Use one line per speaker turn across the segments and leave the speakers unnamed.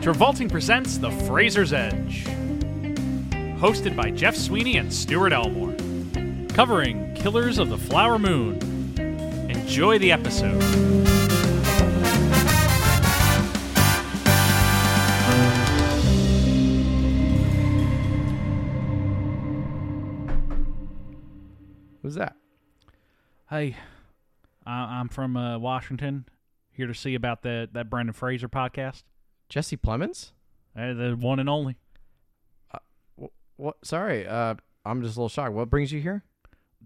Travolting presents The Fraser's Edge, hosted by Jeff Sweeney and Stuart Elmore, covering Killers of the Flower Moon. Enjoy the episode.
Who's that?
Hey, I- I'm from uh, Washington, here to see about that that Brandon Fraser podcast,
Jesse Plemons?
uh, the one and only.
What? Sorry, uh, I'm just a little shocked. What brings you here?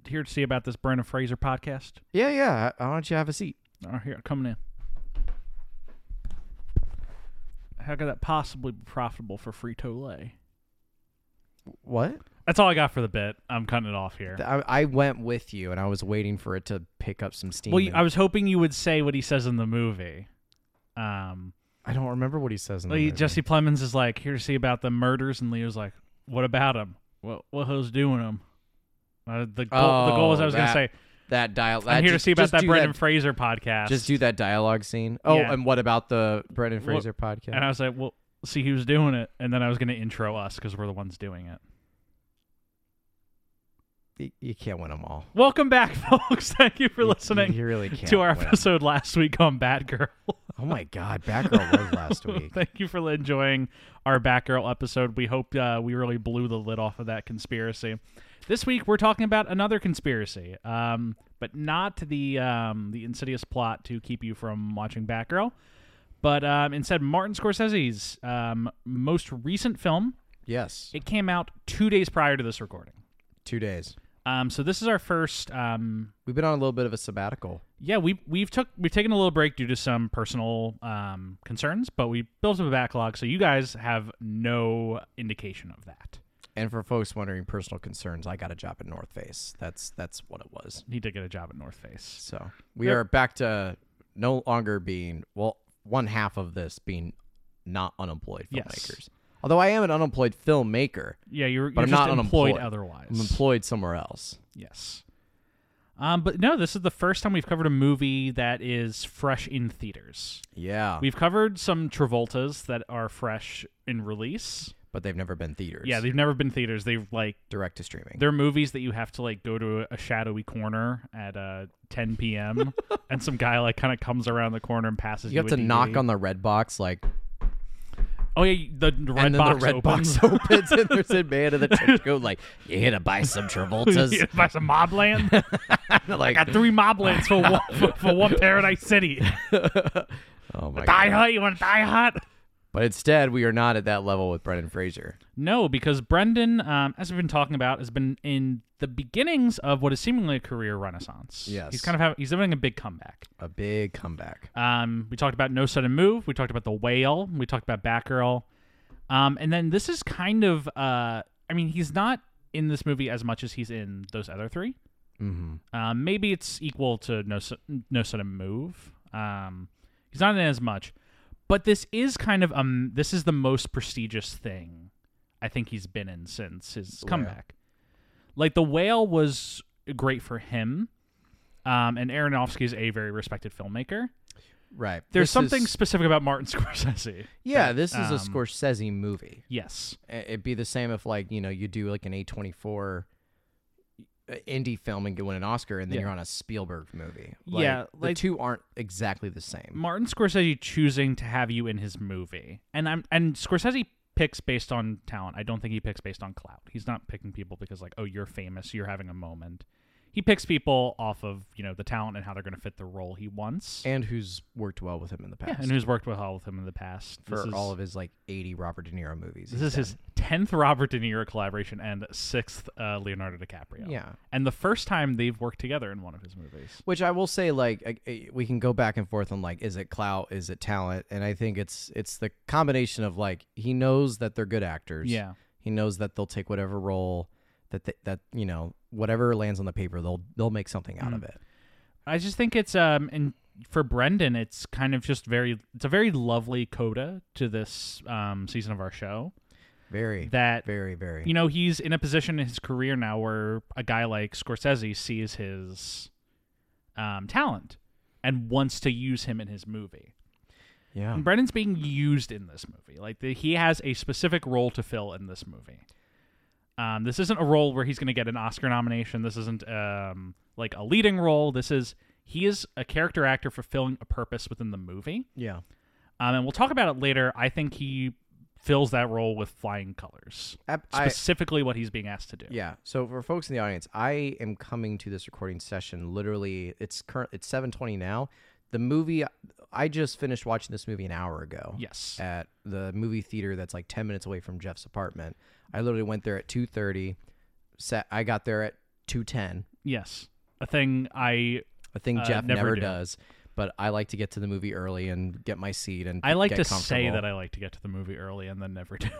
Here to see about this Brandon Fraser podcast.
Yeah, yeah. I, I want you to have a seat.
All right, here, coming in. How could that possibly be profitable for Frito Lay?
What?
That's all I got for the bit. I'm cutting it off here.
I, I went with you, and I was waiting for it to pick up some steam.
well, you-
and-
I was hoping you would say what he says in the movie. Um,
I don't remember what he says. In the
like,
movie.
Jesse Plemons is like here to see about the murders, and Leo's like, "What about him? What what who's doing him?" Uh, the goal, the goal is I
Oh,
was going to
that-
say
that dial.
I'm
that-
here to
just-
see about
just
that
do
Brendan Fraser podcast.
Just do that dialogue scene. Oh,
Yeah.
and what about the Brendan
Well,
Fraser podcast?
and I was like, "Well, see who's doing it," and then I was going to intro us because we're the ones doing it.
Y- you can't win them all.
Welcome back, folks. Thank you for
You-
listening
You really can't.
to our
win 'em.
episode last week on Batgirl.
Oh my God, Batgirl was last week.
Thank you for enjoying our Batgirl episode. We hope uh, we really blew the lid off of that conspiracy. This week we're talking about another conspiracy, um, but not the um, the insidious plot to keep you from watching Batgirl, but um, instead Martin Scorsese's um, most recent film.
Yes,
It came out two days prior to this recording,
two days.
um, so this is our first um,
We've been on a little bit of a sabbatical.
Yeah, we we've took we've taken a little break due to some personal um, concerns, but we built up a backlog, so you guys have no indication of that.
And for folks wondering personal concerns, I got a job at North Face. That's that's what it was.
Need to get a job at North Face.
So we
Yep.
are back to no longer being well, one half of this being not unemployed
Yes.
filmmakers. Although I am an unemployed filmmaker,
Yeah, you're, you're
But
just
I'm not
employed
unemployed.
otherwise.
I'm employed somewhere else.
Yes. Um, but no, this is the first time we've covered a movie that is fresh in theaters.
Yeah,
We've covered some Travoltas that are fresh in release.
but they've never been theaters.
Yeah, they've never been theaters. They've like
direct to streaming.
They're movies that you have to like go to a shadowy corner at uh, 10 p.m. and some guy like kind of comes around the corner and passes.
You
You,
have to
a
knock
DVD.
on the red box like,
Oh yeah, the the red
and then
box
the red
opens.
box opens, and there's a man in the trench coat like, "You here to buy some Travoltas?"
Yeah, By some mob land,
like,
got three mob lands for one, for, for one Paradise City.
oh
Die
my god!
hot, you want to die hot?
But instead, we are not at that level with Brendan Fraser.
No, because Brendan, um, as we've been talking about, has been in the beginnings of what is seemingly a career renaissance.
Yes.
he's kind of having, he's having a big comeback.
A big comeback.
Um, we talked about No Sudden Move. We talked about The Whale. We talked about Batgirl. Um, and then this is kind of, uh, I mean, he's not in this movie as much as he's in those other three.
Mm-hmm.
Um, maybe it's equal to No, Su- no Sudden Move. Um, he's not in it as much. But this is kind of, um, this is the most prestigious thing I think he's been in since his
Whale.
comeback. Like, The Whale was great for him. Um, and Aronofsky is a very respected filmmaker
Right.
there's
This
something
is-
specific about Martin Scorsese.
yeah,
that,
this is a
um,
Scorsese movie.
Yes.
I- It'd be the same if like you know you do like an A24 indie film and win an Oscar, and then
Yeah.
you're on a Spielberg movie.
Yeah,
the
like-
two aren't exactly the same.
Martin Scorsese choosing to have you in his movie. And I'm and Scorsese picks based on talent. I don't think he picks based on clout. He's not picking people because like, oh, you're famous, you're having a moment. He picks people off of, you know, the talent and how they're going to fit the role he wants.
And who's worked well with him in the
yeah,
past
and who's worked with all with him in the past.
for
This is-
all of his like 80 Robert De Niro movies.
This
he's
is his 10th Robert De Niro collaboration and 6th uh, Leonardo DiCaprio.
done. yeah.
And the first time they've worked together in one of his movies.
Which I will say, like I- I- we can go back and forth on like, is it clout, is it talent, and I think it's it's the combination of like he knows that they're good actors.
Yeah.
He knows that they'll take whatever role that they, that you know whatever lands on the paper, they'll they'll make something out of it.
I just think it's um and for Brendan, it's kind of just very it's a very lovely coda to this um season of our show
Very,
that
very, very.
you know he's in a position in his career now where a guy like Scorsese sees his um talent and wants to use him in his movie.
Yeah.
And Brendan's being used in this movie. Like the, he has a specific role to fill in this movie. Um, this isn't a role where he's going to get an Oscar nomination. This isn't um, like a leading role. This is he is a character actor fulfilling a purpose within the movie.
Yeah.
Um, and we'll talk about it later. I think he fills that role with flying colors.
I, I-
Specifically, what he's being asked to do.
yeah. So for folks in the audience, I am coming to this recording session literally it's current it's 7:20 now. The movie I just finished watching this movie an hour ago.
Yes.
at the movie theater that's like 10 minutes away from Jeff's apartment. I literally went there at 2:30. Set I got there at 2:10.
Yes. A thing I
A thing
Uh,
Jeff
never
never,
do.
does, but I like to get to the movie early and get my seat and
I like
get
to say
comfortable.
that I like to get to the movie early and then never do.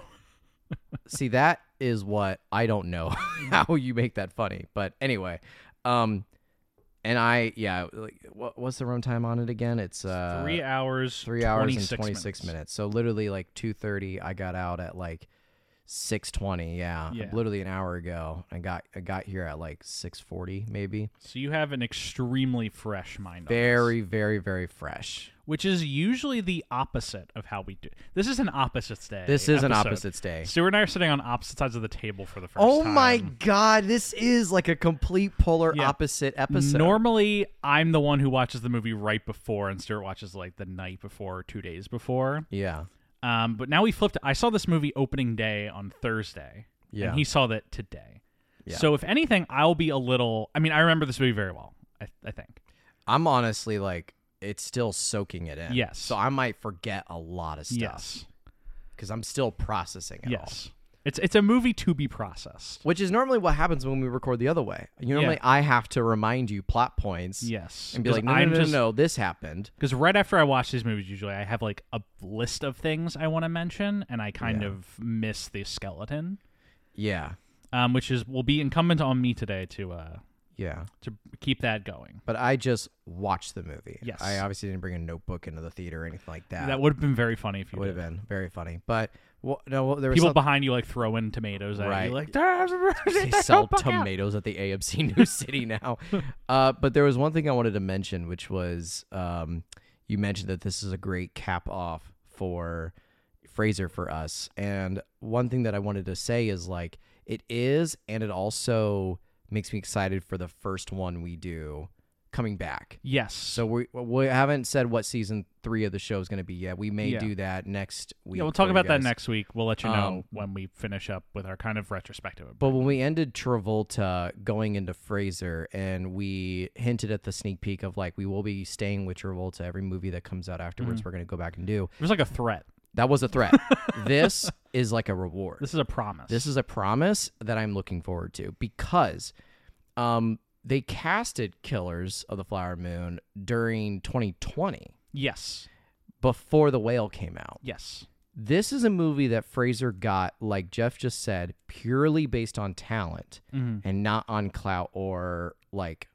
See, that is what I don't know how you make that funny. But anyway, um and I yeah, like, what, what's the runtime on it again? It's uh
three hours,
three hours and
26
26 minutes. so literally like 2.30 i got out at like 6.20 yeah,
Yeah.
literally an hour ago i got i got here at like 6.40 maybe
So you have an extremely fresh mind. on this,
very very very fresh
which is usually the opposite of how we do. This is an opposites day.
this is an
episode.
opposites day
Stuart and I are sitting on opposite sides of the table for the first
oh
time.
my god this is like a complete polar
Yeah.
opposite episode
Normally, I'm the one who watches the movie right before, and Stuart watches like the night before, or two days before.
yeah
Um, but now we flipped. I saw this movie opening day on Thursday,
Yeah.
and he saw that today.
Yeah.
So if anything, I'll be a little. I mean, I remember this movie very well. I, I think.
i'm honestly like it's still soaking it in
Yes.
so i might forget a lot of stuff
Yes.
because i'm still processing it all.
Yes. It's it's a movie to be processed.
which is normally what happens when we record the other way. You normally I have to remind you plot points
Yes.
and be
'Cause
like, no, no,
I'm
no,
just,
no, this happened.
Because right after I watch these movies, usually I have like a list of things I want to mention, and I kind
Yeah.
of miss the skeleton,
Yeah,
um, which is will be incumbent on me today to uh
yeah.
to keep that going.
But I just watched the movie.
Yes.
I obviously didn't bring a notebook into the theater or anything like that.
That would have been very funny if you
Ah. would have
did.
been very funny. But well, no, well, there was
People
some-
behind you like throwing tomatoes at
Right.
you, like "Ah,
they sell tomatoes at the AMC New City now. Uh, but there was one thing I wanted to mention, which was um, you mentioned that this is a great cap off for Fraser for us. And one thing that I wanted to say is like it is, and it also makes me excited for the first one we do coming back.
Yes.
So we we haven't said what season three of the show is going to be yet. We may
Yeah.
do that next week.
yeah, we'll talk
for you
about that
guys.
next week. We'll let you know
Um,
when we finish up with our kind of retrospective.
But when we ended Travolta going into Fraser and we hinted at the sneak peek of like we will be staying with Travolta every movie that comes out
Mm.
afterwards we're going to go back and do.
It was like a threat.
That was a threat. this is like a reward.
This is a promise.
This is a promise that I'm looking forward to because um they casted Killers of the Flower Moon during 2020
yes,
before The Whale came out.
yes,
This is a movie that Fraser got like Jeff just said purely based on talent
mm-hmm.
and not on clout or like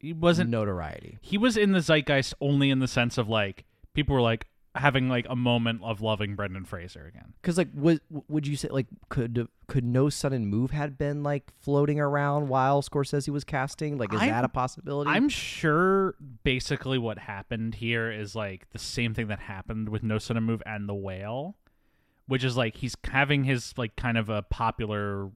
he wasn't.
notoriety.
He was in the zeitgeist only in the sense of like people were like having like a moment of loving Brendan Fraser again.
Because like, would would you say like could could no sudden move had been like floating around while Scorsese was casting? Like, is
I'm-
that a possibility?
I'm sure basically what happened here is like the same thing that happened with No Sudden Move and The Whale, which is like he's having his like kind of a popular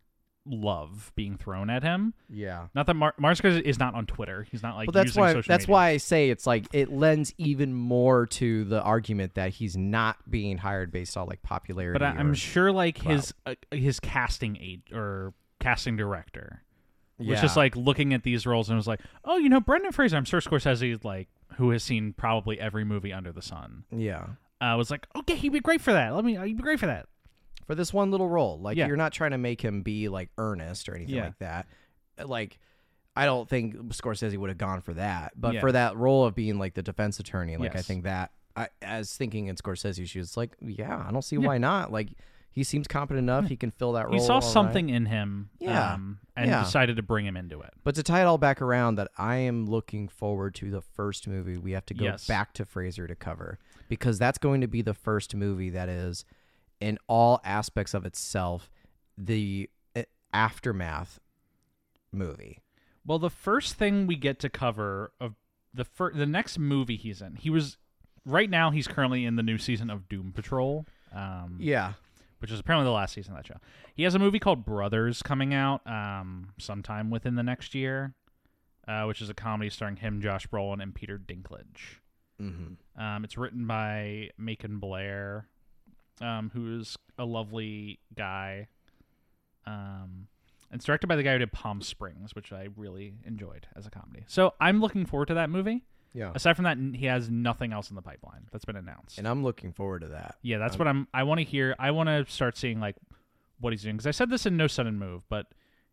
love being thrown at him.
yeah.
Not that Mar- Mars is not on Twitter. He's not like
Well, that's
using
why
social
that's
media.
why I say it's like it lends even more to the argument that he's not being hired based on like popularity.
But I, I'm
or-
sure like
clout.
his uh, his casting aid or casting director was
Yeah.
just like looking at these roles and was like, oh, you know, Brendan Fraser. I'm sure Scorsese like who has seen probably every movie under the sun.
yeah
uh, was like, okay, he'd be great for that. Let me, he'd be great for that.
for this one little role. Like
Yeah.
you're not trying to make him be like earnest or anything
Yeah.
like that. Like I don't think Scorsese would have gone for that, but
Yeah.
for that role of being like the defense attorney, like I
Yes.
think that I, as thinking in Scorsese shoes, like yeah, I don't see why not. Like he seems competent enough; he can fill that role.
He saw
all right.
something in him,
Yeah.
um, and
Yeah.
decided to bring him into it.
But to tie it all back around, that I am looking forward to the first movie we have to go
Yes.
back to Fraser to cover because that's going to be the first movie that is, in all aspects of itself, the uh, aftermath movie.
Well, the first thing we get to cover of the fir- the next movie he's in, he was right now he's currently in the new season of Doom Patrol. Um,
Yeah.
which was apparently the last season of that show. He has a movie called Brothers coming out um, sometime within the next year, uh, which is a comedy starring him, Josh Brolin, and Peter Dinklage.
Mm-hmm.
Um, it's written by Macon Blair, um, who is a lovely guy. Um, and it's directed by the guy who did Palm Springs, which I really enjoyed as a comedy. So I'm looking forward to that movie.
Yeah.
Aside from that, n- he has nothing else in the pipeline that's been announced.
And I'm looking forward to that.
Yeah, that's what I'm. I want to hear. I want to start seeing like what he's doing because I said this in No Sudden Move, but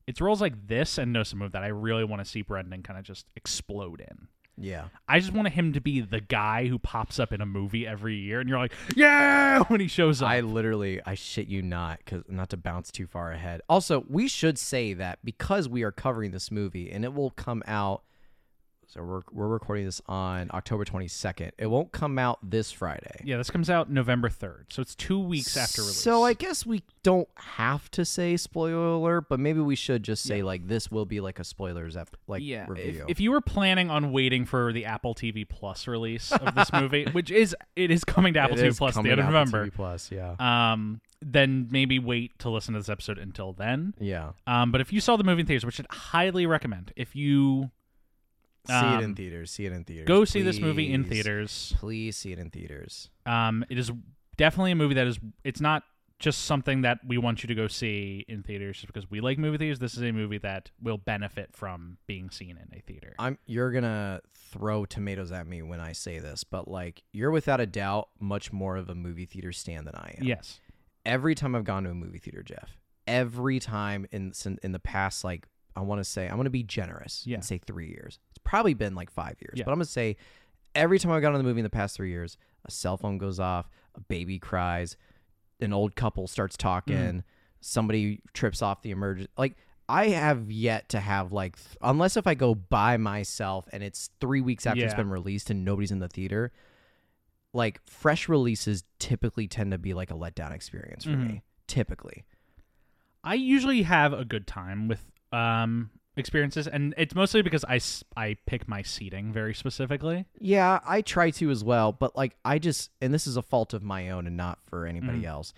it's roles like this and No Sudden Move that I really want to see Brendan kind of just explode in.
Yeah.
I just want him to be the guy who pops up in a movie every year, and you're like, yeah, when he shows up.
I literally, I shit you not, because not to bounce too far ahead. Also, we should say that because we are covering this movie and it will come out. So we're we're recording this on October 22nd. It won't come out this Friday.
yeah, this comes out November third, so it's two weeks after release.
So I guess we don't have to say spoiler alert, but maybe we should just say like this will be like a spoilers ep- like
yeah, if,
review.
if you were planning on waiting for the Apple TV Plus release of this movie, which is it is coming to Apple
It
TV
is
Plus at the
coming
end of
out on
November,
TV Plus, yeah.
um, then maybe wait to listen to this episode until then.
yeah.
Um, but if you saw the movie in theaters, which I'd highly recommend, if you
See it
um,
in theaters. See it in theaters.
go see this movie in
please.
theaters,
Please see it in theaters.
um, it is definitely a movie that is. It's not just something that we want you to go see in theaters just because we like movie theaters. This is a movie that will benefit from being seen in a theater.
I'm you're gonna throw tomatoes at me when I say this, but like you're without a doubt much more of a movie theater stand than I am.
Yes,
Every time I've gone to a movie theater, Jeff, every time in sin- in the past, like I want to say, I'm gonna be generous
Yeah.
and say three years. It's probably been like five years,
Yeah.
but I'm gonna say every time I've gone to the movie in the past three years, a cell phone goes off, a baby cries, an old couple starts talking,
Mm-hmm.
somebody trips off the emergency. Like I have yet to have like, th- unless if I go by myself and it's three weeks after it's
Yeah.
been released and nobody's in the theater. Like fresh releases typically tend to be like a letdown experience for
Mhm.
me. Typically,
I usually have a good time with um experiences, and it's mostly because I s- I pick my seating very specifically.
yeah, I try to as well, but like I just, and this is a fault of my own and not for anybody else.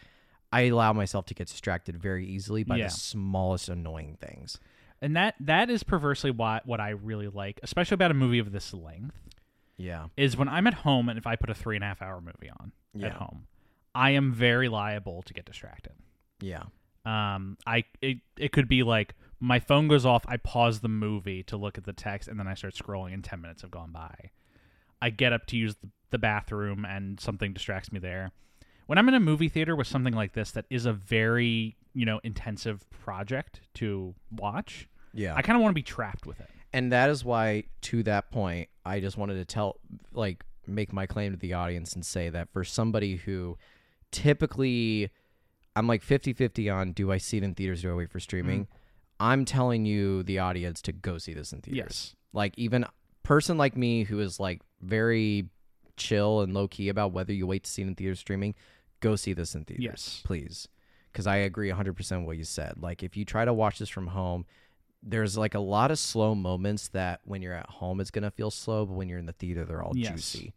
I allow myself to get distracted very easily by
Yeah.
the smallest annoying things.
And that that is perversely why what I really like, especially about a movie of this length,
Yeah,
is when I'm at home and if I put a three and a half hour movie on
Yeah.
at home, I am very liable to get distracted.
yeah,
Um, I it, it could be like my phone goes off, I pause the movie to look at the text, and then I start scrolling, and ten minutes have gone by. I get up to use the, the bathroom, and something distracts me there. When I'm in a movie theater with something like this, that is a very you know intensive project to watch.
yeah.
I kind of want to be trapped with it.
and that is why to that point i just wanted to tell like make my claim to the audience and say that for somebody who typically i'm like 50-50 on do i see it in theaters do i wait for streaming i'm telling you the audience to go see this in theaters
Yes.
like even person like me who is like very chill and low key about whether you wait to see it in theater streaming go see this in theaters
Yes.
please because i agree 100% what you said like if you try to watch this from home there's like a lot of slow moments that when you're at home it's going to feel slow but when you're in the theater they're all
Yes.
juicy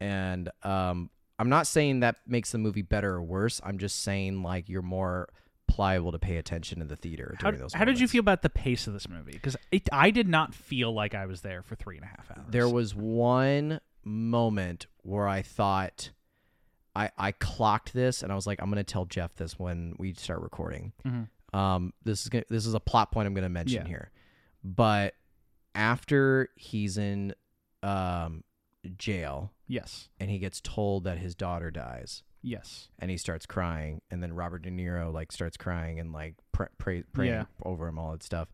and um i'm not saying that makes the movie better or worse i'm just saying like you're more pliable to pay attention in the theater
How,
during those
how did you
moments.
feel about the pace of this movie? Because I did not feel like I was there for three and a half hours.
There was one moment where I thought I I clocked this and I was like, I'm gonna tell Jeff this when we start recording.
Mhm.
Um, this is gonna, this is a plot point I'm gonna mention
Yeah.
here, but after he's in um jail
yes,
and he gets told that his daughter dies
yes,
and he starts crying and then Robert De Niro like starts crying and like pray, pray, praying
Yeah.
over him all that stuff.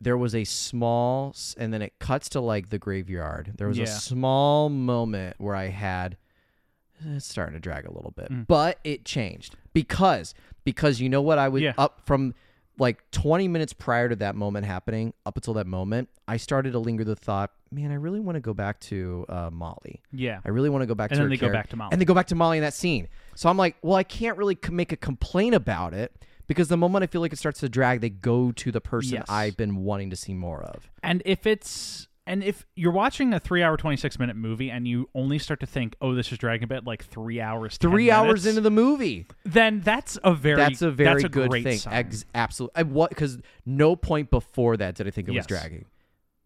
There was a small s- and then it cuts to like the graveyard. There was
Yeah.
a small moment where I had eh, it's starting to drag a little bit,
Mm.
but it changed because because you know what I was
Yeah.
up from like 20 minutes prior to that moment happening up until that moment I started to linger the thought man I really want to go back to uh, Molly
yeah.
I really want to go back
And
to
then
her
they go
character.
back to Molly.
And they go back to Molly in that scene. So I'm like, well, I can't really c- make a complaint about it because the moment I feel like it starts to drag, they go to the person
Yes.
I've been wanting to see more of.
And if it's And if you're watching a three hour, 26 minute movie and you only start to think, oh, this is Dragon Bait, like three hours, 10
Three hours
minutes,
into the movie.
then that's a very,
That's a very good
great
thing.
sign.
Ex- absolutely. What? Because no point before that did I think it
Yes.
was dragging.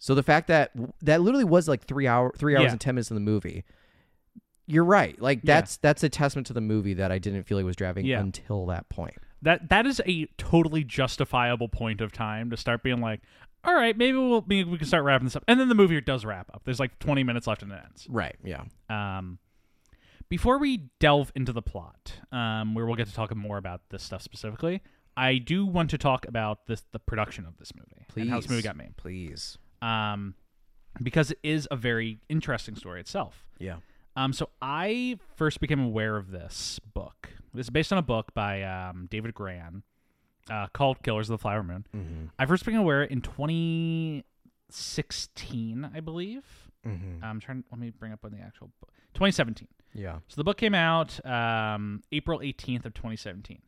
So the fact that that literally was like three hour, three hours
Yeah.
and ten minutes in the movie. You're right. Like
Yeah.
that's that's a testament to the movie that I didn't feel it was dragging
Yeah.
until that point.
that that is a totally justifiable point of time to start being like, all right, maybe we'll maybe we can start wrapping this up. And then the movie does wrap up. There's like 20 minutes left and it ends.
Right. Yeah.
Um, before we delve into the plot, um, where we'll get to talk more about this stuff specifically, I do want to talk about this the production of this movie and how this
Please.
movie got made.
Please.
Um, because it is a very interesting story itself.
Yeah.
Um, so I first became aware of this book. This is based on a book by um, David Gran uh, called Killers of the Flower Moon.
Mm-hmm.
I first became aware in 2016, I believe.
Mm-hmm.
I'm trying. Let me bring up on the actual book. 2017.
Yeah.
So the book came out um, April 18th of 2017.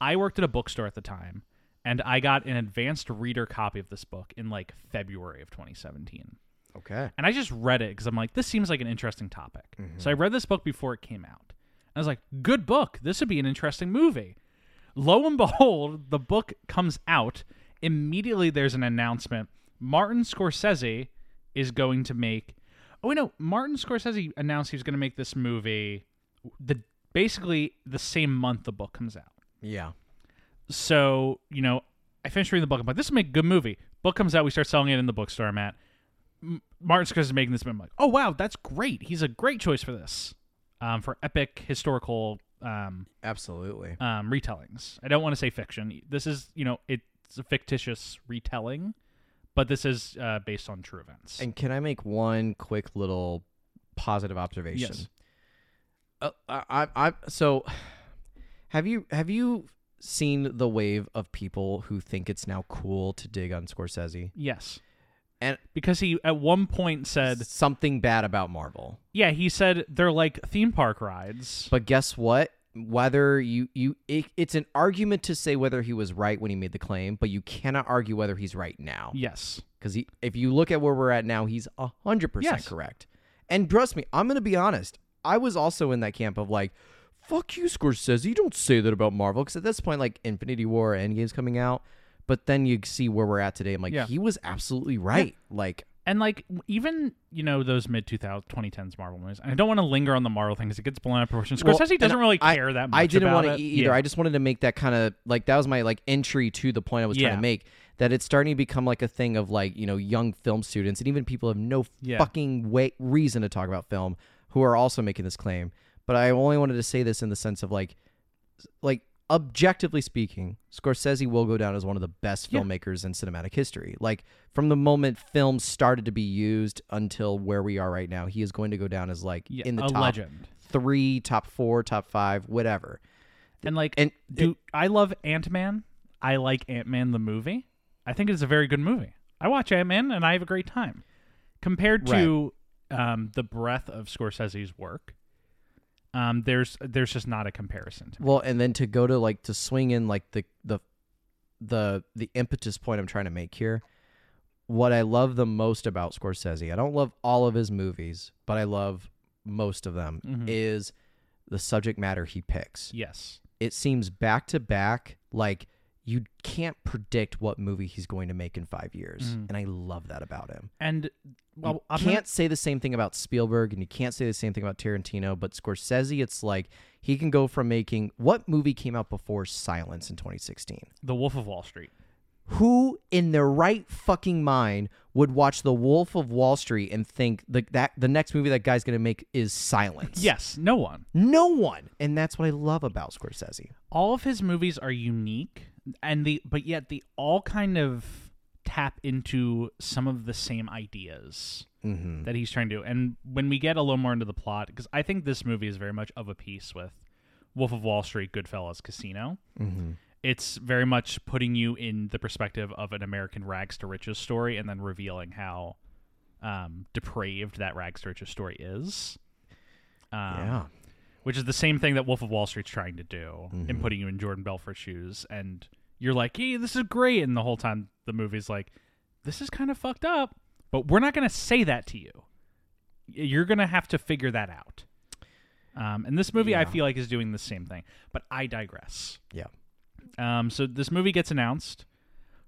I worked at a bookstore at the time, and I got an advanced reader copy of this book in like February of 2017.
Okay.
And I just read it because I'm like, this seems like an interesting topic. So I read this book before it came out. I was like, good book. This would be an interesting movie. Lo and behold, the book comes out. Immediately, there's an announcement. Martin Scorsese is going to make. Oh, wait, no. Martin Scorsese announced he was going to make this movie the basically the same month the book comes out.
Yeah.
So, you know, I finished reading the book. I'm like, this will make a good movie. Book comes out. We start selling it in the bookstore, I'm at. M- Martin Scorsese is making this movie. I'm like, oh, wow, that's great. He's a great choice for this, um, for epic historical um,
Absolutely.
um, retellings. I don't want to say fiction. This is, you know, it's a fictitious retelling, but this is uh, based on true events.
And can I make one quick little positive observation?
Yes.
Uh, I, I, I, so, have you have you seen the wave of people who think it's now cool to dig on Scorsese
yes.
and
Because he, at one point, said,
something bad about Marvel?
yeah, he said they're like theme park rides.
But guess what? Whether you you it, it's an argument to say whether he was right when he made the claim, but you cannot argue whether he's right now.
yes.
Because if you look at where we're at now, he's 100%
Yes.
correct. And trust me, I'm going to be honest. I was also in that camp of like, fuck you, Scorsese. You don't say that about Marvel. Because at this point, like, Infinity War, Endgame's coming out. But then you see where we're at today. I'm like,
Yeah.
he was absolutely right. Like,
and like even you know those mid 2000s 2010s Marvel movies. And I don't want to linger on the Marvel thing because it gets blown out of proportion.
Well,
Scorsese
and
doesn't really
I-
care that much.
I didn't
about
want to
it.
either.
Yeah.
I just wanted to make that kind of like, that was my like entry to the point I was trying
Yeah.
to make. That it's starting to become like a thing of like, you know, young film students and even people have no
Yeah.
fucking way reason to talk about film who are also making this claim. But I only wanted to say this in the sense of like, like objectively speaking, Scorsese will go down as one of the best
Yeah.
filmmakers in cinematic history. Like from the moment film started to be used until where we are right now, he is going to go down as like
Yeah,
in the
a
top
legend.
three, top four, top five, whatever.
And like,
And
do I love Ant Man? I like Ant Man the movie. I think it's a very good movie. I watch Ant Man and I have a great time. Compared to um, the breadth of Scorsese's work, um, there's there's just not a comparison. To me.
Well, and then to go to like to swing in like the the the the impetus point I'm trying to make here. What I love the most about Scorsese, I don't love all of his movies, but I love most of them
Mhm.
is the subject matter he picks.
Yes.
It seems back to back like you can't predict what movie he's going to make in 5 years,
Mhm.
and I love that about him.
And well,
you
I'm
can't
gonna-
say the same thing about Spielberg and you can't say the same thing about Tarantino, but Scorsese, it's like he can go from making what movie came out before Silence in 2016?
The Wolf of Wall Street.
Who in their right fucking mind would watch The Wolf of Wall Street and think the, that the next movie that guy's gonna make is Silence?
Yes. No one.
No one. And that's what I love about Scorsese.
all of his movies are unique and the but yet they all kind of tap into some of the same ideas
Mm-hmm.
that he's trying to do and when we get a little more into the plot because i think this movie is very much of a piece with wolf of wall street goodfellas casino
Mm-hmm.
it's very much putting you in the perspective of an american rags to riches story and then revealing how um, depraved that rags to riches story is um,
Yeah.
which is the same thing that Wolf of Wall Street's trying to do in
Mhm.
putting you in Jordan Belfort shoes. And you're like, hey, this is great. And the whole time the movie's like, this is kind of fucked up. But we're not going to say that to you. You're going to have to figure that out. Um, and this movie, I
Yeah.
feel like, is doing the same thing. But I digress.
Yeah.
Um, so this movie gets announced.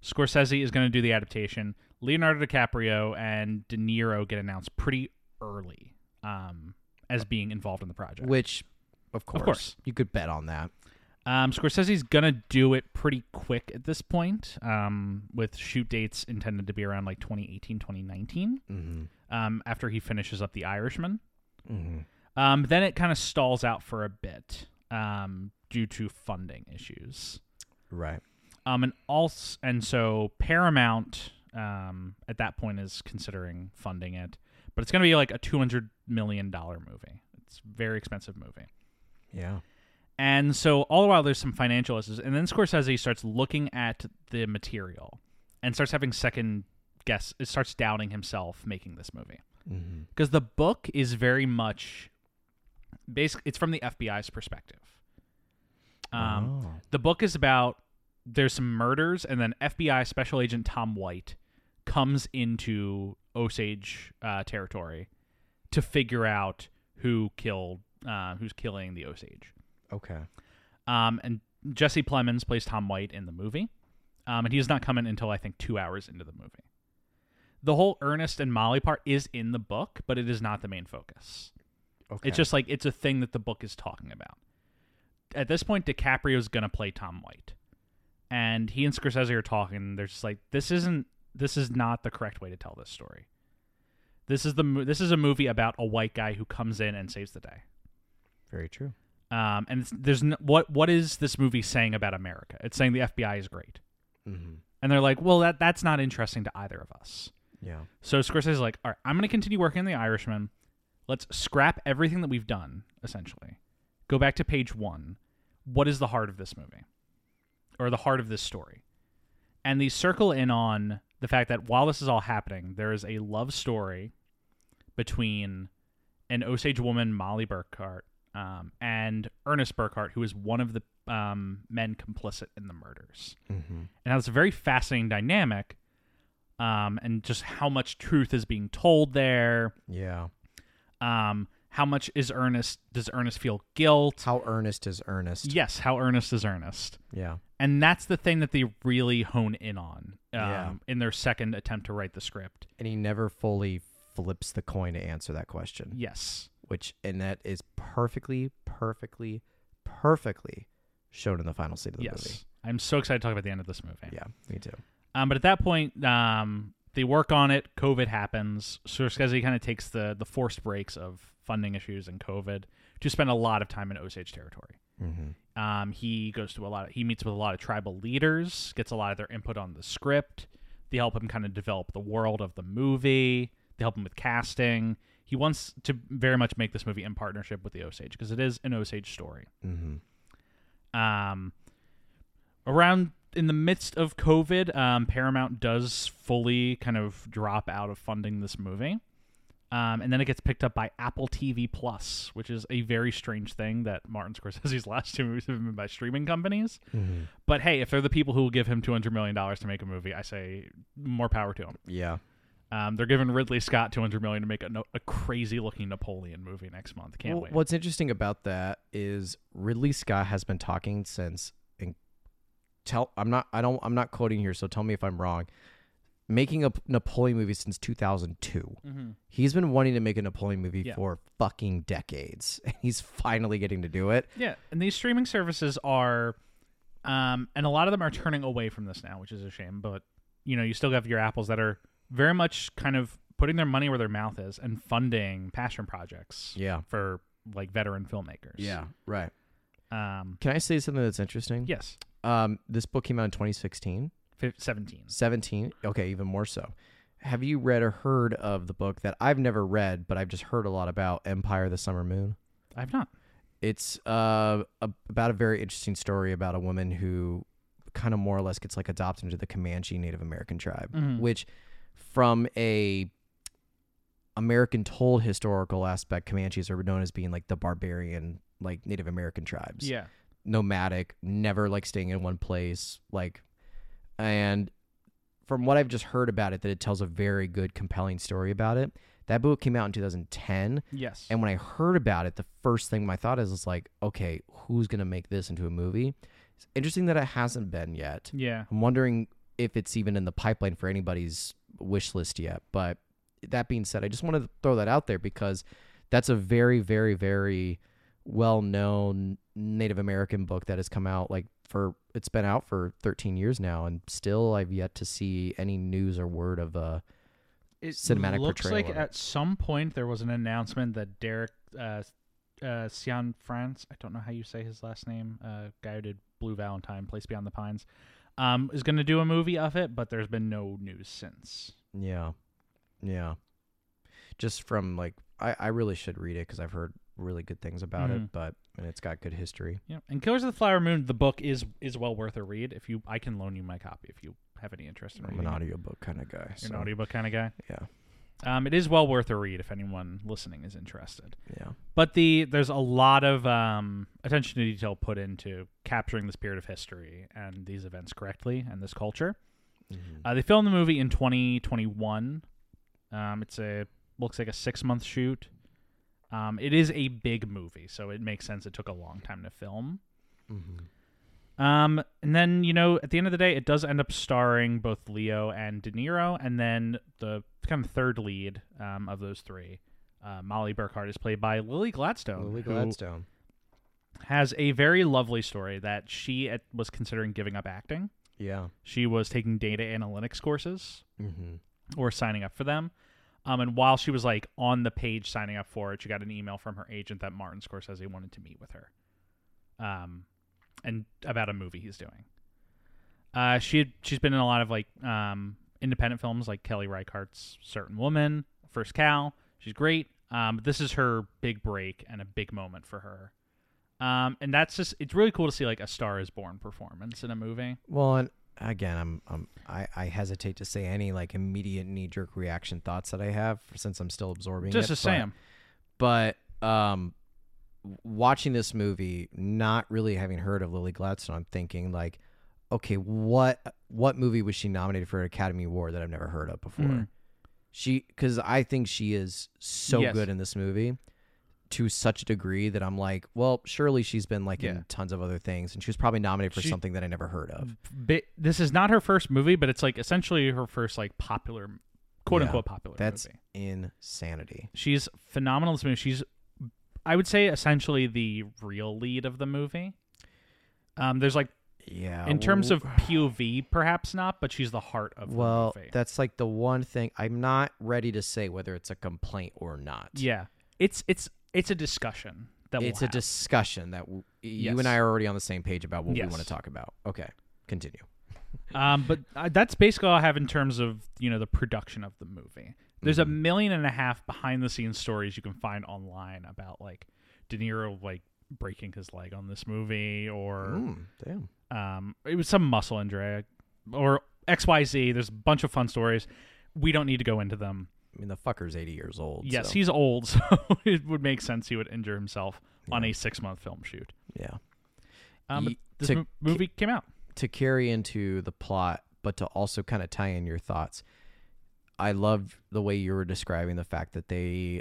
Scorsese is going to do the adaptation. Leonardo DiCaprio and De Niro get announced pretty early um, as being involved in the project.
Which, of course,
course.
you could bet on that.
Um, Scorsese's gonna do it pretty quick at this point, um, with shoot dates intended to be around like 2018, 2019,
Mm-hmm.
um, after he finishes up The Irishman.
Mm-hmm.
Um, then it kind of stalls out for a bit um, due to funding issues.
Right.
Um, and also, and so Paramount um, at that point is considering funding it, but it's gonna be like a 200 million dollar movie. It's a very expensive movie.
Yeah.
And so all the while there's some financial issues. And then Scorsese starts looking at the material and starts having second guess it starts doubting himself making this movie.
Mm-hmm.
Because the book is very much basically it's from the FBI's perspective. Um
Oh.
the book is about there's some murders and then FBI special agent Tom White comes into Osage uh, territory to figure out who killed uh, who's killing the Osage.
okay.
Um, and Jesse Plemons plays Tom White in the movie. Um, and he does not come in until I think two hours into the movie. The whole Ernest and Molly part is in the book, but it is not the main focus.
Okay.
It's just like it's a thing that the book is talking about. At this point, DiCaprio's gonna play Tom White, and he and Scorsese are talking. They're just like, this isn't, this is not the correct way to tell this story. This is the, mo- this is a movie about a white guy who comes in and saves the day.
very true.
Um, and it's, there's n- what what is this movie saying about America? It's saying the FBI is great,
Mm-hmm.
and they're like, well, that that's not interesting to either of us.
Yeah.
So Scorsese's like, all right, I'm gonna continue working on The Irishman. Let's scrap everything that we've done, essentially. Go back to page one. What is the heart of this movie, or the heart of this story? And they circle in on the fact that while this is all happening, there is a love story between an Osage woman, Molly Burkhart, um, and Ernest Burkhart, who is one of the um, men complicit in the murders
Mm-hmm.
and how it's a very fascinating dynamic um, and just how much truth is being told there
Yeah.
um, how much is ernest does ernest feel guilt
How earnest is earnest?
yes how earnest is earnest
Yeah.
and that's the thing that they really hone in on um,
Yeah.
in their second attempt to write the script
And he never fully flips the coin to answer that question.
yes
which and that is perfectly, perfectly, perfectly shown in the final scene of the
yes
movie.
i'm so excited to talk about the end of this movie
Yeah, me too.
Um, but at that point, um, they work on it. COVID happens. Scorsese kind of takes the the forced breaks of funding issues and COVID to spend a lot of time in Osage territory.
Mm-hmm.
Um, he goes to a lot. Of, he meets with a lot of tribal leaders. Gets a lot of their input on the script. They help him kind of develop the world of the movie. They help him with casting. He wants to very much make this movie in partnership with the Osage because it is an Osage story
Mm-hmm.
um, around in the midst of COVID, um, Paramount does fully kind of drop out of funding this movie, um, and then it gets picked up by Apple TV Plus, which is a very strange thing that Martin Scorsese's last two movies have been by streaming companies.
Mm-hmm.
But hey, if they're the people who will give him two hundred million dollars to make a movie, I say more power to them.
Yeah.
Um, they're giving Ridley Scott two hundred million to make a, no- a crazy looking Napoleon movie next month. Can't
Well,
wait.
What's interesting about that is Ridley Scott has been talking since and tell I'm not I don't I'm not quoting here, so tell me if I'm wrong. Making a Napoleon movie since 2002.
Mhm.
He's been wanting to make a Napoleon movie
Yeah.
for fucking decades, and he's finally getting to do it.
Yeah, and these streaming services are, um, and a lot of them are turning away from this now, which is a shame. But you know, you still have your apples that are very much kind of putting their money where their mouth is and funding passion projects
Yeah.
for like veteran filmmakers.
Right.
Um.
Can I say something that's interesting?
Yes.
Um, this book came out in 2016,
Fif- Seventeen.
17. Okay, even more so. Have you read or heard of the book that I've never read, but I've just heard a lot about Empire: The Summer Moon?
I've not.
It's uh, a, about a very interesting story about a woman who kind of more or less gets like adopted into the Comanche Native American tribe,
Mhm.
which from a American told historical aspect, Comanches are known as being like the barbarian, like Native American tribes
Yeah.
nomadic, never like staying in one place, like and from what I've just heard about it, that it tells a very good, compelling story about it. That book came out in 2010,
Yes.
and when I heard about it, the first thing my thought is, is like, okay, who's gonna make this into a movie? It's interesting that it hasn't been yet.
yeah.
I'm wondering if it's even in the pipeline for anybody's wish list yet. But that being said, I just wanted to throw that out there because that's a very, very, very well known Native American book that has come out like for it's been out for 13 years now and still I've yet to see any news or word of uh
It
cinematic
looks
portrayal
like
of it.
at some point there was an announcement that Derek uh, uh, Sian France, I don't know how you say his last name, uh, guy who did Blue Valentine, Place Beyond the Pines, um, is going to do a movie of it, but there's been no news since.
yeah. Yeah. Just from like I, I really should read it because I've heard really good things about
Mhm.
it, but and it's got good history.
Yeah, and Killers of the Flower Moon, the book is is well worth a read. If you, I can loan you my copy if you have any interest in
I'm
reading.
an
it.
audiobook kind of guy.
You're
so,
an audiobook kind of guy.
Yeah.
Um, it is well worth a read if anyone listening is interested.
Yeah.
But the there's a lot of um, attention to detail put into capturing the spirit of history and these events correctly and this culture. Uh, they filmed the movie in 2021. Um, it's a looks like a six month shoot. Um, it is a big movie, so it makes sense it took a long time to film.
Mm-hmm.
Um, and then you know, at the end of the day, it does end up starring both Leo and De Niro, and then the kind of third lead um, of those three, uh, Molly Burkhart, is played by Lily Gladstone,
Lily
who
Gladstone.
has a very lovely story that she at, was considering giving up acting.
Yeah.
She was taking data analytics courses
Mm-hmm.
or signing up for them. Um, and while she was like on the page signing up for it, she got an email from her agent that Martin Scorsese wanted to meet with her, um, and about a movie he's doing. Uh, she had, she's been in a lot of like um, independent films, like Kelly Reichardt's Certain Woman, First Cow. She's great. Um, but this is her big break and a big moment for her. Um, and that's just it's really cool to see like a Star Is Born performance in a movie.
Well, and again, I'm, I'm I, I hesitate to say any like immediate knee jerk reaction thoughts that I have since I'm still absorbing
Just
it.
as Sam,
But, but um, w- watching this movie, not really having heard of Lily Gladstone, I'm thinking like, okay, what what movie was she nominated for an Academy Award that I've never heard of before?
Mm.
She because I think she is so
Yes.
good in this movie to such a degree that I'm like, well, surely she's been like
Yeah.
in tons of other things, and she was probably nominated for
She-
something that I never heard of.
bi- this is not her first movie, but it's like essentially her first like popular, quote
Yeah,
unquote popular
That's
movie.
insanity.
She's phenomenal in this movie. She's, I would say, essentially the real lead of the movie. Um, there's like
Yeah.
in terms of
w-
POV, perhaps not, but she's the heart of
well,
the movie.
that's like the one thing I'm not ready to say whether it's a complaint or not.
yeah, it's it's it's a discussion that
It's
we'll
a discussion that w- you
Yes.
and I are already on the same page about what we want
Yes.
to talk about. Okay, continue.
have. um, but uh, that's basically all I have in terms of you know the production of the movie. There's
Mm-hmm.
a million and a half behind the scenes stories you can find online about like De Niro like breaking his leg on this movie or
Mm, damn.
um it was some muscle injury or XYZ. There's a bunch of fun stories. We don't need to go into them.
I mean, the fucker's 80 years old.
Yes,
so-
he's old, so it would make sense he would injure himself on a six month film shoot.
yeah.
Um, but
Ye-
this
to
mo- movie came out.
to carry into the plot, but to also kind of tie in your thoughts. I loved the way you were describing the fact that they,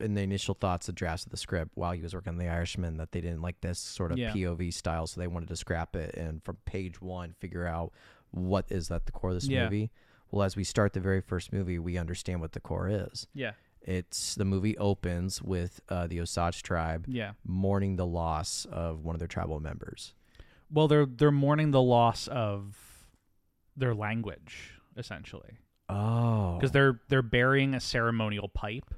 in the initial thoughts, the drafts of the script while he was working on The Irishman, that they didn't like this sort of
Yeah.
POV style, so they wanted to scrap it and from page one figure out what is at the core of this
Yeah.
movie. Well, as we start the very first movie, we understand what the core is.
Yeah,
It's the movie opens with uh, the Osage tribe
yeah.
mourning the loss of one of their tribal members.
Well, they're they're mourning the loss of their language essentially
Oh,
because they're they're burying a ceremonial pipe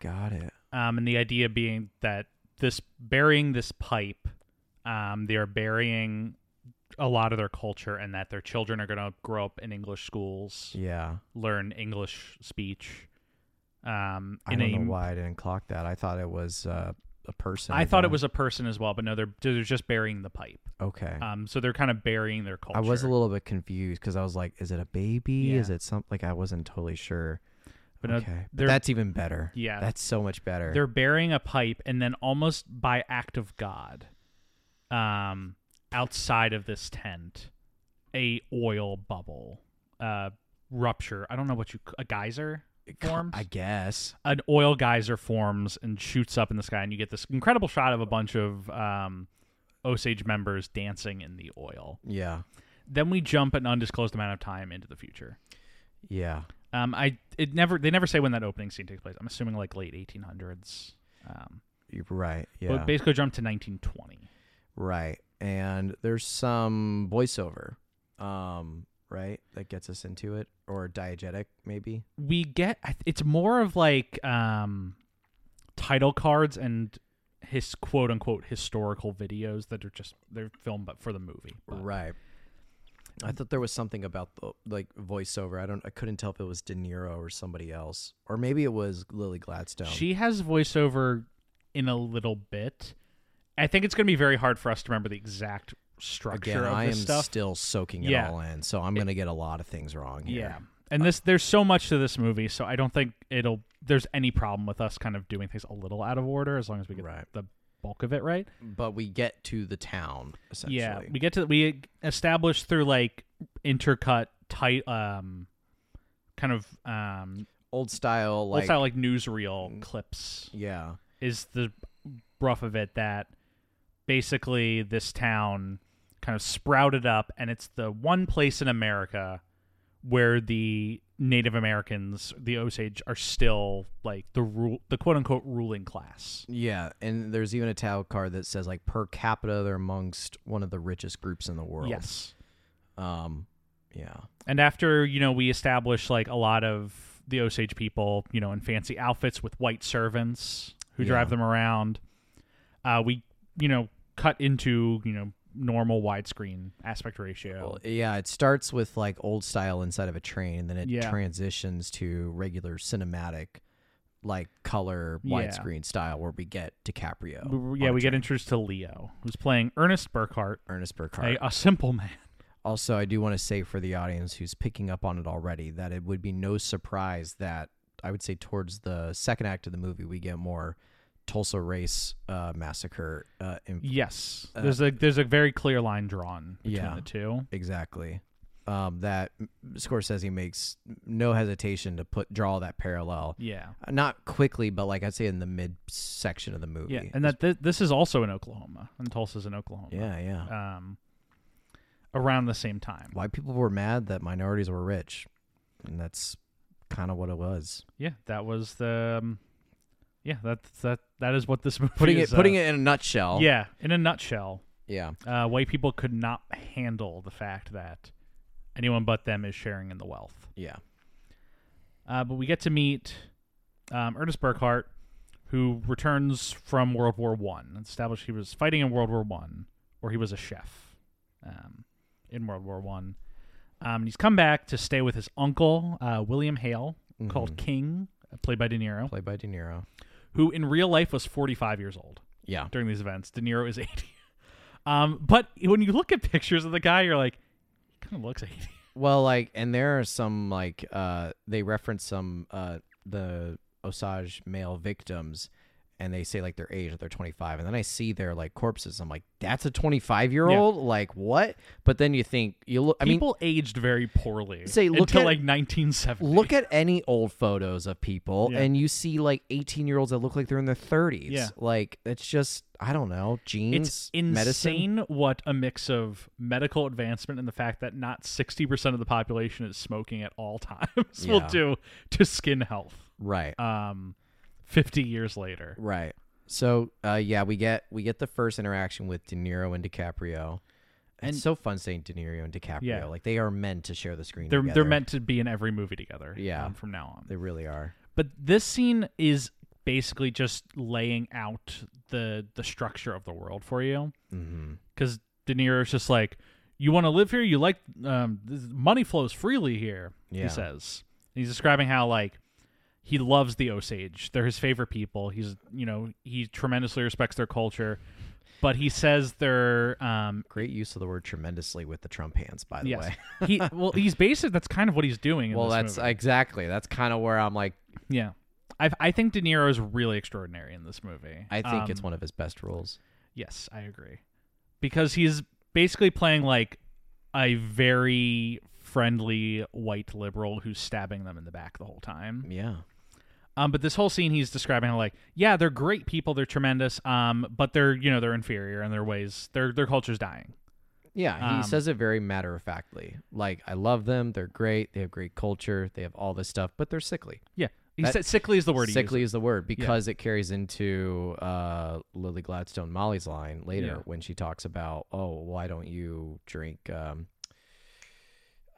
got it.
um, and the idea being that this burying this pipe, um, they are burying a lot of their culture, and that their children are going to grow up in English schools,
Yeah.
learn English speech. Um,
I
in
don't
a-
know why I didn't clock that. I thought it was uh, a person.
I thought it
again.
was a person as well, but no, they're they're just burying the pipe.
Okay.
Um, so they're kind of burying their culture.
I was a little bit confused because I was like, is it a baby?
Yeah.
Is it something? Like, I wasn't totally sure.
But no,
okay. But
they're-
that's even better.
Yeah.
That's so much better.
They're burying a pipe, and then almost by act of God, um, outside of this tent, a oil bubble uh, rupture. I don't know what you a geyser forms.
I guess.
an oil geyser forms and shoots up in the sky, and you get this incredible shot of a bunch of um, Osage members dancing in the oil.
Yeah.
Then we jump an undisclosed amount of time into the future.
Yeah.
Um, I it never they never say when that opening scene takes place. I'm assuming like late 1800s. Um,
You're right. Yeah.
But basically jump to 1920.
right. And there's some voiceover, um, right, that gets us into it, or diegetic maybe.
We get I th- it's more of like um, title cards and his quote unquote historical videos that are just they're filmed but for the movie. But-
Right. I thought there was something about the like voiceover. I don't. I couldn't tell if it was De Niro or somebody else, or maybe it was Lily Gladstone.
She has voiceover in a little bit. I think it's going to be very hard for us to remember the exact structure
Again,
of
I am
this stuff.
still soaking it
Yeah.
all in, so I'm gonna get a lot of things wrong here.
yeah. And this there's so much to this movie, so I don't think it'll there's any problem with us kind of doing things a little out of order as long as we get
Right.
the bulk of it right.
But we get to the town essentially.
Yeah, we get to we establish through like intercut tight um kind of um
old style,
like,
like
style like newsreel clips
yeah,
is the rough of it that basically this town kind of sprouted up and it's the one place in America where the Native Americans, the Osage, are still like the rule the quote unquote ruling class.
yeah. And there's even a towel card that says like per capita, they're amongst one of the richest groups in the world.
Yes.
Um. Yeah.
And after, you know, we establish like a lot of the Osage people, you know, in fancy outfits with white servants who drive
Yeah.
them around, uh, we, you know, cut into, you know, normal widescreen aspect ratio.
Well, yeah, it starts with like old style inside of a train, and then it
Yeah.
transitions to regular cinematic, like color
Yeah.
widescreen style, where we get DiCaprio.
We- yeah,
on a
we get
train.
introduced to Leo, who's playing Ernest Burkhart,
Ernest Burkhart.
a, a simple man.
also, I do want to say for the audience who's picking up on it already that it would be no surprise that I would say towards the second act of the movie we get more Tulsa race uh, massacre. Uh, inf-
Yes, there's a there's a very clear line drawn between
Uh, Yeah.
the two.
Exactly. Um, that Scorsese makes no hesitation to put draw that parallel.
Yeah,
not quickly, but like I'd say in the mid section of the movie.
yeah, and that th- this is also in Oklahoma, and Tulsa's in Oklahoma.
yeah, yeah.
um, around the same time.
Why people were mad that minorities were rich, and that's kind of what it was.
Yeah, that was the. Um, yeah, that's that. That is what this movie
Putting
is.
it, putting it in a nutshell.
uh, Yeah, in a nutshell,
yeah.
uh, white people could not handle the fact that anyone but them is sharing in the wealth.
Yeah.
Uh, but we get to meet um, Ernest Burkhart, who returns from World War One. Established he was fighting in World War One, or he was a chef um, in World War One. Um, he's come back to stay with his uncle uh, William Hale, called
Mm-hmm.
King, uh, played by De Niro,
Played by De Niro.
who in real life was 45 years old
Yeah.
during these events. De Niro is 80. Um, but when you look at pictures of the guy, you're like, he kind of looks 80.
Well, like, and there are some like uh, they reference some uh, the Osage male victims. And they say like their age, that they're 25, and then I see their like corpses. I'm like, that's a 25 year old, like what? But then you think you look. I mean,
People aged very poorly.
Say, look
until
at-
like 1970.
look at any old photos of people
Yeah.
and you see like 18 year olds that look like they're in their 30s
Yeah.
like it's just i don't know
It's
genes medicine
insane what a mix of medical advancement and the fact that not 60% of the population is smoking at all times will
Yeah.
do to skin health
right
um, 50 years later.
right so uh, yeah we get we get the first interaction with de niro and dicaprio and it's so fun saying de niro and dicaprio
Yeah.
like they are meant to share the screen
They're,
together.
they're meant to be in every movie together
Yeah.
um, from now on.
they really are
But this scene is basically just laying out the the structure of the world for you.
hmm
Because De Niro's just like, you want to live here. You like um, this, money flows freely here.
Yeah.
He says he's describing how like he loves the Osage. They're his favorite people. He's you know he tremendously respects their culture, but he says they're um,
great use of the word tremendously with the trump hands by the
yes.
way
he well he's basic. That's kind of what he's doing. in
well
this
that's uh,
movie.
exactly that's kind of where i'm like
yeah. I I think De Niro is really extraordinary in this movie.
i think
Um,
it's one of his best roles
Yes, I agree. Because he's basically playing like a very friendly white liberal who's stabbing them in the back the whole time.
Yeah.
Um, but this whole scene he's describing how like, yeah, they're great people, they're tremendous, um, but they're you know, they're inferior in their ways. Their their culture's dying.
Yeah, he
Um,
says it very matter of factly. Like, I love them. They're great. They have great culture. They have all this stuff, but they're sickly.
Yeah. He
That-
said sickly is the word he used.
sickly is the word because it carries into uh, Lily Gladstone Molly's line later
Yeah.
when she talks about, oh, why don't you drink? Um,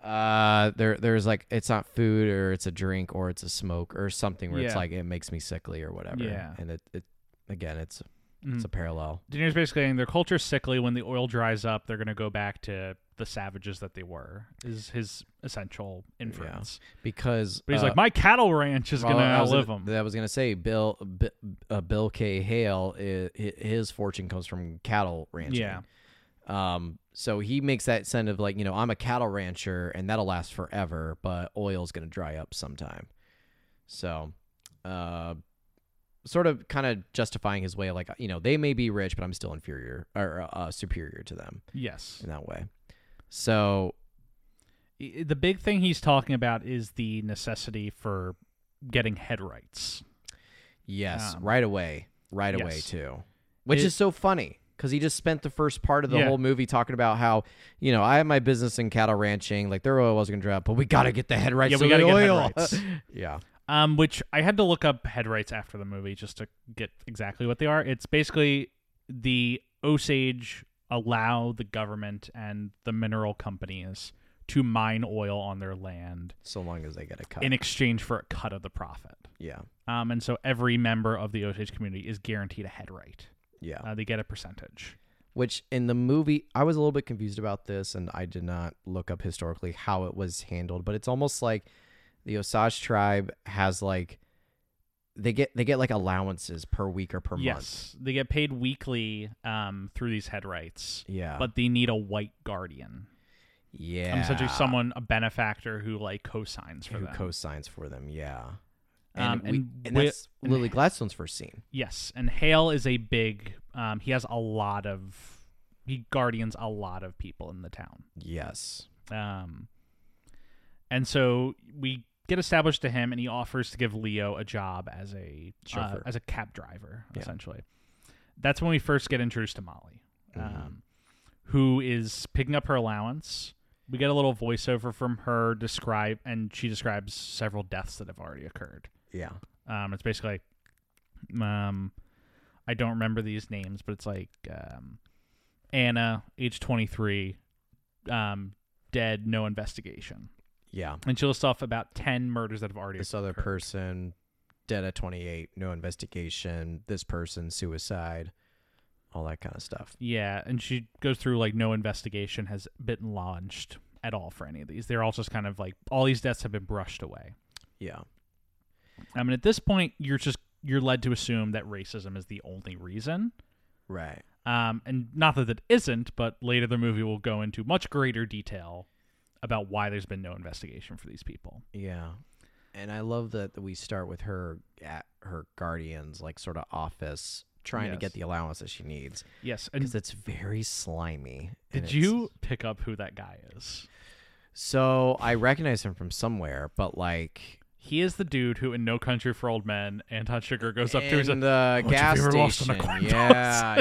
uh, there, there's like it's not food or it's a drink or it's a smoke or something where it's
Yeah.
like it makes me sickly or whatever.
Yeah.
and it, it again, it's
Mhm.
it's a parallel.
Daenerys basically saying their culture's sickly. When the oil dries up, they're going to go back to the savages that they were. Is his essential inference?
Because
But he's
uh,
like, my cattle ranch is going to
Well, I was
outlive
gonna-
them.
I was gonna say Bill B, uh, Bill K Hale i- hi- his fortune comes from cattle ranching.
Yeah.
Um. So he makes that sense of like you know I'm a cattle rancher and that'll last forever, but oil's gonna dry up sometime. So, uh, sort of kind of justifying his way of like you know they may be rich, but I'm still inferior or uh, superior to them
yes.
in that way. So
I- The big thing he's talking about is the necessity for getting head rights.
Yes,
Um,
right away, right away
yes.
too, which is
It-
so funny because he just spent the first part of the
Yeah.
whole movie talking about how you know I have my business in cattle ranching, like their oil was gonna drop, but we gotta get the head right.
Yeah,
so
we gotta get head
oil.
rights.
yeah,
Um, which I had to look up head rights after the movie just to get exactly what they are. It's basically the Osage allow the government and the mineral companies to mine oil on their land
so long as they get a cut.
in exchange for a cut of the profit.
yeah,
Um, and so every member of the Osage community is guaranteed a head right.
yeah.
Uh, they get a percentage.
which in the movie I was a little bit confused about this and I did not look up historically how it was handled, but it's almost like the Osage tribe has like they get they get like allowances per week or per month.
yes, they get paid weekly um, through these head rights,
Yeah.
but they need a white guardian.
yeah.
Um, essentially, someone a benefactor who like co-signs for
who
them.
co-signs for them. Yeah,
Um,
and we,
and
and
wi-
that's Lily Gladstone's first scene.
yes, and Hale is a big. Um, he has a lot of. He guardians a lot of people in the town.
Yes,
Um, and so we get established to him, and he offers to give Leo a job as a uh,
Chauffeur.
as a cab driver,
Yeah.
essentially. That's when we first get introduced to Molly,
Mhm.
um, who is picking up her allowance. We get a little voiceover from her describe, and she describes several deaths that have already occurred.
yeah,
Um, it's basically, um, I don't remember these names, but it's like um, Anna, age twenty three, um, dead, no investigation,
yeah.
and she lists off about ten murders that have already.
This other
occurred.
person dead at 28, no investigation. This person suicide, all that kind of stuff.
Yeah, and she goes through like no investigation has been launched at all for any of these. They're all just kind of like all these deaths have been brushed away.
Yeah,
I mean, at this point, you're just you're led to assume that racism is the only reason.
right.
Um, and not that it isn't, but later the movie will go into much greater detail about why there's been no investigation for these people.
Yeah, and I love that we start with her at her guardian's like sort of office. Trying to
Yes.
get the allowance that she needs
Yes. And
because it's very slimy. and
did
it's-
you pick up who that guy is?
So I recognize him from somewhere, but like
He is the dude who, in No Country for Old Men, Anton Sugar goes up to. He's
in
like,
the
"What's if
gas
we were
station.
lost in a cornfield?"
yeah,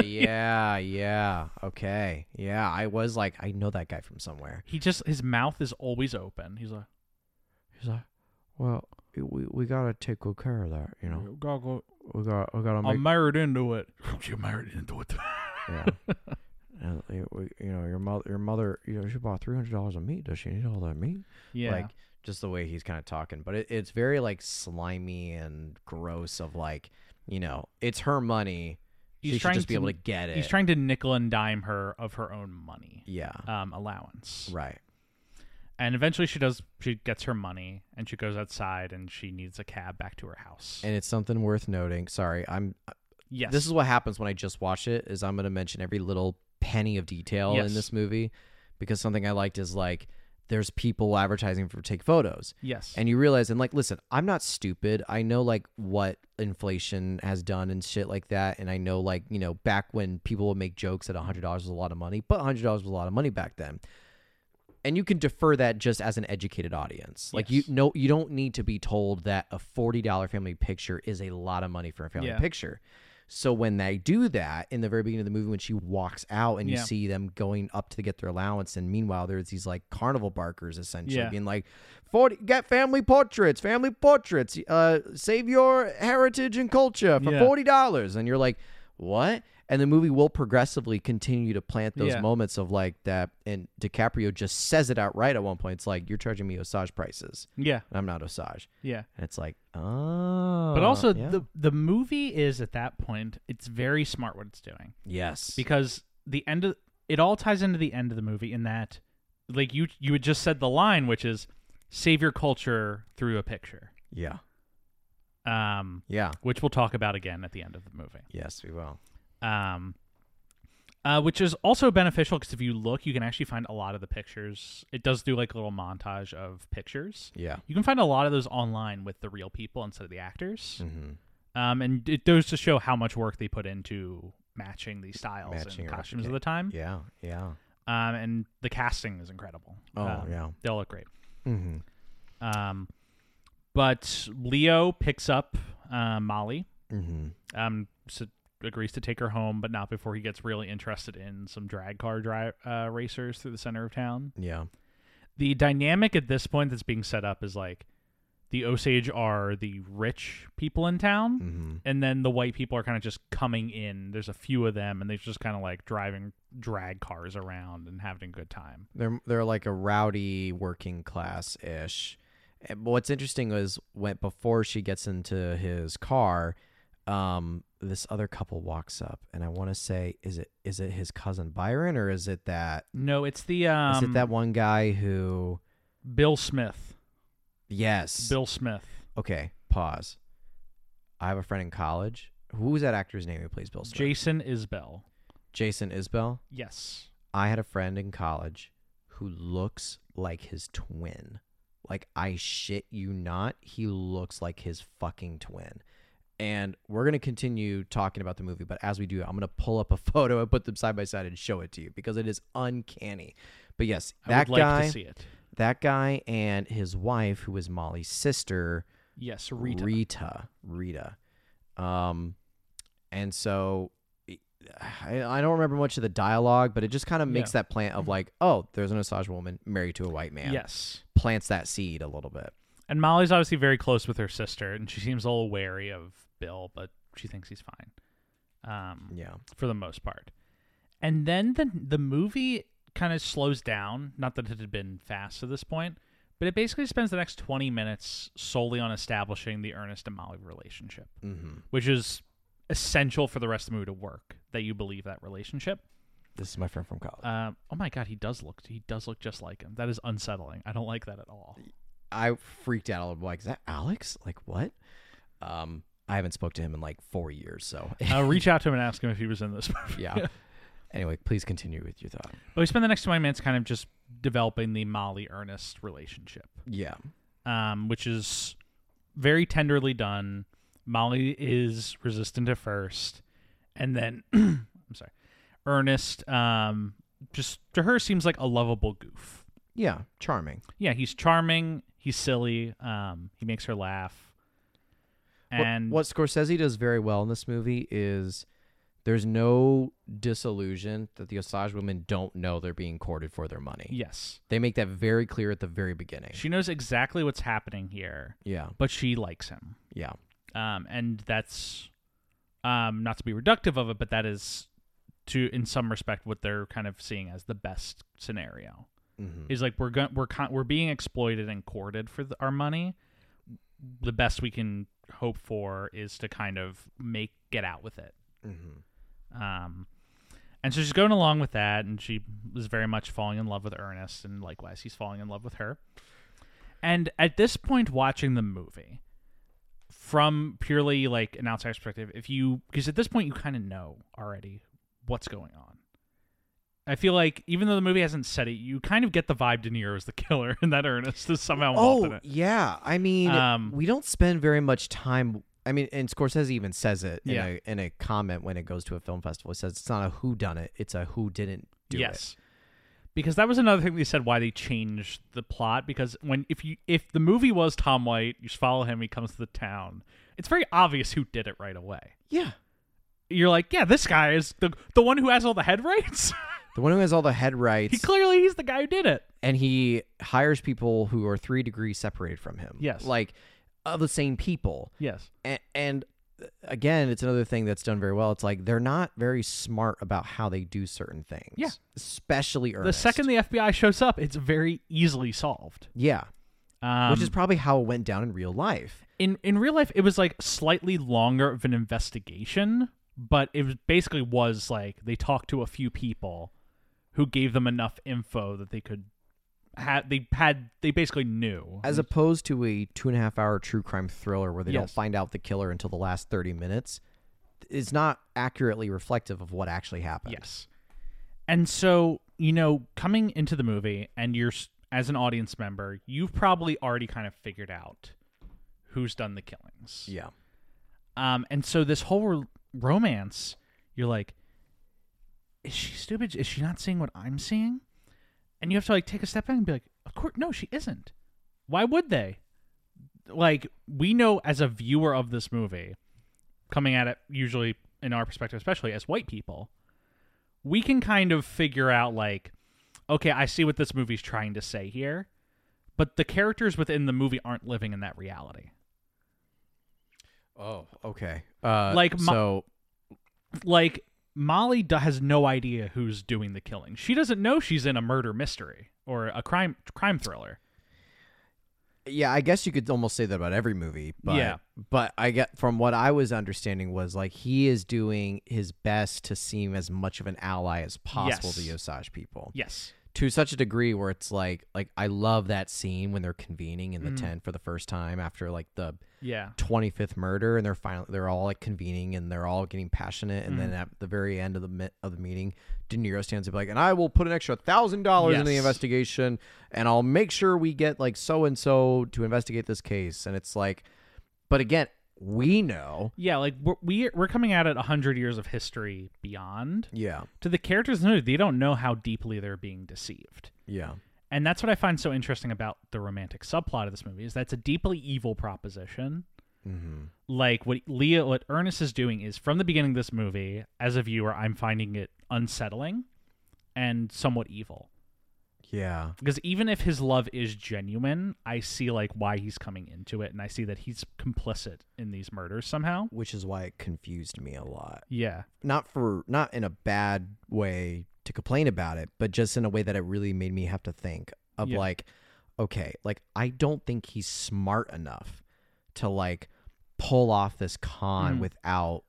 yeah, yeah. Okay, yeah. I was like, I know that guy from somewhere.
he just his mouth is always open. He's like,
He's like, well, we we gotta take good care of that, you We got we gotta
I'm married into it. You're married into it.
yeah. And it- we- you know your mother, your mother, you know she bought three hundred dollars of meat. Does she need all that meat?
yeah.
Like just the way he's kind of talking, but it, it's very like slimy and gross. Of like, you know, it's her money.
He's
she should
trying
just be
to-
able to get it.
He's trying to nickel and dime her of her own money,
yeah.
um, allowance.
Right.
And eventually she does she gets her money and she goes outside and she needs a cab back to her house.
and it's something worth noting. Sorry, I'm.
yes.
This is what happens when I just watch it. Is I'm going to mention every little penny of detail
Yes.
in this movie because something I liked is like there's people advertising for take photos,
yes.
and you realize and like listen, I'm not stupid. I know like what inflation has done and shit like that, and I know like you know back when people would make jokes that hundred dollars was a lot of money, but hundred dollars was a lot of money back then. and you can defer that just as an educated audience. Like
Yes.
you no you don't need to be told that a $40 family picture is a lot of money for a family
Yeah.
picture. So when they do that in the very beginning of the movie when she walks out and you
Yeah.
see them going up to get their allowance and meanwhile there's these like carnival barkers essentially
Yeah.
being like 40 get family portraits, family portraits, uh save your heritage and culture for
Yeah.
$40 and you're like what? And the movie will progressively continue to plant those
Yeah.
moments of like that. And DiCaprio just says it outright at one point. It's like, you're charging me Osage prices.
Yeah,
And I'm not Osage.
yeah.
And it's like, oh.
But also,
yeah.
the the movie is at that point. It's very smart what it's doing.
Yes.
because the end of it all ties into the end of the movie in that like you you had just said the line which is save your culture through a picture
yeah.
um
Yeah.
which we'll talk about again at the end of the movie
Yes, we will.
um uh, which is also beneficial because if you look, you can actually find a lot of the pictures. It does do like a little montage of pictures.
Yeah.
You can find a lot of those online with the real people instead of the actors.
Mm-hmm.
Um, and it goes to show how much work they put into matching the styles
Matching
and
or
costumes of
replicating.
the time.
Yeah. Yeah.
um, and the casting is incredible.
Oh,
Um,
yeah.
they'll look great.
Mm-hmm.
Um, but Leo picks up uh, Molly,
Mm-hmm.
um, so agrees to take her home, but not before he gets really interested in some drag car dri- uh, racers through the center of town.
Yeah.
The dynamic at this point that's being set up is like the Osage are the rich people in town.
Mm-hmm.
And then the white people are kind of just coming in. There's a few of them, and they're just kind of like driving drag cars around and having a good time.
They're they're like a rowdy working class ish. And what's interesting is when before she gets into his car, um, this other couple walks up, and I want to say, is it is it his cousin Byron or is it that
No, it's the
is
um,
it that one guy who?
Bill Smith.
Yes.
Bill Smith.
Okay. Pause. I have a friend in college. Who was that actor's name who plays Bill Smith?
Jason Isbell.
Jason Isbell.
Yes.
I had a friend in college who looks like his twin. Like I shit you not, he looks like his fucking twin. And we're gonna continue talking about the movie, but as we do, I'm gonna pull up a photo and put them side by side and show it to you because it is uncanny. But yes,
I
that
would
guy,
like to see it.
that guy, and his wife, who is Molly's sister,
Yes, Rita.
Rita. Rita. Um, and so I, I don't remember much of the dialogue, but it just kind of makes that plant of like, oh, there's an Osage woman married to a white man.
Yes.
Plants that seed a little bit.
And Molly's obviously very close with her sister, and she seems a little wary of Bill, but she thinks he's fine. Um,
Yeah.
for the most part. And then the the movie kind of slows down. Not that it had been fast to this point, but it basically spends the next twenty minutes solely on establishing the Ernest and Molly relationship,
Mm-hmm.
which is essential for the rest of the movie to work. That you believe that relationship.
This is my friend from college.
Um, oh my god, he does look he does look just like him. That is unsettling. I don't like that at all.
I freaked out a little bit. Like, is that Alex? Like, what? Um, I haven't spoke to him in like four years, so
Uh, reach out to him and ask him if he was in this movie.
yeah. Anyway, please continue with your thought.
But we spend the next twenty minutes kind of just developing the Molly Ernest relationship.
Yeah.
um, which is very tenderly done. Molly is resistant at first, and then I'm sorry, Ernest. Um, just to her seems like a lovable goof.
Yeah. Charming.
Yeah, he's charming. He's silly. Um, he makes her laugh.
What-
And
what, Scorsese does very well in this movie is there's no disillusion that the Osage women don't know they're being courted for their money.
yes,
They make that very clear at the very beginning.
she knows exactly what's happening here,
yeah,
but she likes him.
yeah,
Um, and that's um, not to be reductive of it, but that is to in some respect what they're kind of seeing as the best scenario.
hmm
is like we're going we're con- we're being exploited and courted for th- our money. The best we can hope for is to kind of make get out with it.
hmm
Um, and so she's going along with that, and she was very much falling in love with Ernest, and likewise, he's falling in love with her. And at this point, watching the movie from purely like an outside perspective, if you because at this point you kind of know already what's going on. I feel like even though the movie hasn't said it, you kind of get the vibe De Niro is the killer, and that Ernest is somehow involved in
Oh
it.
yeah, I mean,
Um,
we don't spend very much time. I mean, and Scorsese even says it in,
Yeah.
a, in a comment when it goes to a film festival. It says it's not a who done it; it's a who didn't do it.
yes, because that was another thing they said why they changed the plot because when if you if the movie was Tom White, you just follow him, he comes to the town. It's very obvious who did it right away.
Yeah.
You're like, yeah, this guy is the the one who has all the head rights.
The one who has all the head
he
rights,
clearly he's the guy who did it.
and he hires people who are three degrees separated from him.
Yes.
Like, of the same people.
Yes.
and, and uh, again, it's another thing that's done very well. It's like they're not very smart about how they do certain things.
Yeah.
Especially
The
Ernest.
second the FBI shows up, it's very easily solved.
Yeah.
Um,
Which is probably how it went down in real life.
in in real life, it was like slightly longer of an investigation, but it was basically was like they talked to a few people who gave them enough info that they could had they had they basically knew
As opposed to a two and a half hour true crime thriller where they don't
Mm. Yes.
find out the killer until the last 30 minutes, it's not accurately reflective of what actually happened.
Yes. And so, you know, coming into the movie and you're s- as an audience member, you've probably already kind of figured out who's done the killings.
Yeah.
Um and so this whole r- romance, you're like is she stupid? Is she not seeing what I'm seeing? And you have to like take a step back and be like, "Of course no, she isn't." Why would they? Like we know as a viewer of this movie, coming at it usually in our perspective especially as white people, we can kind of figure out like okay i see what this movie's trying to say here but the characters within the movie aren't living in that reality
Oh, okay. Uh,
Like, my-
so
like molly do- has no idea who's doing the killing she doesn't know she's in a murder mystery or a crime crime thriller
Yeah, I guess you could almost say that about every movie. But,
Yeah.
But I get from what I was understanding was like he is doing his best to seem as much of an ally as possible to
Yes.
Osage people
yes
to such a degree where it's like like I love that scene when they're convening in the
Mhm.
tent for the first time after like the
yeah
25th murder and they're finally they're all like convening and they're all getting passionate and then at the very end of the mi- of the meeting De Niro stands up like and I will put an extra thousand dollars in the
Yes.
investigation and I'll make sure we get like so and so to investigate this case and it's like but again we know
yeah like we're, we- we're coming at it 100 years of history beyond
yeah
to the characters in the movie, they don't know how deeply they're being deceived
yeah
and that's what i find so interesting about the romantic subplot of this movie is that's a deeply evil proposition
mm-hmm.
like what Leah, what Ernest is doing is from the beginning of this movie, as a viewer, I'm finding it unsettling and somewhat evil.
yeah
Because even if his love is genuine, I see like why he's coming into it, and I see that he's complicit in these murders somehow.
which is why it confused me a lot
Yeah,
not for not in a bad way to complain about it, but just in a way that it really made me have to think of
Yeah.
like, okay, like I don't think he's smart enough to like pull off this con
Mhm.
without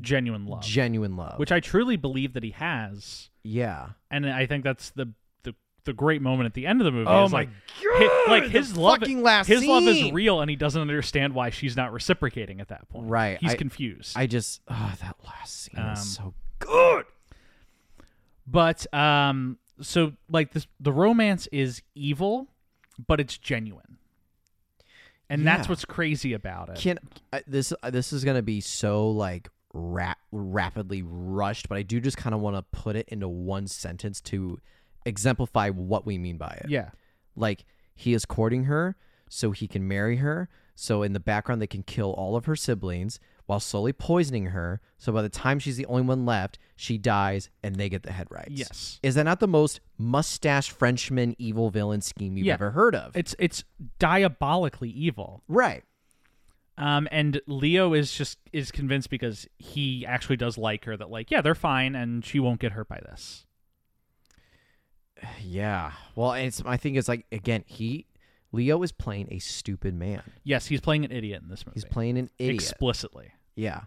genuine love,
genuine love.
which I truly believe that he has,
yeah.
and I think that's the the, the great moment at the end of the movie. is, like,
Oh god!
hi- like his
the
love,
fucking last
his love is
scene!
real, and he doesn't understand why she's not reciprocating at that point.
Right,
he's
I-
confused.
I just oh, that last scene
Um,
is so good.
but um so like this the romance is evil but it's genuine and that's
Yeah.
what's crazy about it
Can I, this uh, this is gonna be so like rap, rapidly rushed, but I do just kind of want to put it into one sentence to exemplify what we mean by it.
yeah
Like he is courting her so he can marry her. So in the background, they can kill all of her siblings while slowly poisoning her. So by the time she's the only one left, she dies and they get the head rights.
Yes.
Is that not the most mustache Frenchman evil villain scheme you've
Yeah.
ever heard of?
it's it's diabolically evil
right.
um and leo is just is convinced because he actually does like her that like yeah they're fine and she won't get hurt by this
Yeah. Well, it's I think it's like again, he Leo is playing a stupid man.
yes he's playing an idiot in this movie
He's playing an idiot.
explicitly
yeah.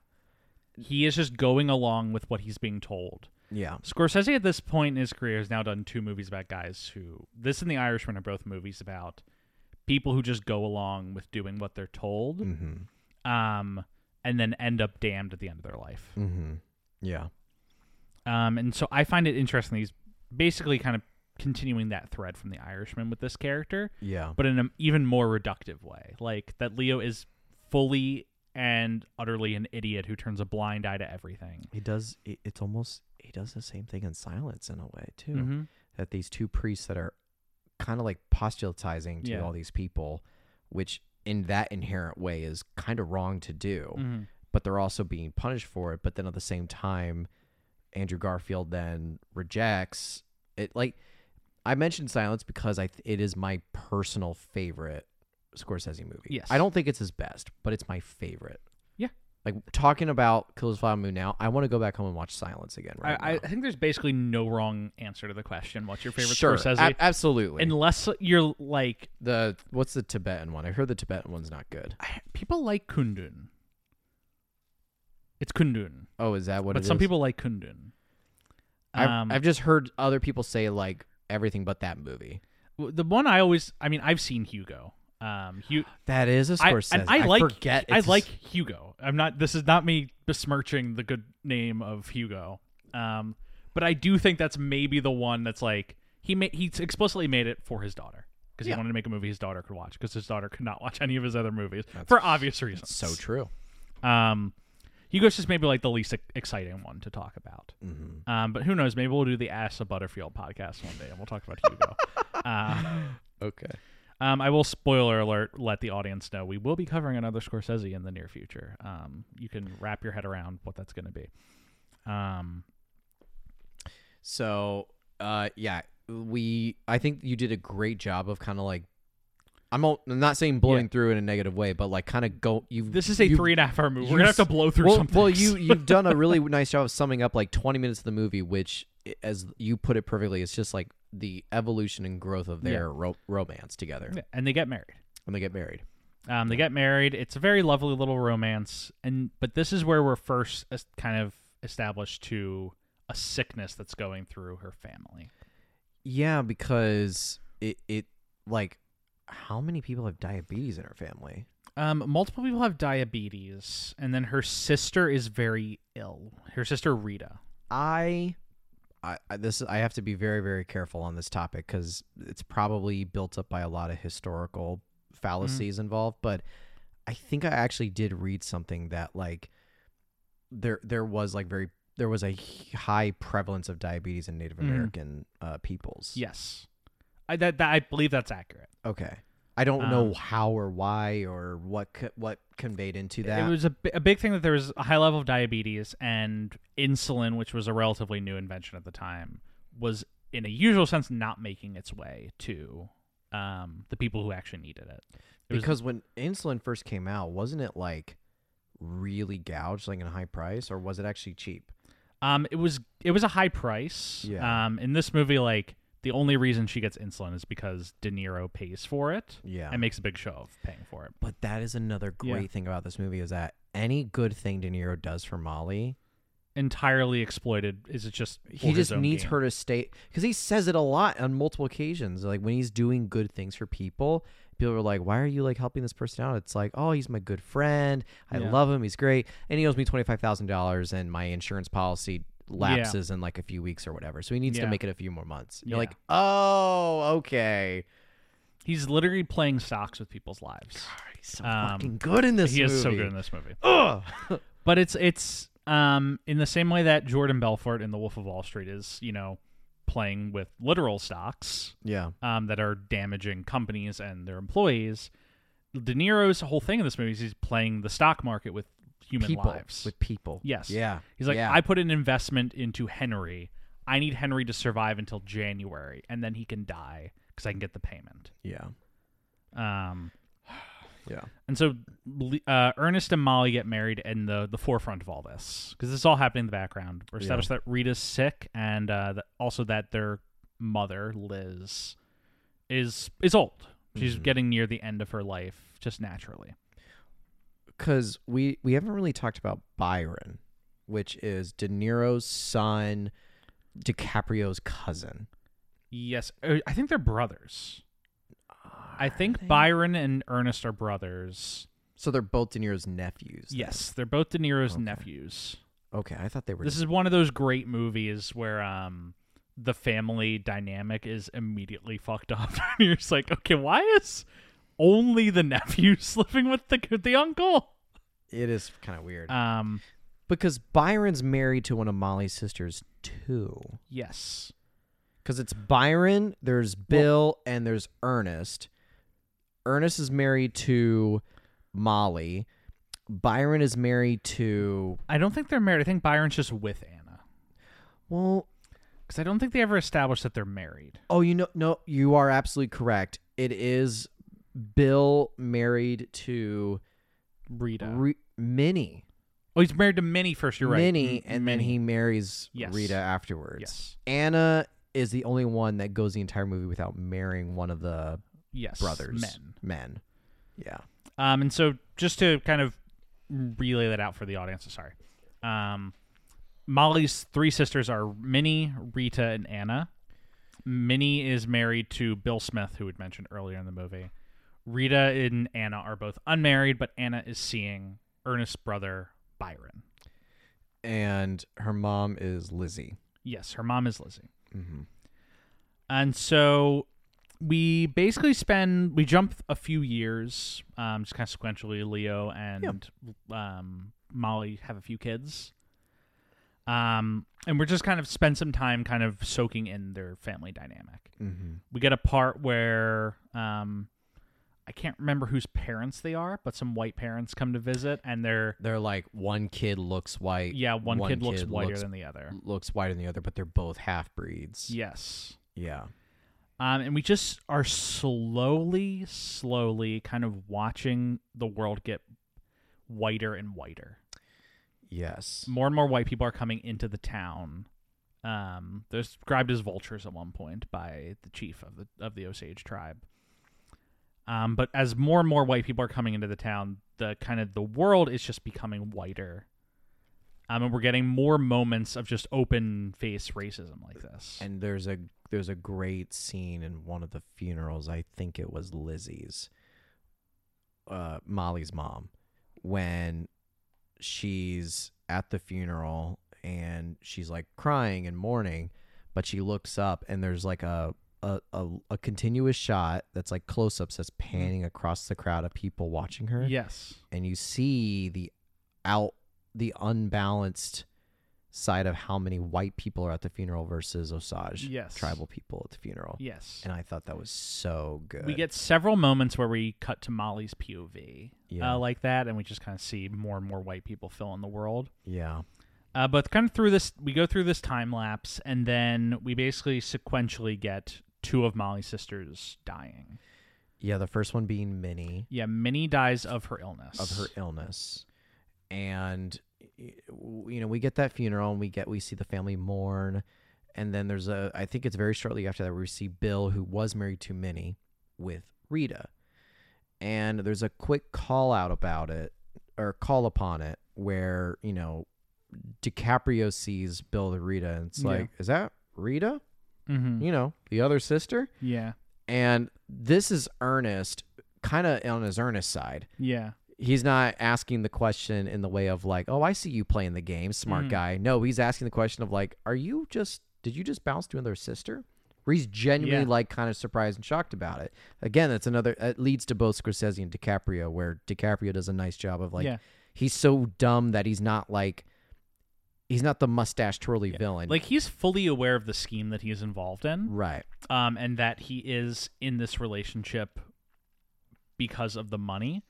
he is just going along with what he's being told
Yeah.
Scorsese at this point in his career has now done two movies about guys who this and The Irishman are both movies about people who just go along with doing what they're told,
Mm-hmm.
um, and then end up damned at the end of their life.
Mm-hmm. Yeah.
Um, and so I find it interesting. that He's basically kind of continuing that thread from The Irishman with this character,
Yeah.
but in an even more reductive way. Like that Leo is fully and utterly an idiot who turns a blind eye to everything.
He does. it- It's almost. He does the same thing in silence in a way too.
Mhm.
that these two priests that are kind of like postulatizing to
Yeah.
all these people, which in that inherent way is kind of wrong to do,
Mhm.
but they're also being punished for it. But then at the same time, Andrew Garfield then rejects it. Like I mentioned Silence because I th- it is my personal favorite Scorsese movie.
Yes.
I don't think it's his best, but it's my favorite.
Yeah.
Like talking about Killers of the Flower Moon now, I want to go back home and watch Silence again. Right
I, I
now.
think there's basically no wrong answer to the question. What's your favorite
sure,
Scorsese?
ab- absolutely.
Unless you're like
The what's the Tibetan one? I heard the Tibetan one's not good.
I- people like Kundun. It's Kundun,
Oh, is that what?
but
it
some
is?
people like Kundun.
I've,
Um,
I've just heard other people say like everything but that movie.
w- the one I always, I mean, I've seen Hugo. Um, Hu-
That is a
I,
Scorsese.
and I like,
forget.
I
it's a-
like Hugo. I'm not. This is not me besmirching the good name of Hugo. Um, but I do think that's maybe the one that's like he made. He explicitly made it for his daughter because
Yeah.
he wanted to make a movie his daughter could watch because his daughter could not watch any of his other movies
That's-
for obvious reasons.
so true.
Um, Hugo's just maybe like the least ex- exciting one to talk about.
Mm-hmm.
Um, but who knows? Maybe we'll do the Ass of Butterfield podcast one day and we'll talk about Hugo. uh,
Okay.
um, I will spoiler alert let the audience know we will be covering another Scorsese in the near future. Um, you can wrap your head around what that's going to be. Um,
So, uh, yeah, we. I think you did a great job of kind of like. I'm, all, I'm not saying blowing through in a negative way, but like kind of go. You.
this is a
you-
three and a half hour movie.
you
We're gonna have
s-
to blow through
well,
something.
well, you you've done a really nice job of summing up like 20 minutes of the movie, which, i- as you put it perfectly, it's just like the evolution and growth of their ro- romance together
Yeah, and they get married.
when they get married.
Um, they get married. It's a very lovely little romance, and but this is where we're first es- kind of established to a sickness that's going through her family.
Yeah, because it it like how many people have diabetes in her family?
Um, multiple people have diabetes, and then her sister is very ill. Her sister Rita.
I, I I- this I have to be very very careful on this topic because it's probably built up by a lot of historical
Mm.
fallacies involved. But I think I actually did read something that like there there was like very there was a h- high prevalence of diabetes in Native
Mhm.
American uh, peoples.
Yes, I that, that I believe that's accurate.
Okay. I don't know
Um,
how or why or what co- what conveyed into that.
It was a, bi- a big thing that there was a high level of diabetes and insulin, which was a relatively new invention at the time, was in a usual sense not making its way to um, the people who actually needed it. It was-
because when insulin first came out, wasn't it like really gouged, like in a high price, or was it actually cheap?
Um, it was it was a high price.
Yeah.
Um, in this movie, like the only reason she gets insulin is because De Niro pays for it
Yeah.
and makes a big show of paying for it.
but that is another
Yeah.
great thing about this movie is that any good thing De Niro does for Molly,
Entirely exploited. Is it just for
he
his
just
own
needs
gain.
her to stay because he says it a lot on multiple occasions. Like when he's doing good things for people, people are like, "Why are you like helping this person out?" It's like, "Oh, he's my good friend. I
Yeah.
love him. He's great, and he owes me twenty five thousand dollars, and my insurance policy." lapses in like a few weeks or whatever so he needs to
Yeah.
make it a few more months
Yeah.
you're like oh okay
He's literally playing stocks with people's lives.
He's so
Um,
fucking good in this.
he
movie.
is so good in this movie.
Ugh.
But it's it's um in the same way that Jordan Belfort in The Wolf of Wall Street is you know playing with literal stocks
yeah,
um, that are damaging companies and their employees. De Niro's whole thing in this movie is he's playing the stock market with human
people
lives.
with people.
Yes.
Yeah.
he's like,
yeah.
I put an investment into Henry. I need Henry to survive until January, and then he can die because I can get the payment.
Yeah.
Um,
Yeah.
and so Le- uh, Ernest and Molly get married in the the forefront of all this because this is all happening in the background. We're
Yeah.
established that Rita's sick, and uh, that also that their mother Liz is is old. She's
Mhm.
getting near the end of her life, just naturally.
Because we we haven't really talked about Byron, which is De Niro's son, DiCaprio's cousin.
Yes, Uh, I think they're brothers. I think
Byron.
Byron and Ernest are brothers.
So they're both De Niro's nephews. then.
Yes, they're both De Niro's
Okay.
nephews.
Okay, I thought they were.
This is one of those great movies where um the family dynamic is immediately fucked up. and You're just like, okay, why is only the nephews living with the with the uncle?
it is kind of weird
Um,
because Byron's married to one of Molly's sisters too.
yes,
because it's Byron, there's Bill, and there's Ernest. Ernest is married to Molly. Byron is married to
I don't think they're married. I think Byron's just with Anna
well.
because I don't think they ever established that they're married.
Oh, you know, no, you are absolutely correct. It is Bill married to
Rita.
Re- Minnie.
oh, he's married to Minnie first. You're right.
Minnie,
Mm,
and then
Minnie.
he marries
Yes.
Rita afterwards.
Yes.
Anna is the only one that goes the entire movie without marrying one of the
Yes.
brothers.
Men.
Men. Yeah.
Um, and so just to kind of relay that out for the audience, sorry. Um, Molly's three sisters are Minnie, Rita, and Anna. Minnie is married to Bill Smith, who we'd mentioned earlier in the movie. Rita and Anna are both unmarried, but Anna is seeing Ernest's brother, Byron.
And her mom is Lizzie.
Yes, her mom is Lizzie.
Mm-hmm.
And so we basically spend we jump a few years, um, just kind of sequentially. Leo and um, Molly have a few kids, um, and we're just kind of spend some time kind of soaking in their family dynamic.
Mm-hmm.
We get a part where um, I can't remember whose parents they are, but some white parents come to visit, and they're
They're like one kid looks white.
yeah, one, kid, looks whiter than the other.
looks white than the other, but they're both half breeds.
Yes.
Yeah.
Um, and we just are slowly, slowly kind of watching the world get whiter and whiter.
Yes.
More and more white people are coming into the town. Um, they're described as vultures at one point by the chief of the of the Osage tribe. Um, but as more and more white people are coming into the town, the kind of the world is just becoming whiter. Um, and we're getting more moments of just open face racism like this.
And there's a there's a great scene in one of the funerals. I think it was Lizzie's, uh, Molly's mom, when she's at the funeral and she's like crying and mourning, but she looks up and there's like a a, a, a continuous shot that's like close ups that's panning across the crowd of people watching her.
yes.
and you see the out the unbalanced side of how many white people are at the funeral versus Osage
Yes.
tribal people at the funeral.
Yes.
And I thought that was so good.
We get several moments where we cut to Molly's POV,
Yeah.
uh, like that, and we just kind of see more and more white people fill in the world.
yeah.
Uh, but kind of through this, we go through this time lapse, and then we basically sequentially get two of Molly's sisters dying.
Yeah, the first one being Minnie
Yeah, Minnie dies of her illness.
of her illness. And y- you know, we get that funeral and we get we see the family mourn and then there's a I think it's very shortly after that where we see Bill who was married to Minnie with Rita. And there's a quick call out about it or call upon it where, you know, DiCaprio sees Bill the Rita and it's
Yeah.
like, is that Rita?
hmm
You know, the other sister?
Yeah,
And this is Ernest kind of on his Ernest side
yeah,
he's not asking the question in the way of like, oh, I see you playing the game, smart
Mhm.
guy. No, he's asking the question of like, are you just did you just bounce to another sister? Where he's genuinely
Yeah.
like kind of surprised and shocked about it. Again, that's another. It leads to both Scorsese and DiCaprio, where DiCaprio does a nice job of like
yeah.
he's so dumb that he's not like he's not the mustache twirly villain,
Like he's fully aware of the scheme that he's involved in,
right?
um, and that he is in this relationship because of the money.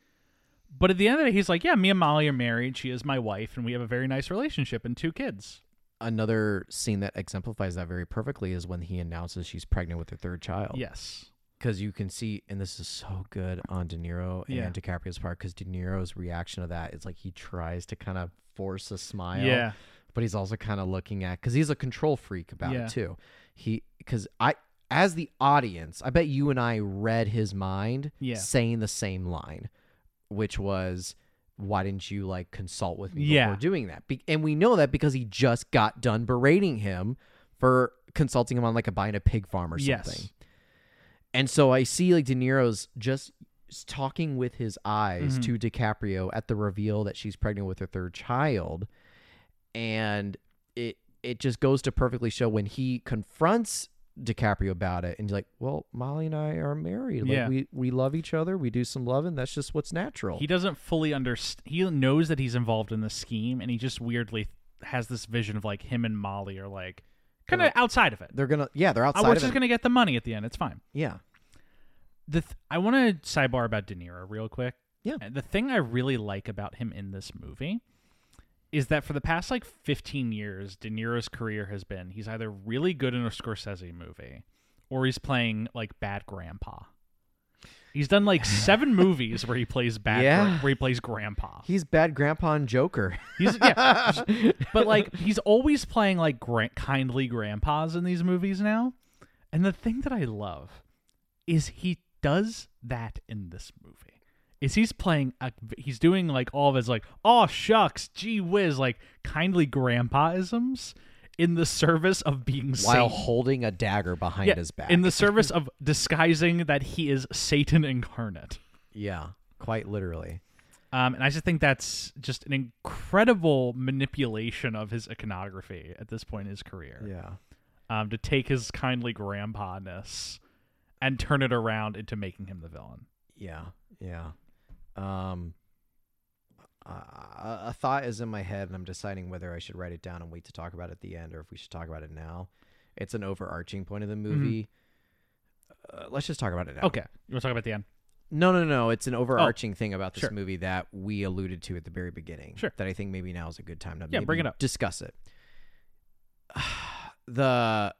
But at the end of the day, he's like, "Yeah, me and Molly are married. She is my wife, and we have a very nice relationship and two kids."
Another scene that exemplifies that very perfectly is when he announces she's pregnant with her third child.
Yes,
because you can see, and this is so good on De Niro and
Yeah.
DiCaprio's part, because De Niro's reaction to that is like he tries to kind of force a smile,
yeah,
but he's also kind of looking at because he's a control freak about
Yeah.
it too. He because I as the audience, I bet you and I read his mind,
Yeah.
saying the same line, which was. Why didn't you like consult with me
Yeah.
before doing that? Be- and we know that because he just got done berating him for consulting him on like a buying a pig farm or something.
yes,
And so I see like De Niro's just s- talking with his eyes
Mm-hmm.
to DiCaprio at the reveal that she's pregnant with her third child. And it it just goes to perfectly show when he confronts DiCaprio about it and he's like, Well, Molly and I are married. Like
Yeah.
we, we love each other, we do some love, and that's just what's natural.
he doesn't fully understand. He knows that he's involved in the scheme, and he just weirdly has this vision of like him and Molly are like kind of outside of it.
They're gonna yeah, they're outside.
Uh, we're
of
just
it.
gonna get the money at the end. It's fine.
yeah,
The th- I want to sidebar about De Niro real quick.
Yeah.
Uh, The thing I really like about him in this movie is that for the past like 15 years, De Niro's career has been he's either really good in a Scorsese movie or he's playing like bad grandpa. He's done like seven movies where he plays bad,
Yeah.
where he plays grandpa.
he's bad grandpa and Joker.
He's yeah, but like he's always playing like gran- kindly grandpas in these movies now. And the thing that I love is he does that in this movie. Is he's playing a, he's doing like all of his like oh shucks gee whiz like kindly grandpaisms in the service of being Satan.
while holding a dagger behind
Yeah,
his back.
in the service of disguising that he is Satan incarnate.
yeah, quite literally.
Um, and I just think that's just an incredible manipulation of his iconography at this point in his career.
Yeah,
Um, to take his kindly grandpa ness and turn it around into making him the villain.
yeah, yeah. Um, uh, a thought is in my head, and I'm deciding whether I should write it down and wait to talk about it at the end, or if we should talk about it now. It's an overarching point of the movie. Uh, let's just talk about it now.
Okay. You want to talk about the end?
No, no, no. It's an overarching thing about this
Oh, sure.
movie that we alluded to at the very beginning.
Sure.
That I think maybe now is a good time to
Yeah,
maybe
bring it up.
Discuss it. the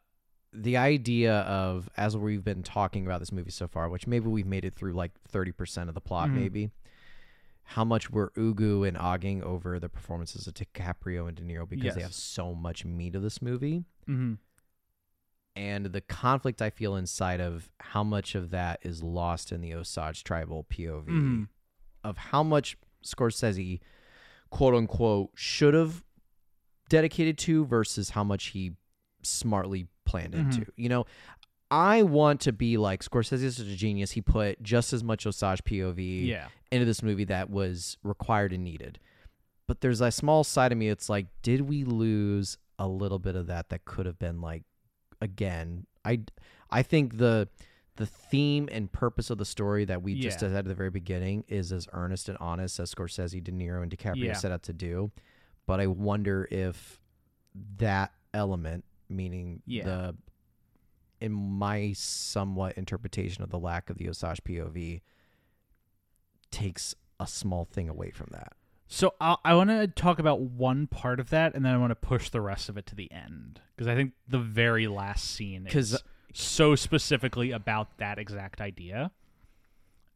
the idea of as we've been talking about this movie so far, which maybe we've made it through like thirty percent of the plot,
Mhm.
maybe. How much we're ugu and ogging over the performances of DiCaprio and De Niro because they
Yes.
have so much meat of this movie
Mm-hmm.
and the conflict I feel inside of how much of that is lost in the Osage tribal POV
Mhm.
of how much Scorsese quote unquote should have dedicated to versus how much he smartly planned
Mhm.
into. You know, I want to be like Scorsese is such a genius. He put just as much Osage POV
Yeah.
into this movie that was required and needed. But there's a small side of me that's like, did we lose a little bit of that that could have been like, again, I, I think the the theme and purpose of the story that we just
Yeah.
said at the very beginning is as earnest and honest as Scorsese, De Niro, and DiCaprio
Yeah.
set out to do. But I wonder if that element, meaning
Yeah.
the in my somewhat interpretation of the lack of the Osage POV, takes a small thing away from that.
So i I want to talk about one part of that, and then I want to push the rest of it to the end because I think the very last scene
'Cause- uh,
is so specifically about that exact idea.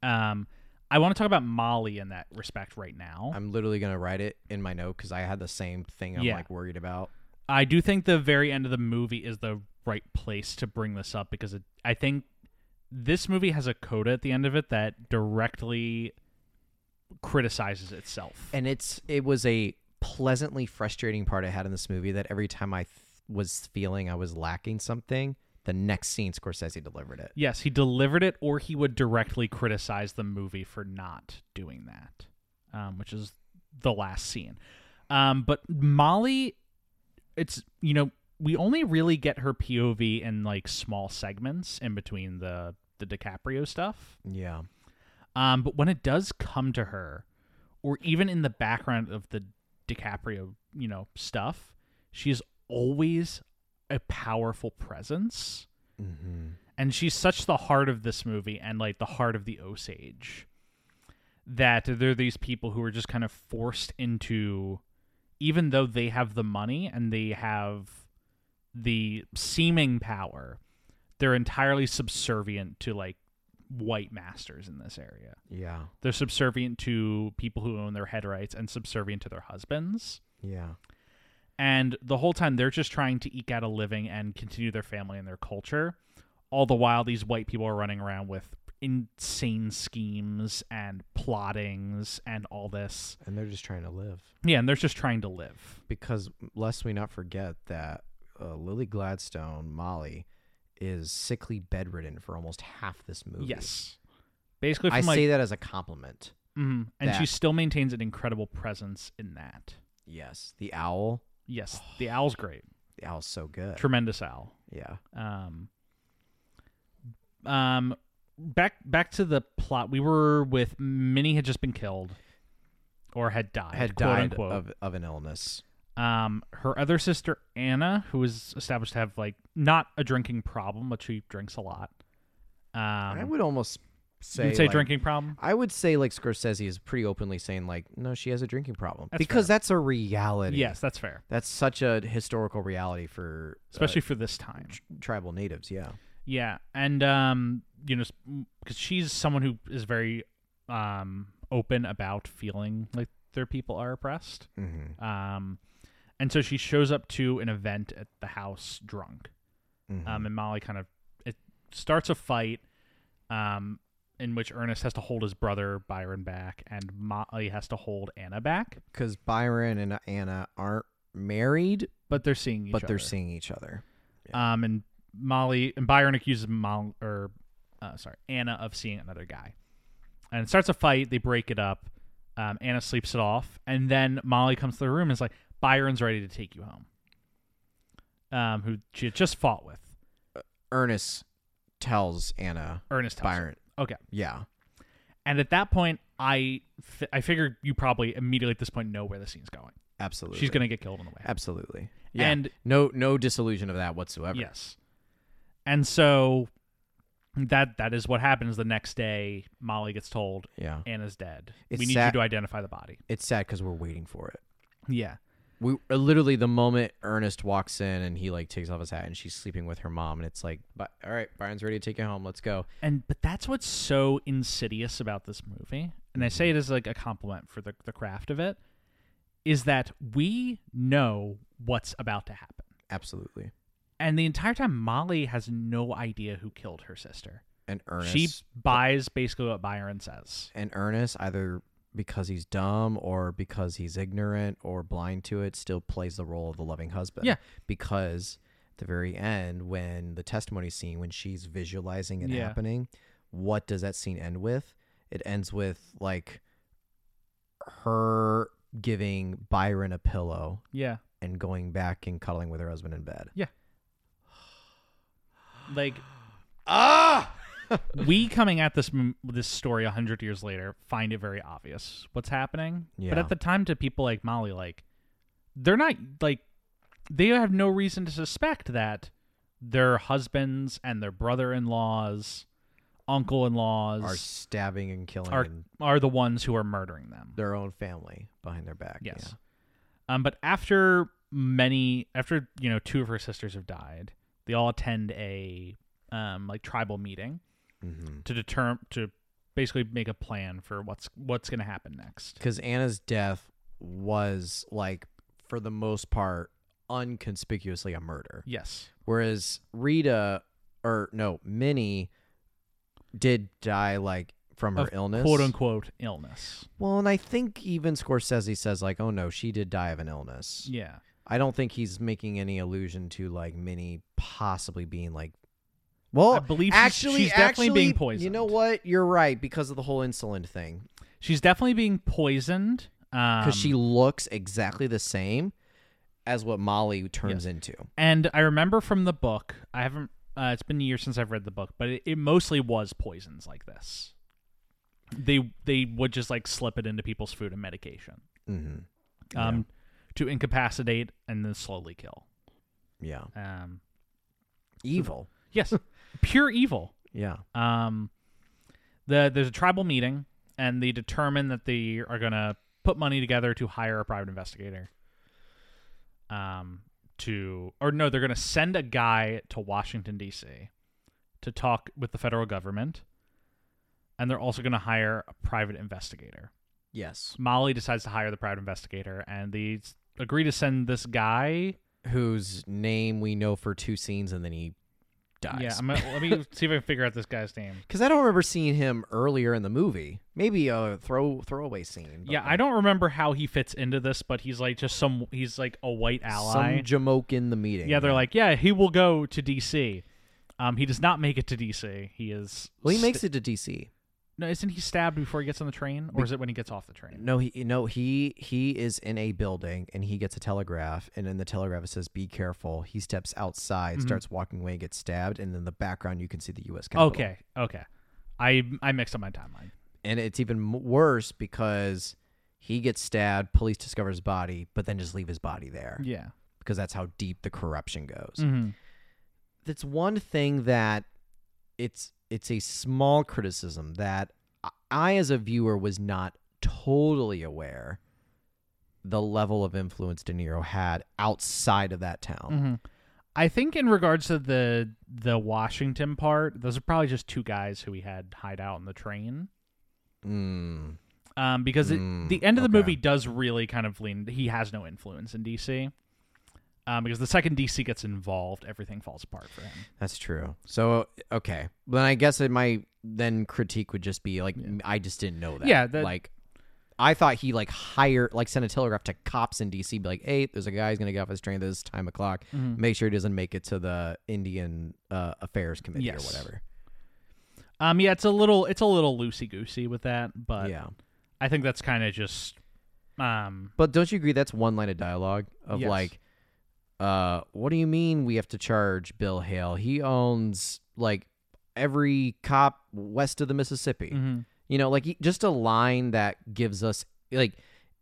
Um, I want to talk about Molly in that respect right now.
I'm literally gonna write it in my note because I had the same thing I'm
Yeah.
like worried about.
I do think the very end of the movie is the right place to bring this up because it, I think this movie has a coda at the end of it that directly criticizes itself.
and it's it was a pleasantly frustrating part I had in this movie that every time I th- was feeling I was lacking something, the next scene Scorsese delivered it.
yes, he delivered it, or he would directly criticize the movie for not doing that, um, which is the last scene. Um, but Molly, it's you know we only really get her POV in like small segments in between the the DiCaprio stuff.
Yeah,
Um, but when it does come to her, or even in the background of the DiCaprio, you know, stuff, she's always a powerful presence.
mm-hmm.
And she's such the heart of this movie and like the heart of the Osage that there are these people who are just kind of forced into, even though they have the money and they have the seeming power, they're entirely subservient to like white masters in this area
yeah,
they're subservient to people who own their head rights and subservient to their husbands.
yeah,
And the whole time they're just trying to eke out a living and continue their family and their culture. All the while, these white people are running around with insane schemes and plottings and all this.
and they're just trying to live
Yeah, and they're just trying to live.
because lest we not forget that uh, Lily Gladstone Molly is sickly bedridden for almost half this movie.
Yes. Basically, from
I
like,
say that as a compliment.
Mhm. and she
that.
still maintains an incredible presence in that.
Yes, the owl,
Yes, the owl's great.
the owl's so good.
Tremendous owl.
yeah,
Um, um, back back to the plot. We were with Minnie had just been killed, or had died.
had
quote
died
unquote.
of of an illness.
Um, her other sister Anna, who is established to have like not a drinking problem, but she drinks a lot. Um,
I would almost say
you'd say
like-
drinking problem.
I would say like Scorsese is pretty openly saying like no, she has a drinking problem
That's
because that's a reality.
Yes, that's fair,
that's such a historical reality for uh,
especially for this time.
tr- tribal natives. Yeah,
Yeah, and um, you know, because she's someone who is very um open about feeling like their people are oppressed.
mm-hmm.
Um, and so she shows up to an event at the house drunk.
Mm-hmm.
Um, and Molly kind of it starts a fight, um, in which Ernest has to hold his brother Byron back, and Molly has to hold Anna back.
because Byron and Anna aren't married,
But they're seeing each
but
other.
they're seeing each other.
Um, and Molly and Byron accuses Molly or uh, sorry Anna of seeing another guy, and it starts a fight. They break it up. Um, Anna sleeps it off, and then Molly comes to the room and is like, "Byron's ready to take you home." Um, who she had just fought with
Ernest tells Anna
Ernest tells her.
Byron.
Okay,
Yeah,
and at that point, I fi- I figured you probably immediately at this point know where the scene's going.
absolutely.
She's gonna get killed on the way. home.
absolutely. Yeah.
And-
no, no disillusion of that whatsoever.
Yes. And so that that is what happens the next day. Molly gets told
Yeah.
Anna's dead.
It's
we need
sad-
you to identify the body.
It's sad because we're waiting for it.
Yeah.
We uh, literally the moment Ernest walks in and he like takes off his hat and she's sleeping with her mom and it's like, but all right, Byron's ready to take you home. Let's go.
And but that's what's so insidious about this movie. And I
Mm-hmm.
say it as like a compliment for the the craft of it is that we know what's about to happen.
Absolutely.
And the entire time Molly has no idea who killed her sister.
And Ernest.
She buys basically what Byron says.
and Ernest either because he's dumb or because he's ignorant or blind to it still plays the role of the loving husband.
Yeah.
Because at the very end when the testimony scene when she's visualizing it
Yeah.
happening, what does that scene end with? It ends with like her giving Byron a pillow
Yeah.
and going back and cuddling with her husband in bed.
Like
Ah!
we coming at this m- this story a hundred years later find it very obvious what's happening. But
Yeah.
at the time, to people like Molly, like they're not like they have no reason to suspect that their husbands and their brother-in-laws, uncle-in-laws
Are stabbing and killing
Are-
in
are the ones who are murdering them.
their own family behind their back.
Yes.
Yeah.
Um, but after many, after you know, two of her sisters have died, they all attend a um like tribal meeting
Mm-hmm.
to determine to basically make a plan for what's what's going to happen next.
because Anna's death was like for the most part unconspicuously a murder,
Yes.
whereas Rita or no Minnie did die like from her
Of
illness,
quote unquote illness.
Well, and I think even Scorsese says like, "Oh no, she did die of an illness."
Yeah.
I don't think he's making any allusion to like Minnie possibly being like. Well,
I believe she's-
actually,
she's definitely being
actually, You know
poisoned.
what? You're right because of the whole insulin thing.
She's definitely being poisoned. Um,
because she looks exactly the same as what Molly turns into.
and I remember from the book, I haven't, uh, it's been years since I've read the book, but it, it mostly was poisons like this. They they would just like slip it into people's food and medication
Mm-hmm.
um, to incapacitate and then slowly kill.
Yeah,
Um,
evil.
yes, pure evil.
Yeah,
Um, the there's a tribal meeting, and they determine that they are gonna put money together to hire a private investigator. Um, to or no, they're gonna send a guy to Washington D.C. to talk with the federal government, and they're also gonna hire a private investigator.
yes.
Molly decides to hire the private investigator, and they s- agree to send this guy.
Whose name we know for two scenes, and then he dies.
Yeah, I'm gonna, let me see if I can figure out this guy's name.
because I don't remember seeing him earlier in the movie. Maybe a throw throwaway scene. but,
Yeah, I
like,
don't remember how he fits into this, but he's like just some he's like a white ally.
Some jamoke in the meeting.
yeah, they're like, yeah, he will go to DC. Um, he does not make it to DC. He is
Well, he makes it to DC.
no, isn't he stabbed before he gets on the train, or is it when he gets off the train?
No, he no he he is in a building and he gets a telegraph and in the telegraph it says be careful. He steps outside,
Mm-hmm.
starts walking away, gets stabbed, and in the background you can see the U.S. Capitol.
Okay, okay, I I mixed up my timeline.
and it's even m- worse because He gets stabbed. Police discover his body, but then just leave his body there
Yeah.
because that's how deep the corruption goes.
Mhm.
That's one thing that it's it's a small criticism that I- I, as a viewer, was not totally aware the level of influence De Niro had outside of that town.
Mhm. I think in regards to the the Washington part, those are probably just two guys who we had hide out on the train.
Mm.
Um, because it,
Mm,
the end of the
okay.
movie does really kind of lean. He has no influence in DC. Um, because the second DC gets involved, everything falls apart for him.
That's true. So okay, then I guess it might then critique would just be like m I I just didn't know that.
Yeah, that-
like I thought he like hired like sent a telegraph to cops in D.C. Be like, hey, there's a guy who's gonna get off his train this time o'clock.
Mm-hmm.
Make sure he doesn't make it to the Indian uh, Affairs Committee
Yes.
or whatever.
Um, yeah, it's a little it's a little loosey goosey with that, but
yeah,
I think that's kind of just um
but don't you agree that's one line of dialogue of
Yes.
like, uh, what do you mean we have to charge Bill Hale? He owns like every cop west of the Mississippi.
mhm.
You know, like y- just a line that gives us like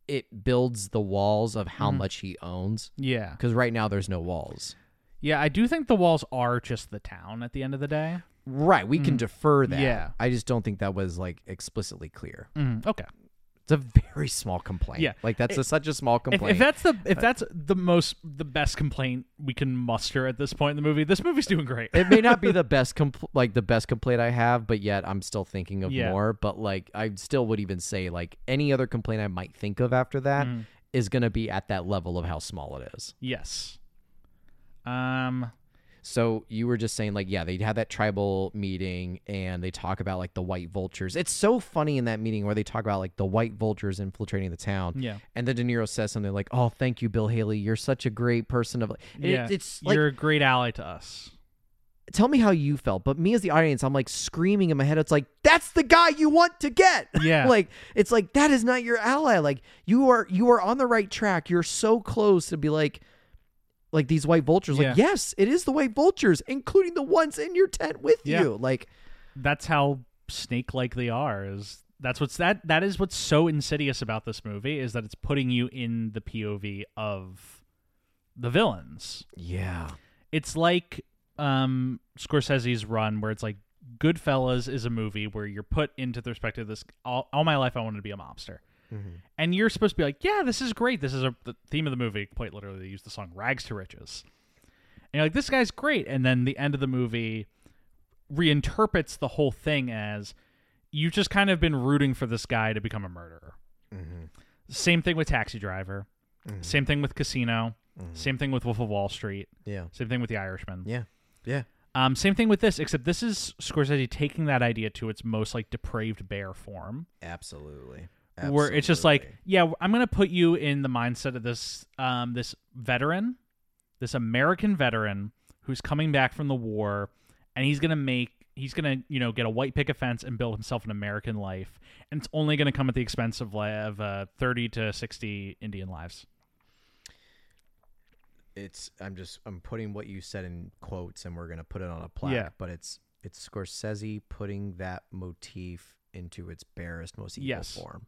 it builds the walls of how
Mhm.
much he owns
yeah
because right now there's no walls.
yeah I do think the walls are just the town at the end of the day.
Right, we can
Mhm.
defer that.
Yeah.
I just don't think that was like explicitly clear.
Mhm. Okay,
It's a very small complaint.
Yeah.
like that's a, such a small
if,
complaint. Uh,
if that's the if that's the most the best complaint we can muster at this point in the movie, this movie's doing great.
it may not be the best compl- like the best complaint I have, but yet I'm still thinking of
Yeah.
more. But like I still would even say like any other complaint I might think of after that is
Mhm.
gonna be at that level of how small it is.
yes. Um.
So you were just saying like yeah, they had that tribal meeting and they talk about like the white vultures. It's so funny in that meeting where they talk about like the white vultures infiltrating the town.
Yeah.
And then De Niro says something like, "Oh, thank you, Bill Haley. You're such a great person of." And it-
Yeah.
it's like
You're a great ally to us.
tell me how you felt, but me as the audience, I'm like screaming in my head. It's like that's the guy you want to get.
Yeah.
like it's like that is not your ally. Like you are you are on the right track. You're so close to be like like these white vultures. Like
Yeah.
yes, it is the white vultures, including the ones in your tent with
Yeah.
you. Like
that's how snake like they are is that's what's that that is what's so insidious about this movie is that it's putting you in the POV of the villains.
yeah,
It's like um Scorsese's run where it's like Goodfellas is a movie where you're put into the perspective of this all, all my life I wanted to be a mobster. And you're supposed to be like, yeah, this is great. This is a, the theme of the movie. Quite literally, they use the song "Rags to Riches," and you're like, this guy's great. And then the end of the movie reinterprets the whole thing as you've just kind of been rooting for this guy to become a murderer. Same thing with Taxi Driver. Same thing with Casino. Same thing with Wolf of Wall Street.
yeah,
Same thing with The Irishman.
yeah, yeah.
Um, same thing with this, except this is Scorsese taking that idea to its most like depraved bear form.
Absolutely.
where it's just like, yeah, I'm gonna put you in the mindset of this um this veteran, this American veteran who's coming back from the war, and he's gonna make he's gonna you know get a white picket fence and build himself an American life, and it's only gonna come at the expense of li- of uh, thirty to sixty Indian lives.
it's I'm just I'm putting what you said in quotes and we're gonna put it on a plaque.
Yeah.
But it's it's Scorsese putting that motif into its barest, most evil
Yes.
form.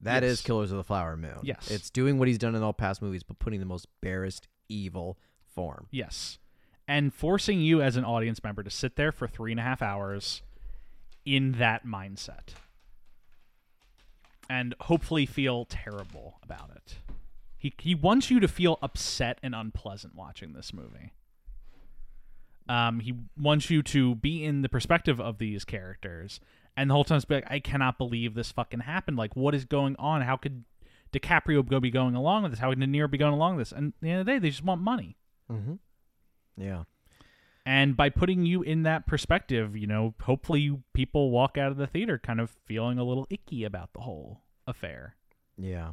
That is
Yes.
Killers of the Flower Moon.
Yes.
It's doing what he's done in all past movies, but putting the most barest evil form.
Yes, and forcing you as an audience member to sit there for three and a half hours in that mindset. And hopefully feel terrible about it. He he wants you to feel upset and unpleasant watching this movie. Um, he wants you to be in the perspective of these characters, and the whole time it's be like, I cannot believe this fucking happened. Like, what is going on? How could DiCaprio go be going along with this? How could De Niro be going along with this? And at the end of the day, they just want money. Mm-hmm.
Yeah.
And by putting you in that perspective, you know, hopefully you- people walk out of the theater kind of feeling a little icky about the whole affair.
Yeah.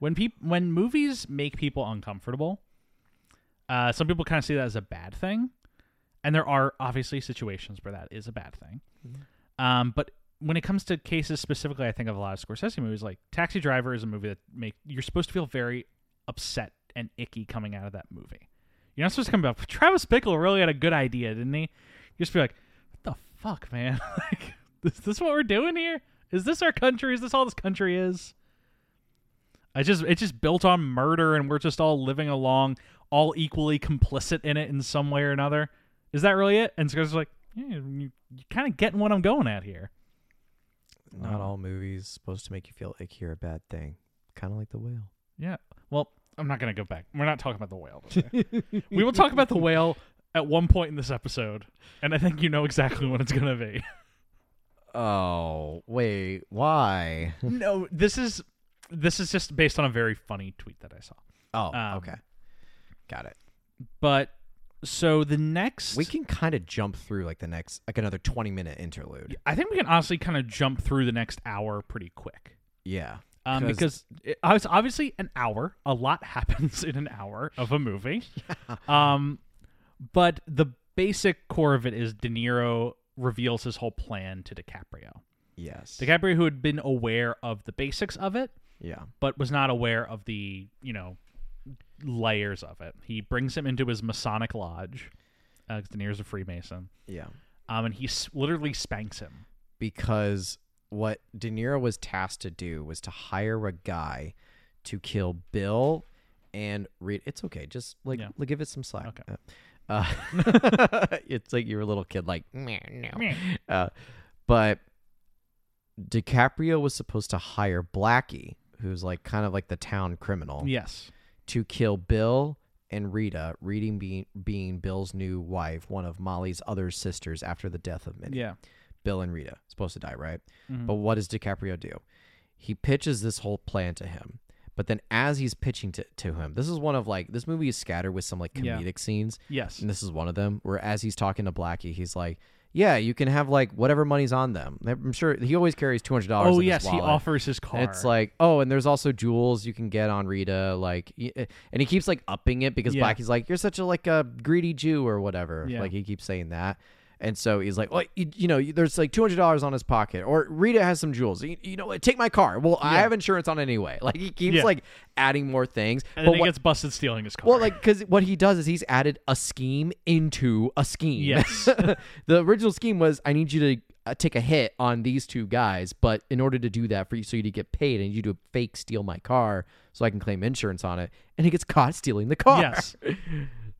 When peop- when movies make people uncomfortable, uh, some people kind of see that as a bad thing, and there are obviously situations where that is a bad thing. Um, but when it comes to cases specifically, I think of a lot of Scorsese movies. Like Taxi Driver is a movie that make you're supposed to feel very upset and icky coming out of that movie. You're not supposed to come back. Travis Bickle really had a good idea, didn't he? You just be like, what the fuck, man? like, is this what we're doing here? Is this our country? Is this all this country is? It's just it's just built on murder, and we're just all living along, all equally complicit in it in some way or another. Is that really it? And Scorsese's like, yeah, you, you kind of getting what I'm going at here. Um,
Not all movies supposed to make you feel icky or a bad thing. Kind of like the whale.
Yeah. Well, I'm not gonna go back. We're not talking about the whale. today. we will talk about the whale at one point in this episode, and I think you know exactly what it's gonna be.
Oh wait, why?
no, this is this is just based on a very funny tweet that I saw.
Oh,
Um,
okay, got it.
But so the next
We can kind of jump through like the next, like another twenty minute interlude.
I think we can honestly kind of jump through the next hour pretty quick.
Yeah,
Um,
'Cause-
because it, obvi- obviously an hour, a lot happens in an hour of a movie. Um, but the basic core of it is De Niro reveals his whole plan to DiCaprio.
yes,
DiCaprio, who had been aware of the basics of it,
yeah,
but was not aware of the you know layers of it. He brings him into his Masonic lodge. Uh, 'cause De Niro's a Freemason,
yeah.
um, and he s- literally spanks him.
Because what De Niro was tasked to do was to hire a guy to kill Bill and Reed. It's okay, just like
Yeah.
like, give it some slack.
Okay.
Uh, it's like you were a little kid, like meh, no.
Meh.
Uh, but DiCaprio was supposed to hire Blackie, who's like kind of like the town criminal,
Yes,
to kill Bill and Rita, Rita being being Bill's new wife, one of Molly's other sisters after the death of Minnie.
yeah,
Bill and Rita supposed to die, right?
Mhm.
But what does DiCaprio do? He pitches this whole plan to him. But then as he's pitching to, to him, this is one of like this movie is scattered with some like
Yeah.
comedic scenes.
yes,
And this is one of them where as he's talking to Blackie, he's like, "Yeah, you can have like whatever money's on them." I'm sure he always carries two hundred dollars.
Oh
in
yes,
his
he
wallet.
offers his car.
And it's like, oh, and there's also jewels you can get on Rita, like, y- eh, and he keeps like upping it because
Yeah.
Blackie's like, you're such a like a greedy Jew or whatever,
Yeah.
like he keeps saying that, and so he's like, well, you, you know, you- there's like two hundred dollars on his pocket, or Rita has some jewels, you, you know, what, take my car. Well, I
Yeah.
have insurance on anyway. Like he keeps
Yeah.
like adding more things,
and
but
then he
what-
gets busted stealing his car.
well, like, because what he does is he's added a scheme into a scheme.
Yes.
the original scheme was I need you to uh, take a hit on these two guys, but in order to do that for you, so you to get paid, and you to fake steal my car so I can claim insurance on it, and he gets caught stealing the car.
yes,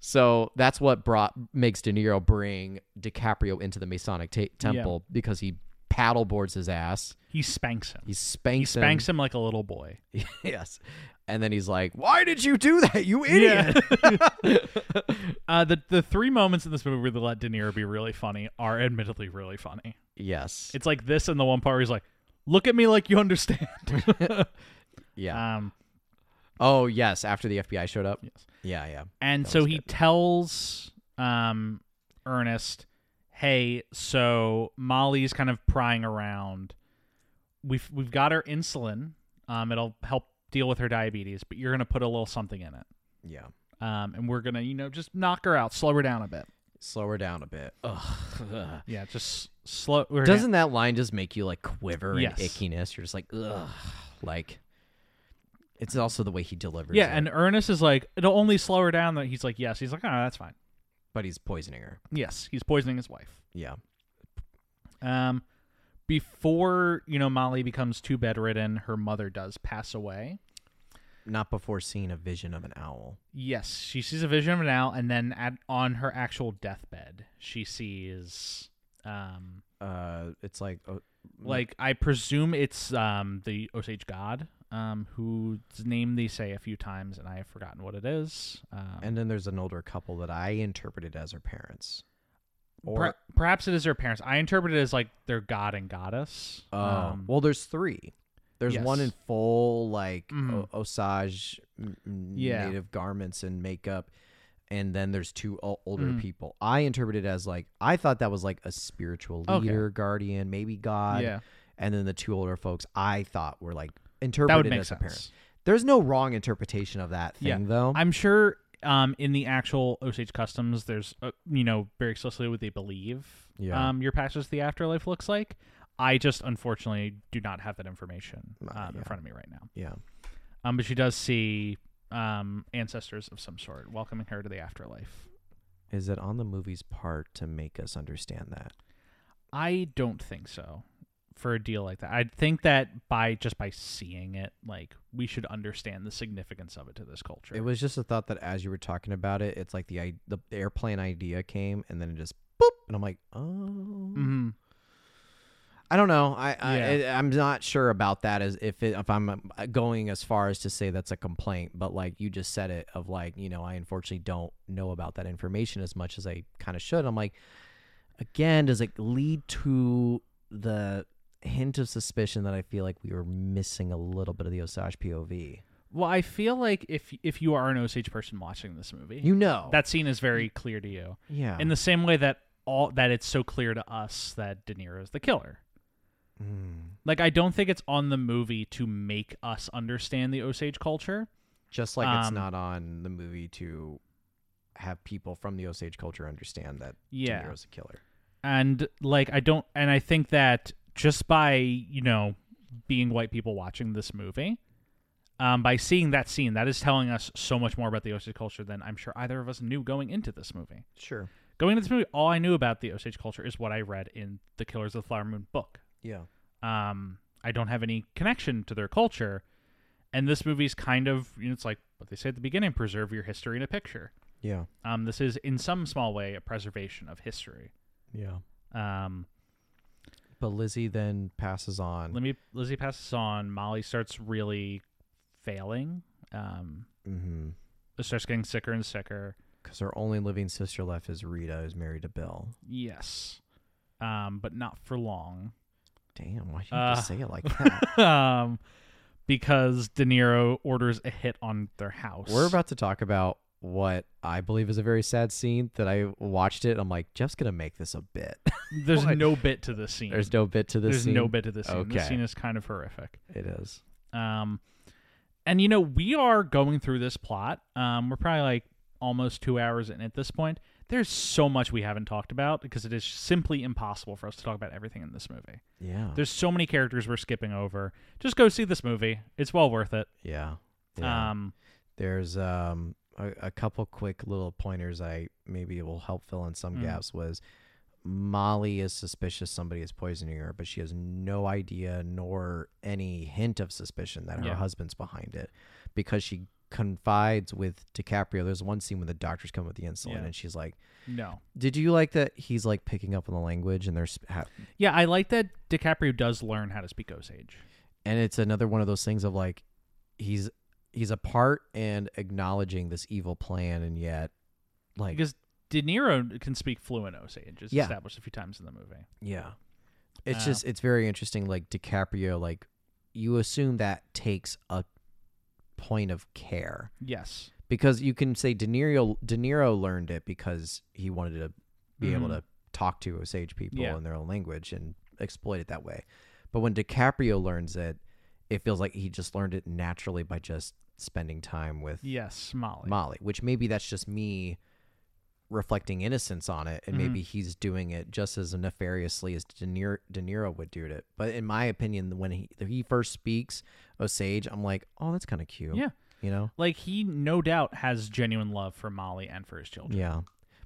So that's what brought makes De Niro bring DiCaprio into the Masonic ta temple because he paddleboards his ass,
he spanks him.
he spanks,
He spanks him like a little boy.
him. yes. And then he's like, "Why did you do that, you idiot?"
Uh, the the three moments in this movie where they let De Niro be really funny are admittedly really funny.
Yes.
It's like this and the one part where he's like, "Look at me like you understand."
yeah.
um,
Oh yes, after the FBI showed up.
Yes.
Yeah, yeah.
and
That
so
was
he
good.
tells um Ernest, "Hey, so Molly's kind of prying around. We've we've got her insulin. Um, it'll help deal with her diabetes, but you're gonna put a little something in it."
Yeah.
um, and we're gonna you know just knock her out, slow her down a bit.
Slow her down a bit. Ugh.
Yeah, just slow. Her down.
Doesn't that line just make you like quiver and
Yes.
ickiness? You're just like, ugh. Like it's also the way he delivers.
yeah,
it,
and Ernest is like, it'll only slow her down. That he's like, yes, he's like, oh, that's fine.
but he's poisoning her.
Yes, he's poisoning his wife.
Yeah.
Um, before you know Molly becomes too bedridden, her mother does pass away.
Not before seeing a vision of an owl.
Yes, she sees a vision of an owl, and then at, on her actual deathbed, she sees, um,
Uh it's like oh,
like I presume it's um the Osage god. Um, whose name they say a few times, and I have forgotten what it is. Um,
and then there's an older couple that I interpreted as her parents.
Per- perhaps it is their parents. I interpret it as like their god and goddess.
Oh,
Um,
well, there's three. There's one in
yes.
full like
Mhm.
o- Osage m- m-
Yeah.
native garments and makeup, and then there's two o- older
Mm.
people. I interpreted it as like I thought that was like a spiritual
Okay.
leader, guardian, maybe God.
yeah,
And then the two older folks I thought were like
that would
interpreted
make
as a parent.
sense.
There's no wrong interpretation of that thing
Yeah.
though.
I'm sure. Um, in the actual Osage customs, there's uh, you know very explicitly what they believe.
Yeah.
Um, your passage to the afterlife looks like. I just unfortunately do not have that information um,
Uh, yeah.
in front of me right now.
yeah.
Um, but she does see um ancestors of some sort welcoming her to the afterlife.
Is it on the movie's part to make us understand that?
I don't think so. for a deal like that. I think that by just by seeing it, like we should understand the significance of it to this culture.
It was just a thought that as you were talking about it, it's like the i- the airplane idea came, and then it just boop, and I'm like, oh,
hmm
I don't know. I, I
Yeah.
it- I'm not sure about that as if it, if I'm uh, going as far as to say that's a complaint, but like you just said it of like you know I unfortunately don't know about that information as much as I kind of should. I'm like, again, does it lead to the hint of suspicion that I feel like we were missing a little bit of the Osage POV?
Well, I feel like if if you are an Osage person watching this movie,
You know
that scene is very clear to you.
yeah.
In the same way that all that it's so clear to us that De Niro is the killer.
Mm.
Like I don't think it's on the movie to make us understand the Osage culture.
Just like it's
Um,
not on the movie to have people from the Osage culture understand that
Yeah.
De Niro's a killer.
and like i don't and i think that just by you know being white people watching this movie um, by seeing that scene that is telling us so much more about the osage culture than i'm sure either of us knew going into this movie
Sure.
going into this movie all i knew about the osage culture is what i read in the killers of the flower moon book
Yeah.
um, i don't have any connection to their culture and this movie's kind of you know, it's like what they say at the beginning preserve your history in a picture
Yeah.
um, this is in some small way a preservation of history
Yeah.
um,
But Lizzie then passes on.
Let me Lizzie passes on. Molly starts really failing. Um,
mm
starts getting sicker and sicker.
Because her only living sister left is Rita, who's married to Bill.
Yes, um, but not for long.
Damn, why do you have
Uh.
to say it like that?
um, because De Niro orders a hit on their house.
We're about to talk about what I believe is a very sad scene that I watched it. I'm like, Jeff's gonna make this a bit.
There's
What?
no bit to this scene.
There's no bit to this.
There's
scene.
no bit to this scene. This
Okay.
scene is kind of horrific.
It is.
Um, and you know, we are going through this plot. Um, we're probably like almost two hours in at this point. There's so much we haven't talked about because it is simply impossible for us to talk about everything in this movie.
Yeah.
There's so many characters we're skipping over. Just go see this movie; it's well worth it.
yeah. Yeah.
Um,
there's um a, a couple quick little pointers I maybe will help fill in some
Mm.
gaps was Molly is suspicious somebody is poisoning her, but she has no idea nor any hint of suspicion that her
Yeah.
husband's behind it because she confides with DiCaprio. There's one scene when the doctors come with the insulin
Yeah.
and she's like,
no,
"Did you like that?" He's like picking up on the language and there's ha-
yeah, I like that DiCaprio does learn how to speak Osage.
and it's another one of those things of like he's he's a part and acknowledging this evil plan and yet like
because De Niro can speak fluent Osage. It's
Yeah.
established a few times in the movie.
Yeah. It's
Uh,
just it's very interesting like DiCaprio like you assume that takes a point of care
Yes,
because you can say De Niro De Niro learned it because he wanted to be able
Mhm.
to talk to Osage people
Yeah.
in their own language and exploit it that way. But when DiCaprio learns it, it feels like he just learned it naturally by just spending time with
yes, Molly.
Molly, which maybe that's just me reflecting innocence on it, and
Mhm.
maybe he's doing it just as nefariously as De Niro, De Niro would do it. But in my opinion, when he he first speaks Osage, I'm like, oh, that's kind of cute.
Yeah.
you know,
like he no doubt has genuine love for Molly and for his children.
yeah.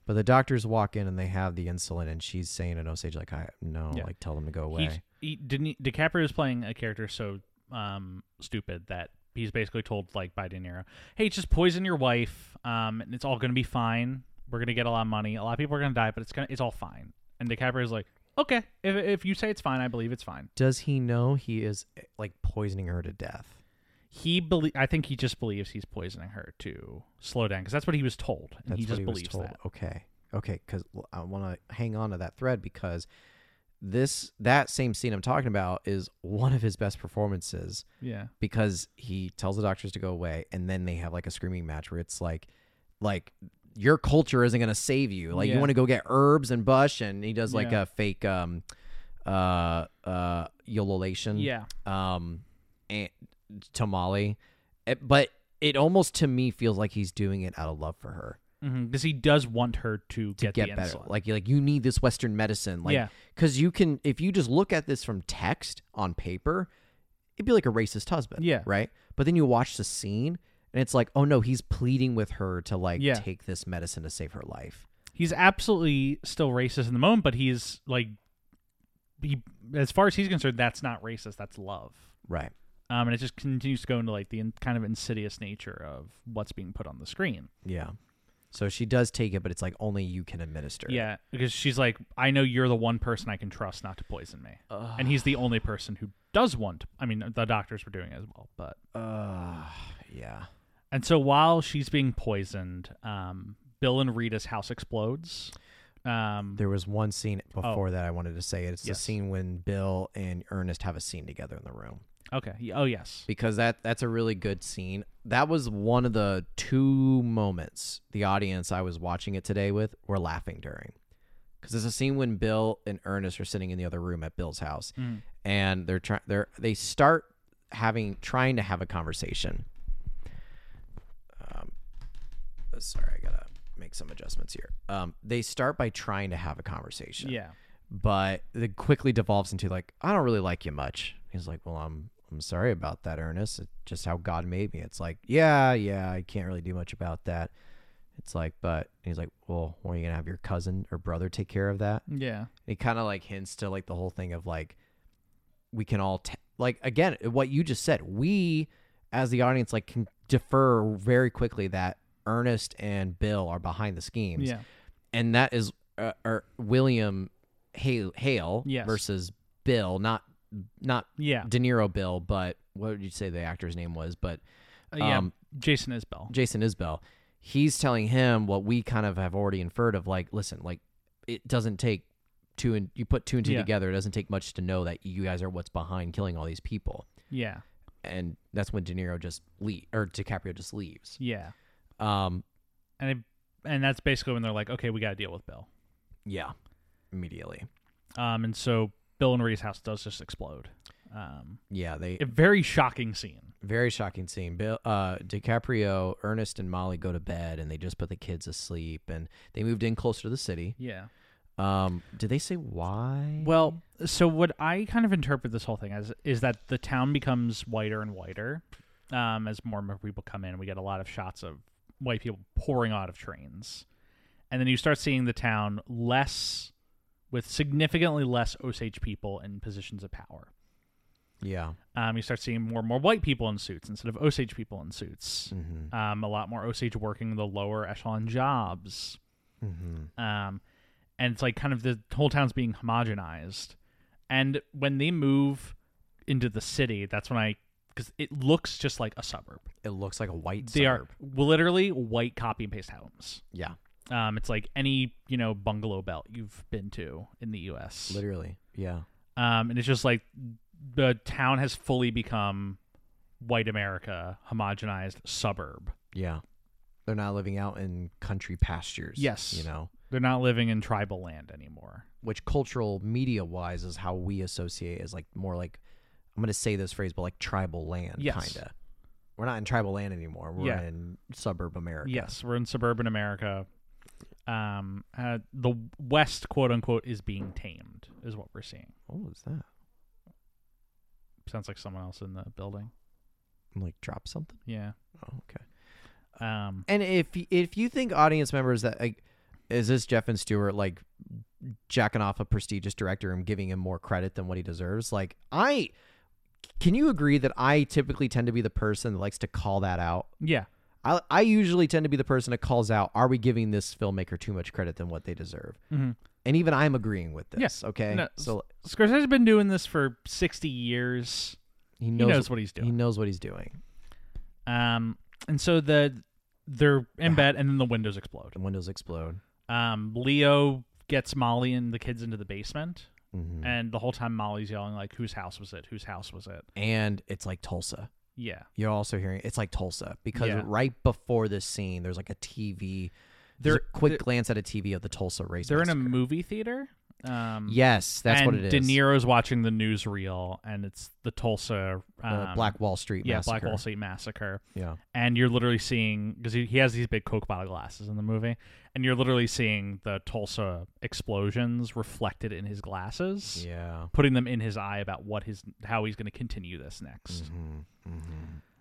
But the doctors walk in and they have the insulin, and she's saying in Osage like, I no,
Yeah.
like tell them to go
He-
away.
He, didn't. e, DiCaprio is playing a character so um, stupid that he's basically told like by De Niro, "Hey, just poison your wife, um, and it's all gonna be fine. We're gonna get a lot of money. A lot of people are gonna die, but it's gonna it's all fine." And DiCaprio's like, "Okay, if if you say it's fine, I believe it's fine."
Does he know he is eh, like poisoning her to death?
He belie- I think he just believes he's poisoning her to slow down because that's what he was told, and
That's
he just
what he
believes
was told.
that.
Okay, okay, because I want to hang on to that thread because this that same scene I'm talking about is one of his best performances
Yeah.
because he tells the doctors to go away, and then they have like a screaming match where it's like, like your culture isn't gonna save you. Like
Yeah.
you want to go get herbs and bush, and he does like
Yeah.
a fake um uh uh ululation
Yeah.
um and tamale, Eh, but it almost to me feels like he's doing it out of love for her
Because Mm-hmm. he does want her to,
to get,
the
better.
insulin.
Like you like you need this Western medicine. Like
Yeah.
because you can if you just look at this from text on paper, it'd be like a racist husband.
Yeah.
Right. But then you watch the scene and it's like, oh no, he's pleading with her to like
Yeah.
take this medicine to save her life.
he's absolutely still racist in the moment, but he's like he, as far as he's concerned, that's not racist. That's love.
Right.
Um, and it just continues to go into like the in, kind of insidious nature of what's being put on the screen.
Yeah. So she does take it, but it's like only you can administer. it.
Yeah, because she's like, I know you're the one person I can trust not to poison me, and he's the only person who does want. I mean, the doctors were doing it as well, but
Ugh, yeah.
and so while she's being poisoned, um, Bill and Rita's house explodes. Um,
There was one scene before that I wanted to say it. It's
Yes.
the scene when Bill and Ernest have a scene together in the room.
okay. y- Oh yes.
because that that's a really good scene. That was one of the two moments the audience I was watching it today with were laughing during. Because there's a scene when Bill and Ernest are sitting in the other room at Bill's house, and they're trying they're they start having trying to have a conversation. Um, sorry, I gotta make some adjustments here. Um, they start by trying to have a conversation
Yeah.
but it quickly devolves into like i don't really like you much he's like well i'm i'm sorry about that ernest it's just how god made me it's like yeah yeah i can't really do much about that it's like but and he's like well are you gonna have your cousin or brother take care of that
Yeah.
and he kind of like hints to like the whole thing of like we can all t- like again what you just said we as the audience like can defer very quickly that ernest and bill are behind the schemes
Yeah.
and that is uh, or William Hale, Hale
Yes.
versus Bill, not not
Yeah.
De Niro Bill, but what would you say the actor's name was? But
Uh, yeah.
um,
Jason Isbell.
Jason Isbell, he's telling him what we kind of have already inferred of like, listen, like it doesn't take two and you put two and two
Yeah.
together, it doesn't take much to know that you guys are what's behind killing all these people.
Yeah.
And that's when De Niro just leave or DiCaprio just leaves.
Yeah.
Um,
And it, and that's basically when they're like, okay, we got to deal with Bill.
yeah, immediately.
Um, and so Bill and Rita's house does just explode. Um,
Yeah, they
a very shocking scene.
Very shocking scene. Bill, uh, DiCaprio, Ernest, and Molly go to bed, and they just put the kids asleep, and they moved in closer to the city.
Yeah.
Um, did they say why?
Well, so what I kind of interpret this whole thing as is that the town becomes whiter and whiter um, as more and more people come in. We get a lot of shots of white people pouring out of trains, and then you start seeing the town less with significantly less Osage people in positions of power.
yeah,
Um, you start seeing more and more white people in suits instead of Osage people in suits. Um, a lot more Osage working the lower echelon jobs. Um, and it's like kind of the whole town's being homogenized. And when they move into the city, that's when I, because it looks just like a suburb.
it looks like a white.
They are
suburb.
literally white copy and paste homes.
Yeah,
Um, it's like any you know bungalow belt you've been to in the U.S.
literally. Yeah,
Um, and it's just like the town has fully become white America, homogenized suburb.
yeah. They're not living out in country pastures.
Yes.
you know,
They're not living in tribal land anymore.
which cultural media wise is how we associate is like more like I'm gonna say this phrase, but like tribal land,
Yes.
kinda. We're not in tribal land anymore. We're
Yeah.
in suburb America.
Yes, we're in suburban America. Um, uh, the West, quote unquote, is being tamed, is what we're seeing.
Oh, What was that?
Sounds like someone else in the building.
Like drop something.
Yeah.
Oh, okay.
Um,
And if y- if you think audience members that like, is this Jeff and Stewart like jacking off a prestigious director and giving him more credit than what he deserves, like I can you agree that I typically tend to be the person that likes to call that out.
yeah.
I I usually tend to be the person that calls out, are we giving this filmmaker too much credit than what they deserve?
Mhm.
And even I'm agreeing with this. Okay,
No,
so
Scorsese's been doing this for 60 years.
he
He
knows,
knows, what he's
he
doing.
knows what he's doing.
Um, and so the they're in bed, and then the windows explode.
The windows explode.
Um, Leo gets Molly and the kids into the basement,
Mhm.
and the whole time Molly's yelling like, "Whose house was it? Whose house was it?"
and it's like Tulsa.
Yeah.
you're also hearing it's like Tulsa because
Yeah.
right before this scene, there's like a TV. There's
They're-
a quick
they're-
glance at a TV of the Tulsa race.
They're in a
massacre.
movie theater. Um,
yes, that's
and
what it is.
De Niro's watching the newsreel, and it's the Tulsa um,
The Black Wall Street.
yeah
massacre.
Black Wall Street massacre.
Yeah,
And you're literally seeing because he, he has these big Coke bottle glasses in the movie, and you're literally seeing the Tulsa explosions reflected in his glasses,
yeah. Mm-hmm.
putting them in his eye about what his how he's going to continue this next.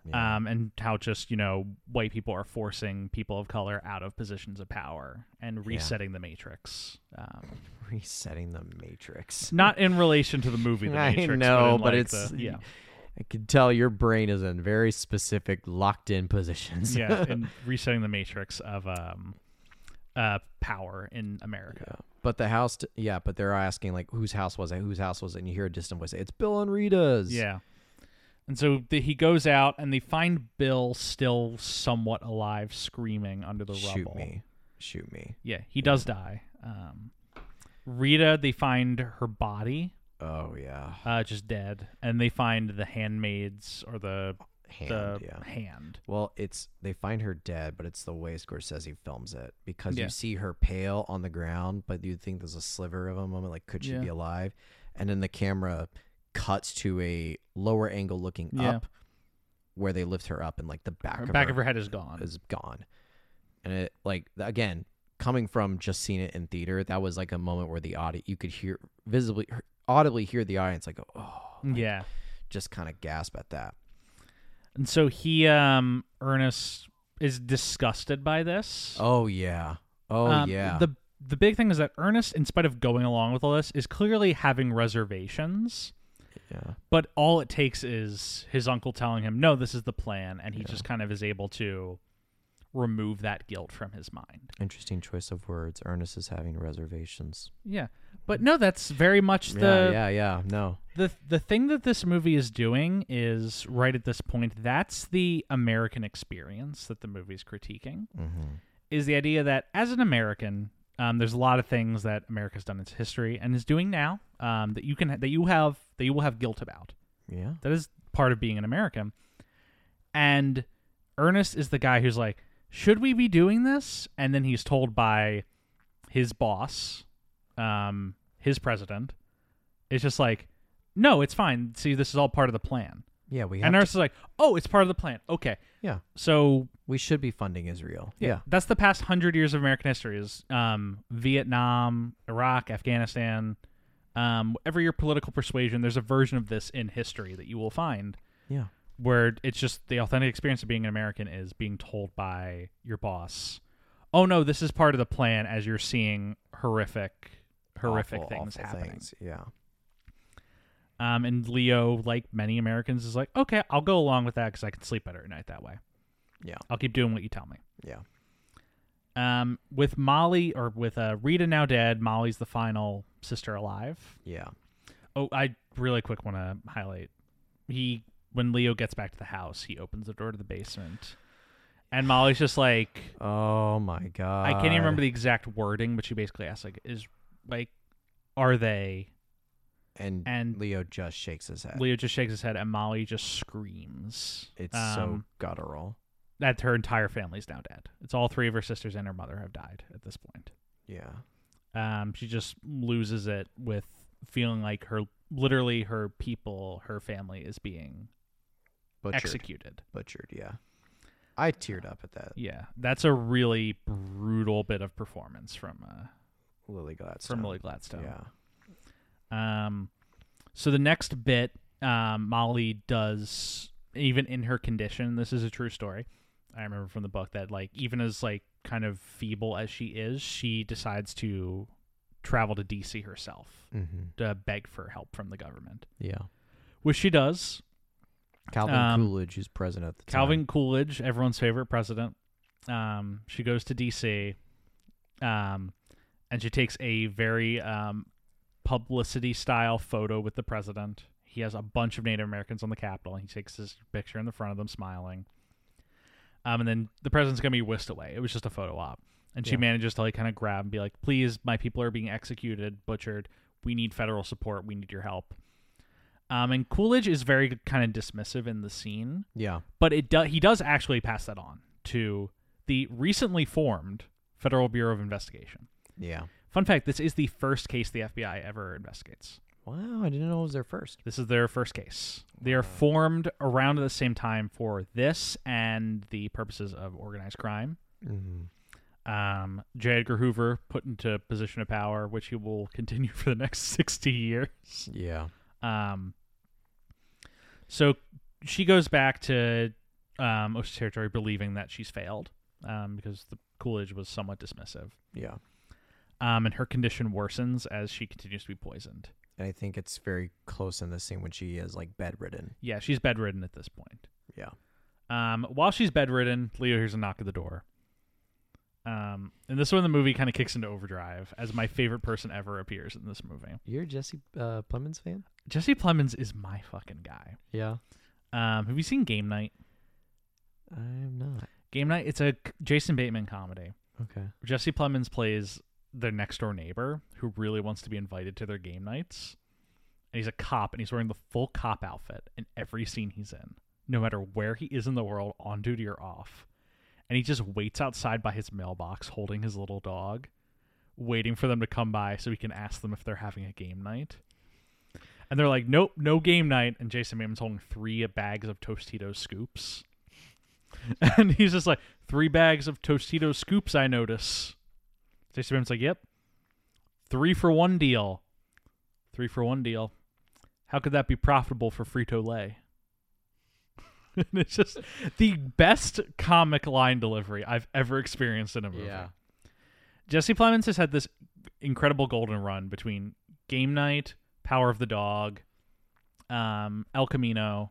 Yeah.
um, and how just you know white people are forcing people of color out of positions of power and resetting the matrix. Um,
Resetting the Matrix.
not in relation to the movie The Matrix.
I know,
in,
but,
like,
it's
the- yeah,
I can tell your brain is in very specific, locked-in positions.
yeah, and resetting the matrix of um, uh, power in America.
But the house, t- yeah. But they're asking like, whose house was it? Whose house was it? And you hear a distant voice say, "It's Bill and Rita's."
Yeah. And so the, he goes out, and they find Bill still somewhat alive, screaming under the
Shoot
rubble.
me, shoot me.
Yeah, he does die. Um, Rita, they find her body,
Oh yeah,
uh, just dead, and they find the handmaids or the
hand.
the
yeah.
hand.
Well, it's they find her dead, but it's the way Scorsese films it because
Yeah.
you see her pale on the ground, but you think there's a sliver of a moment like could she
Yeah.
be alive? And then the camera cuts to a lower angle looking
Yeah.
up where they lift her up and like the back
Her
of
back
her,
of her head is gone.
is gone. And it like th- again, coming from just seeing it in theater, that was like a moment where the audience you could hear visibly audibly hear the audience like oh like,
yeah.
just kind of gasp at that.
And so he, um, Ernest, is disgusted by this.
Oh yeah. Oh
Um,
yeah.
The the big thing is that Ernest, in spite of going along with all this, is clearly having reservations.
yeah.
But all it takes is his uncle telling him, "No, this is the plan," and he just kind of is able to remove that guilt from his mind.
Interesting choice of words. Ernest is having reservations.
Yeah. But no, that's very much the
Mm. yeah, yeah, yeah. No.
the the thing that this movie is doing is right at this point. That's the American experience that the movie's critiquing.
Mm-hmm.
Is the idea that as an American, um, there's a lot of things that America's done in its history and is doing now um, that you can that you have that you will have guilt about.
Yeah.
That is part of being an American. And Ernest is the guy who's like, should we be doing this? And then he's told by his boss, um, his president, it's just like, no, it's fine. See, this is all part of the plan.
Yeah, we have
And
to-
Ernest is like, oh, it's part of the plan. Okay.
yeah.
So
We should be funding Israel. Yeah.
that's the past hundred years of American history is um, Vietnam, Iraq, Afghanistan, um, whatever your political persuasion, there's a version of this in history that you will find
Yeah.
where it's just the authentic experience of being an American is being told by your boss, "Oh no, this is part of the plan." As you're seeing horrific, horrific
Awful,
things
awful
happening,
things. Yeah.
Um, and Leo, like many Americans, is like, "Okay, I'll go along with that because I can sleep better at night that way.
Yeah.
I'll keep doing what you tell me."
Yeah.
Um, with Molly or with uh, Rita now dead, Molly's the final sister alive.
Yeah.
Oh, I really quick want to highlight. He when Leo gets back to the house, he opens the door to the basement, and Molly's just like,
Oh my god.
I can't even remember the exact wording, but she basically asks like, is like, are they?
and,
and-
Leo just shakes his head.
Leo just shakes his head, and Molly just screams.
it's so
Um,
guttural.
that her entire family's now dead. It's all three of her sisters and her mother have died at this point.
Yeah.
Um, she just loses it with feeling like her literally her people, her family is being
Butchered.
executed.
Butchered, yeah. I teared up at that
Yeah, that's a really brutal bit of performance from uh,
Lily Gladstone.
from Lily Gladstone.
Yeah.
Um, so the next bit, um, Molly does even in her condition. This is a true story. I remember from the book that like even as like kind of feeble as she is, she decides to travel to DC herself
Mm-hmm.
to beg for help from the government,
Yeah.
which she does.
Calvin
Um,
Coolidge, who's president at the
Calvin
time.
Coolidge, everyone's favorite president. Um, she goes to DC, um, and she takes a very um, publicity style photo with the president. He has a bunch of Native Americans on the Capitol, and he takes his picture in the front of them, smiling. Um, and then the president's gonna be whisked away. It was just a photo op, and she
Yeah.
manages to like kind of grab and be like, "Please, my people are being executed, butchered. We need federal support. We need your help." Um, and Coolidge is very kind of dismissive in the scene
Yeah.
but it do- he does actually pass that on to the recently formed Federal Bureau of Investigation.
Yeah.
Fun fact, this is the first case the FBI ever investigates.
Wow, I didn't know it was their first.
This is their first case. They are formed around at the same time for this and the purposes of organized crime.
Mm-hmm.
Um, J. Edgar Hoover put into position of power, which he will continue for the next 60 years.
Yeah.
Um, so she goes back to um, Ocean Territory believing that she's failed um, because the Coolidge was somewhat dismissive.
Yeah.
Um, and her condition worsens as she continues to be poisoned.
And I think it's very close in the scene when she is like bedridden.
Yeah, she's bedridden at this point.
Yeah.
Um, while she's bedridden, Leo hears a knock at the door. Um, and this is when the movie kind of kicks into overdrive as my favorite person ever appears in this movie.
You're a Jesse uh, Plemons fan?
Jesse Plemons is my fucking guy.
Yeah.
Um, have you seen Game Night?
I'm not.
Game Night, it's a c- Jason Bateman comedy.
Okay.
Jesse Plemons plays their next door neighbor who really wants to be invited to their game nights. And he's a cop and he's wearing the full cop outfit in every scene he's in, no matter where he is in the world, on duty or off. And he just waits outside by his mailbox holding his little dog, waiting for them to come by so he can ask them if they're having a game night. And they're like, nope, no game night. And Jason Bateman's holding three bags of Tostitos scoops. And he's just like, three bags of Tostitos scoops, I notice. Jason Bateman's like, yep. Three for one deal. Three for one deal. How could that be profitable for Frito Lay? it's just the best comic line delivery I've ever experienced in a movie.
Yeah.
Jesse Plemons has had this incredible golden run between Game Night, Power of the Dog, um, El Camino,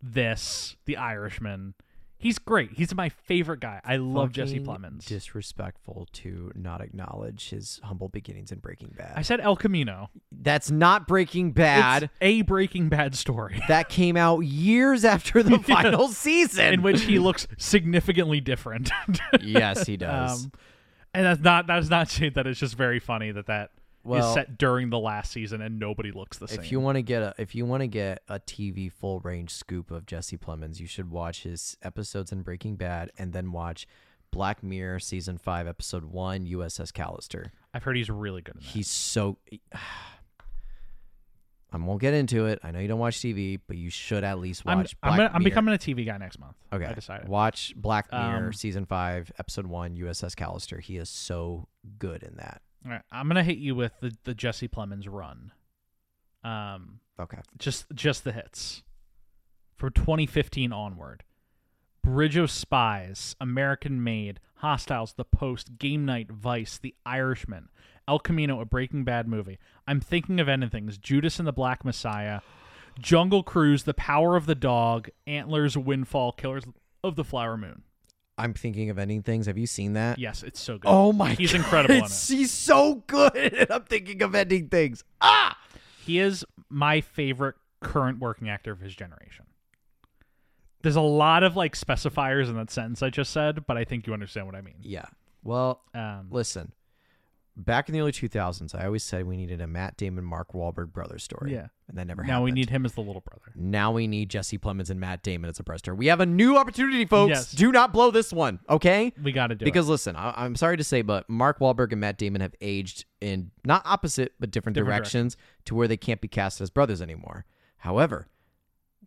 this, The Irishman. He's great. He's my favorite guy. I love Jesse
Fucking
Plemons.
Disrespectful to not acknowledge his humble beginnings in Breaking Bad.
I said El Camino.
That's not Breaking Bad.
It's a Breaking Bad story
that came out years after
Yeah.
the final season.
in which he looks significantly different.
yes, he does.
um, and that's not that's not shade. That it's just very funny that that is
Well-
set during the last season and nobody looks the same.
if you want to get a if you want to get a TV full range scoop of Jesse Plemons, you should watch his episodes in Breaking Bad and then watch Black Mirror season 5 episode 1 USS Callister.
I've heard he's really good in that.
He's so e, I won't get into it. I know you don't watch TV, but you should at least
I'm,
watch
I'm,
Black
gonna- I'm
Mirror.
becoming a TV guy next month.
Okay.
I decided.
Watch Black Mirror
Um,
season 5 episode 1 USS Callister. He is so good in that.
All right, I'm gonna hit you with the, the Jesse Plemons run. Um,
Okay.
just just the hits from 2015 onward. Bridge of Spies, American Made, Hostiles, The Post, Game Night, Vice, The Irishman, El Camino, a Breaking Bad movie. I'm thinking of anything. Judas and the Black Messiah, Jungle Cruise, The Power of the Dog, Antlers, Windfall, Killers of the Flower Moon.
I'm thinking of ending things. Have you seen that?
Yes, it's so good.
Oh my
He's
God,
incredible in
it's- He's so good. And I'm thinking of ending things. Ah,
He is my favorite current working actor of his generation. There's a lot of like specifiers in that sentence I just said, but I think you understand what I mean.
yeah. Well,
Um,
listen. Back in the early 2000s, I always said we needed a Matt Damon, Mark Wahlberg brother story.
Yeah.
and that never happened.
now we need him as the little brother.
Now we need Jesse Plemons and Matt Damon as a breaster. We have a new opportunity, folks.
Yes.
Do not blow this one, okay?
We got to do
Because listen, I- I'm sorry to say, but Mark Wahlberg and Matt Damon have aged in not opposite but different,
Different
directions to where they can't be cast as brothers anymore. However,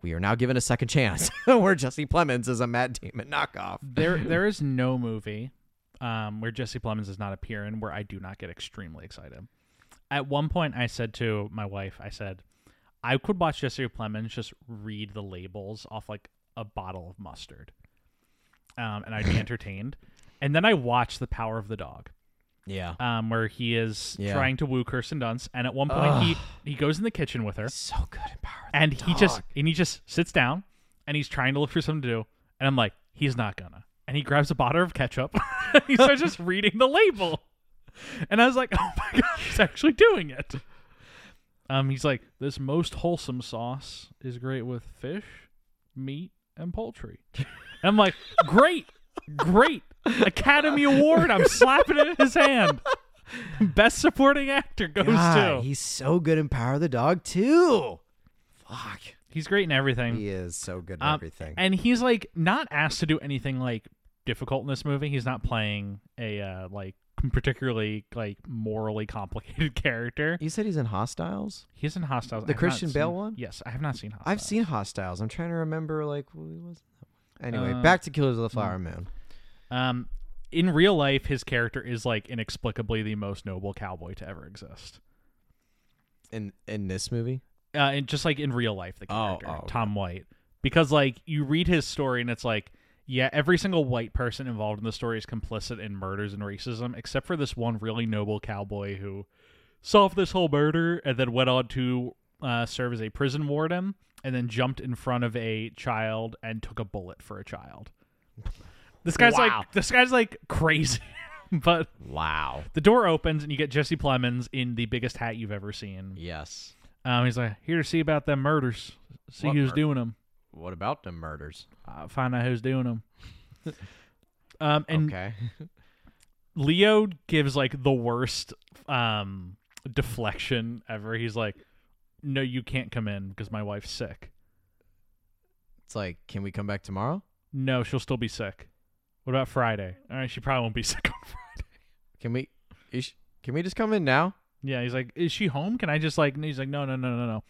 we are now given a second chance where Jesse Plemons is a Matt Damon knockoff.
it. There, there is no movie um, where Jesse Plemons does not appear in where I do not get extremely excited. At one point, I said to my wife, I said, I could watch Jesse Plemons just read the labels off like a bottle of mustard, um, and I'd be entertained. And then I watched The Power of the Dog.
Yeah,
um, where he is
Yeah.
trying to woo Kirsten Dunst, and at one point he he goes in the kitchen with her,
so good in Power. of the
and he just
Dog.
and he just sits down, and he's trying to look for something to do, and I'm like, he's not gonna, and he grabs a bottle of ketchup, and he starts just reading the label, and I was like, oh my god, he's actually doing it. Um, he's like, this most wholesome sauce is great with fish, meat, and poultry. And I'm like, great, great. Academy Award. I'm slapping it in his hand. Best supporting actor goes
God,
to.
he's so good in Power of the Dog too. Fuck,
He's great in everything.
he is so good in
Um,
everything.
And he's like not asked to do anything like difficult in this movie. He's not playing a uh, like particularly like morally complicated character.
you said he's in Hostiles.
He's in Hostiles. I
The
have not
Christian Bale
seen-
one?
Yes, I have not seen Hostiles.
I've seen Hostiles. I'm trying to remember like who he was. Anyway,
Uh,
back to Killers of the Flower Moon.
Um, in real life, his character is like inexplicably the most noble cowboy to ever exist.
In in this movie,
uh, and just like in real life, the
Oh,
character
oh, okay.
Tom White, because like you read his story and it's like yeah every single white person involved in the story is complicit in murders and racism except for this one really noble cowboy who solved this whole murder and then went on to uh, serve as a prison warden and then jumped in front of a child and took a bullet for a child this guy's
Wow.
like this guy's like crazy but
Wow.
the door opens and you get jesse plemons in the biggest hat you've ever seen
Yes.
um, he's like here to see about them murders see
What
who's
mur-
doing them
What about the murders?
uh, find out who's doing them. um, and
okay.
Leo gives like the worst um deflection ever. He's like, "No, you can't come in because my wife's sick.
It's like, can we come back tomorrow?
No, she'll still be sick. What about Friday? All right, she probably won't be sick on Friday."
Can we? You sh- can we just come in now?
Yeah, he's like, "Is she home? Can I just like?" And he's like, "No, no, no, no, no."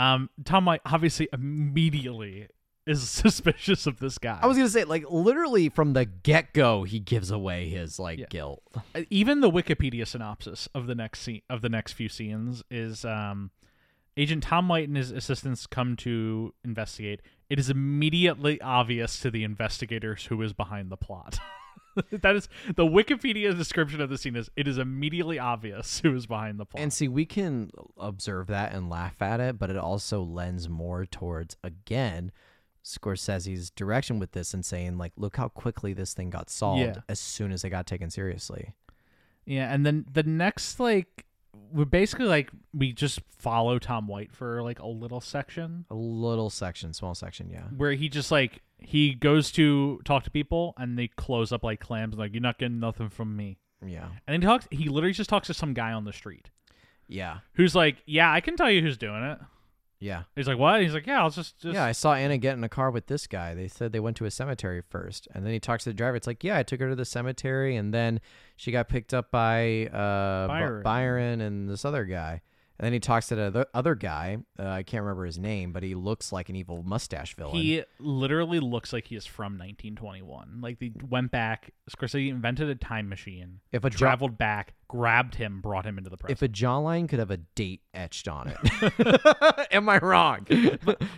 Um, Tom like obviously immediately is suspicious of this guy.
I was gonna say, like, literally from the get go, he gives away his like
Yeah.
guilt.
even the Wikipedia synopsis of the next scene of the next few scenes is um, Agent Tom White and his assistants come to investigate. It is immediately obvious to the investigators who is behind the plot. that is the Wikipedia description of the scene is it is immediately obvious who is behind the plot.
And see, we can observe that and laugh at it, but it also lends more towards again Scorsese's direction with this and saying like, look how quickly this thing got solved
Yeah.
as soon as it got taken seriously.
yeah, and then the next like we're basically like we just follow Tom White for like a little section.
A little section, small section, yeah.
where he just like he goes to talk to people and they close up like clams like you're not getting nothing from me
Yeah.
and then he talks he literally just talks to some guy on the street
Yeah.
who's like yeah i can tell you who's doing it
Yeah.
he's like what he's like yeah i'll just, just
Yeah, I saw Anna get in a car with this guy. They said they went to a cemetery first, and then he talks to the driver. It's like, yeah, I took her to the cemetery, and then she got picked up by uh, Bu-
Byron.
Byron and this other guy. And then he talks to the other- other guy. Uh, I can't remember his name, but he looks like an evil mustache villain.
he literally looks like he is from 1921 like they went back scorsese invented a time machine
if a jaw,
traveled back grabbed him brought him into the present
if a jawline could have a date etched on it, am I wrong?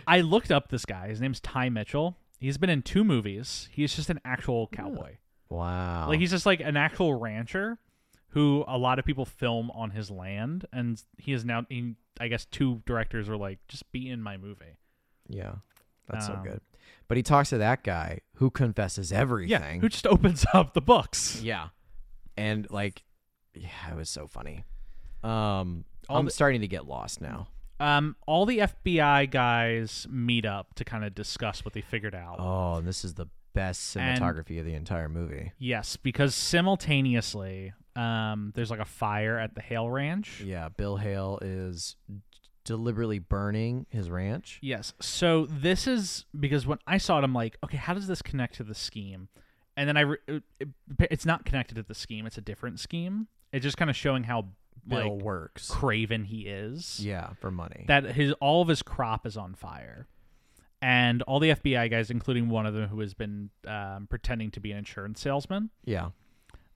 i looked up this guy his name's ty mitchell he's been in two movies he's just an actual cowboy
wow.
Like he's just like an actual rancher who a lot of people film on his land, and he is now. He, I guess two directors are like, just be in my movie.
yeah, that's
Um,
so good. But he talks to that guy who confesses everything.
Yeah, who just opens up the books?
Yeah. And like yeah, it was so funny. Um
All
I'm
the-
starting to get lost now.
Um, all the FBI guys meet up to kind of discuss what they figured out.
Oh, and this is the best
And-
cinematography of the entire movie.
Yes, because simultaneously, um, there's like a fire at the Hale Ranch.
Yeah, Bill Hale is deliberately burning his ranch.
Yes. So this is because when I saw it, I'm like, okay, how does this connect to the scheme? And then I, re- it, it- it's not connected to the scheme. It's a different scheme. It's just kind of showing how
Bill
like
works.
craven he is.
Yeah, for money.
That his all of his crop is on fire, and all the FBI guys, including one of them who has been um, pretending to be an insurance salesman,
yeah.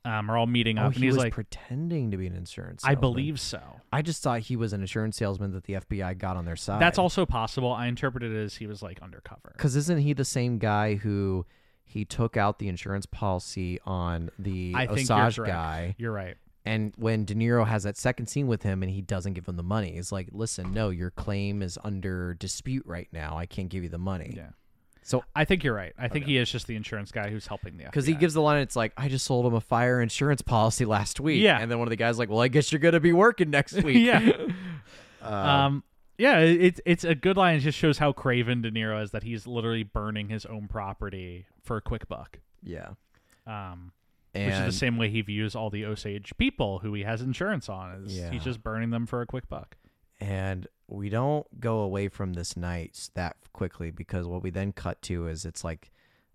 um, are all meeting up,
Oh,
and
he
he's
was
like,
pretending to be an insurance.
I
salesman.
believe so.
I just thought he was an insurance salesman that the FBI got on their side.
That's also possible. I interpreted it as he was like undercover.
Because isn't he the same guy who he took out the insurance policy on the
I think you're
Osage
correct.
guy?
You're right.
And when De Niro has that second scene with him and he doesn't give him the money, it's like, listen, no, your claim is under dispute right now. I can't give you the money.
Yeah.
So,
I think you're right. I think he is just the insurance guy who's helping the
because
FBI.
he gives the line, it's like, I just sold him a fire insurance policy last week.
Yeah.
And then one of the guys, like, well, I guess you're going to be working next week.
yeah,
Uh,
um, yeah. it- It's it's a good line. It just shows how craven De Niro is that he's literally burning his own property for a quick buck.
yeah.
Um, which is
And
the same way he views all the Osage people who he has insurance on. Is
Yeah.
he's just burning them for a quick buck?
and we don't go away from this night that quickly because what we then cut to is it's like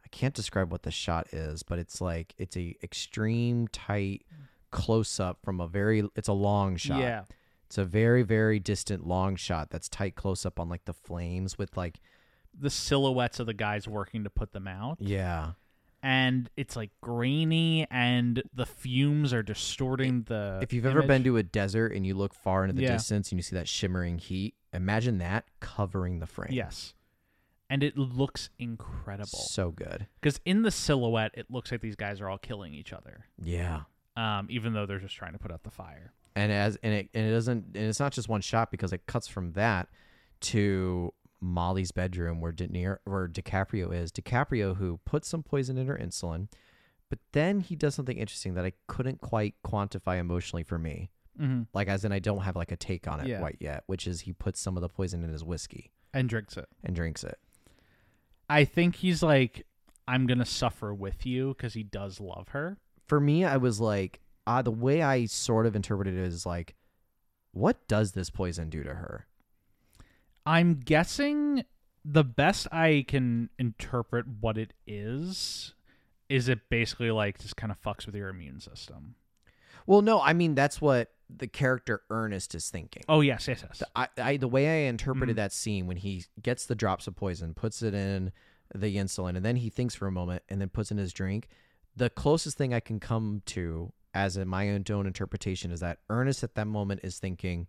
I can't describe what the shot is, but it's like it's a extreme tight
Mm.
close up from a very it's a long shot.
Yeah,
It's a very very distant long shot that's tight close up on like the flames with like
the silhouettes of the guys working to put them out,
yeah.
and it's like grainy, and the fumes are distorting the.
If you've ever
image.
been to a desert and you look far into the
Yeah.
distance and you see that shimmering heat, imagine that covering the frame.
Yes. and it looks incredible
So good.
because in the silhouette it looks like these guys are all killing each other
Yeah.
um, even though they're just trying to put out the fire
and as and it and it doesn't and it's not just one shot because it cuts from that to Molly's bedroom where De Niro, where DiCaprio is. DiCaprio who puts some poison in her insulin, but then he does something interesting that I couldn't quite quantify emotionally for me.
mm-hmm.
Like as in I don't have like a take on it
Yeah.
quite yet, which is he puts some of the poison in his whiskey
and drinks it
and drinks it.
i think he's like i'm gonna suffer with you because he does love her
For me, I was like, uh, the way I sort of interpreted it is like, what does this poison do to her?
i'm guessing the best i can interpret what it is is it basically like just kind of fucks with your immune system
Well, no, I mean that's what the character Ernest is thinking.
oh yes yes yes
I, I the way I interpreted
Mhm.
that scene when he gets the drops of poison, puts it in the insulin, and then he thinks for a moment and then puts in his drink. The closest thing I can come to, as in my own own interpretation, is that Ernest at that moment is thinking,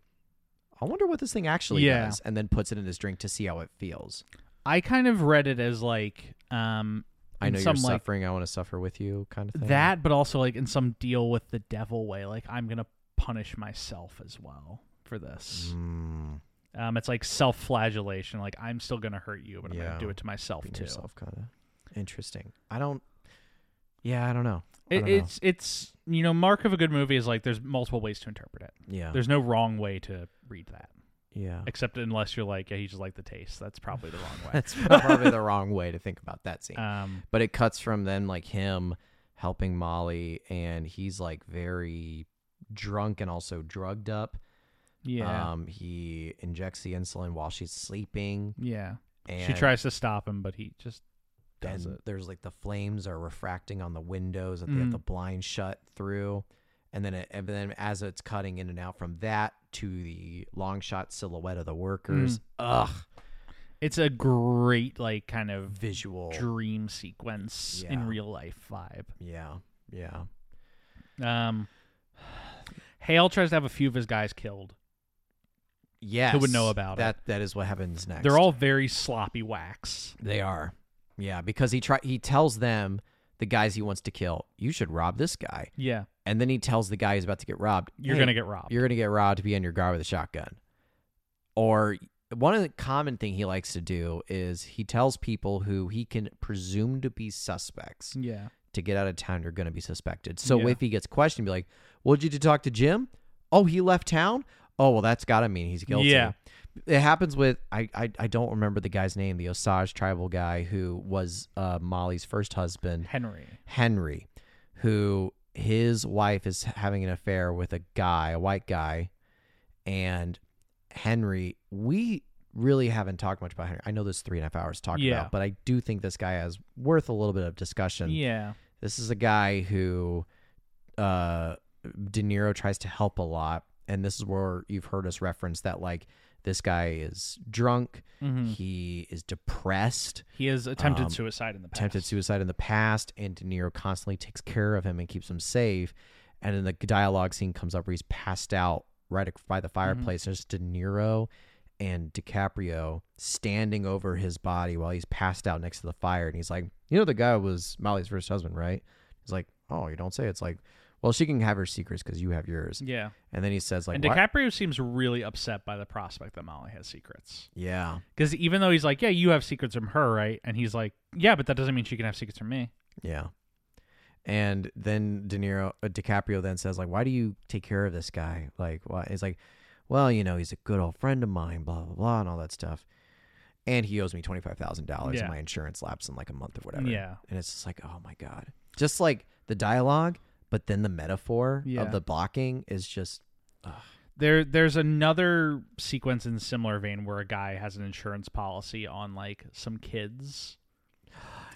"I wonder what this thing actually
Yeah.
does," and then puts it in his drink to see how it feels.
i kind of read it as like um
I
in
know you're
some like
suffering. I want to suffer with you, kind of thing.
that but also like in some deal with the devil way like i'm gonna punish myself as well for this
Mm,
um it's like self-flagellation like i'm still gonna hurt you but i'm
Yeah.
gonna do it to myself
being
too
yourself, kind of interesting. I don't. Yeah, I don't know. I
It,
don't know.
it's it's you know mark of a good movie is like there's multiple ways to interpret it
Yeah,
there's no wrong way to read that
yeah.
except unless you're like yeah he just liked the taste that's probably the wrong way
That's probably the wrong way to think about that scene.
um
but it cuts from then like him helping Molly and he's like very drunk and also drugged up.
yeah
Um he injects the insulin while she's sleeping
yeah
and
she tries to stop him but he just does
and
it
there's like the flames are refracting on the windows and they
Mhm.
have the blind shut through. And then it, and then as it's cutting in and out from that to the long shot silhouette of the workers.
Mm.
Ugh,
it's a great like kind of
visual.
dream sequence in
Yeah.
real life vibe.
yeah. Yeah.
Um, Hale tries to have a few of his guys killed.
Yes.
know about it?
that, That that is what happens next.
They're all very sloppy wax.
They are. Yeah, because he try he tells them the guys he wants to kill, you should rob this guy.
Yeah,
And then he tells the guy who's about to get robbed,
you're
"Hey,
gonna get robbed.
you're gonna get robbed to be on your guard with a shotgun. Or one of the common thing he likes to do is he tells people who he can presume to be suspects
yeah,
to get out of town, you're gonna be suspected. So
Yeah.
if he gets questioned, be like, Well, did you talk to Jim? Oh, he left town? Oh well that's gotta mean he's guilty.
Yeah.
It happens with I, I I don't remember the guy's name, the Osage tribal guy who was uh, Molly's first husband,
Henry.
Henry, who his wife is having an affair with a guy, a white guy, and Henry. We really haven't talked much about Henry. I know there's three and a half hours to talk
Yeah.
about, but I do think this guy has worth a little bit of discussion.
Yeah,
This is a guy who uh De Niro tries to help a lot and this is where you've heard us reference that like this guy is drunk,
Mhm.
he is depressed,
he has attempted
Um,
suicide in the past.
attempted suicide in the past and De Niro constantly takes care of him and keeps him safe and then the dialogue scene comes up where he's passed out right ac- by the fireplace there's De Niro and DiCaprio standing over his body while he's passed out next to the fire. And he's like, You know, the guy was Molly's first husband, right? He's like, Oh, you don't say. It's like, Well, she can have her secrets because you have yours.
Yeah,
And then he says, like,
Mm. and
"Why-"
DiCaprio seems really upset by the prospect that Molly has secrets.
Yeah.
Because even though he's like, "Yeah, you have secrets from her, right?" and he's like, "Yeah, but that doesn't mean she can have secrets from me."
Yeah. And then De Niro, uh, DiCaprio then says, like, why do you take care of this guy? Like, why? He's like, well, you know, he's a good old friend of mine, blah, blah, blah, and all that stuff. And he owes me $25,000
Yeah.
and my insurance laps in like a month or whatever.
Yeah.
And it's just like, oh my God. Just like the dialogue, but then the metaphor
Yeah.
of the blocking is just,
There, there's another sequence in similar vein where a guy has an insurance policy on like some kids,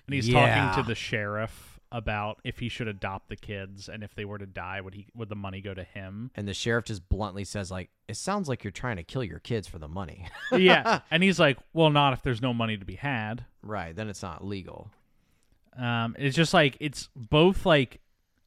and he's talking
Yeah.
to the sheriff about if he should adopt the kids and if they were to die, would he would the money go to him?
and the sheriff just bluntly says, like, it sounds like you're trying to kill your kids for the money.
yeah, and he's like, well, not if there's no money to be had.
right. Then it's not legal.
Um, it's just like it's both like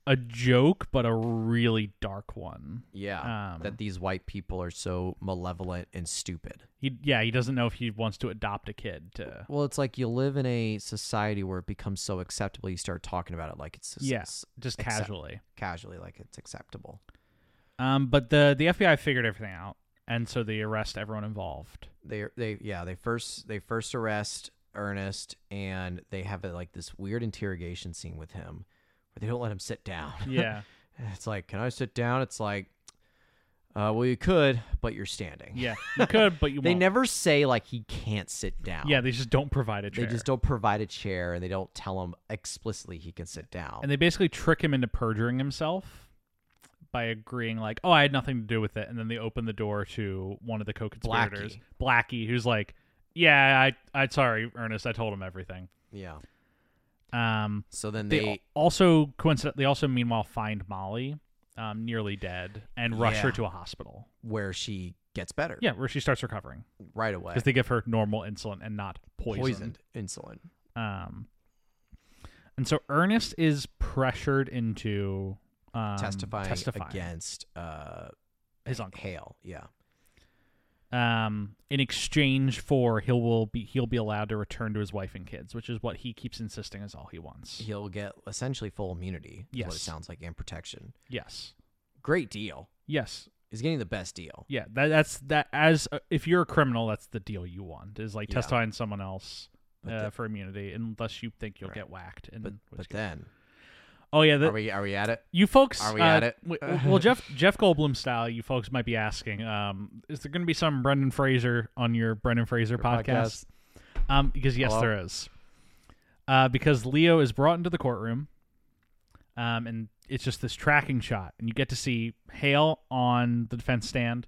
a joke, but a really dark one.
Yeah.
Um,
that these white people are so malevolent and stupid.
He yeah, he doesn't know if he wants to adopt a kid to
Well, it's like you live in a society where it becomes so acceptable. You start talking about it like it's just,
Yeah.
s-
just
Accept-
casually.
casually, like it's acceptable.
Um, but the the FBI figured everything out, and so they arrest everyone involved.
They they yeah they first they first arrest Ernest and they have a, like this weird interrogation scene with him where they don't let him sit down.
Yeah,
it's like, can I sit down? It's like, uh, well, you could, but you're standing.
yeah, you could, but you
They
won't.
never say like he can't sit down.
Yeah, they just don't provide a
They
chair.
just don't provide a chair and they don't tell him explicitly he can sit down.
and they basically trick him into perjuring himself by agreeing like, "Oh, I had nothing to do with it," and then they open the door to one of the co-conspirators, Blackie, who's like, "Yeah, I, I, sorry, Ernest, I told him everything."
yeah.
Um,
So then
they,
they,
al- also coincidentally also meanwhile find Molly, um, nearly dead, and rush her
Yeah.
to a hospital.
where she gets better
Yeah, where she starts recovering
right away.
because they give her normal insulin and not poison.
Poisoned insulin.
Um, and so Ernest is pressured into um,
testifying,
testifying
against uh,
his uncle.
Hale. Yeah.
Um, in exchange for he'll will be he'll be allowed to return to his wife and kids, which is what he keeps insisting is all he wants.
He'll get essentially full immunity, is what
Yes.
it sounds like, and protection.
Yes,
Great deal.
yes,
He's getting the best deal.
yeah. That, that's that. As uh, if you're a criminal, that's the deal you want is like
Yeah.
testifying to someone else.
But
Uh,
the-
for immunity, unless you think you'll
Right.
get whacked. And
But, but then,
oh yeah, the,
are we are we at it?
You folks,
Are we
uh,
at it?
w- w- well, Jeff Jeff Goldblum style, you folks might be asking, um, is there going to be some Brendan Fraser on your Brendan Fraser podcast? Um, because yes,
Hello?
there is. Uh, because Leo is brought into the courtroom, um, and it's just this tracking shot, and you get to see Hale on the defense stand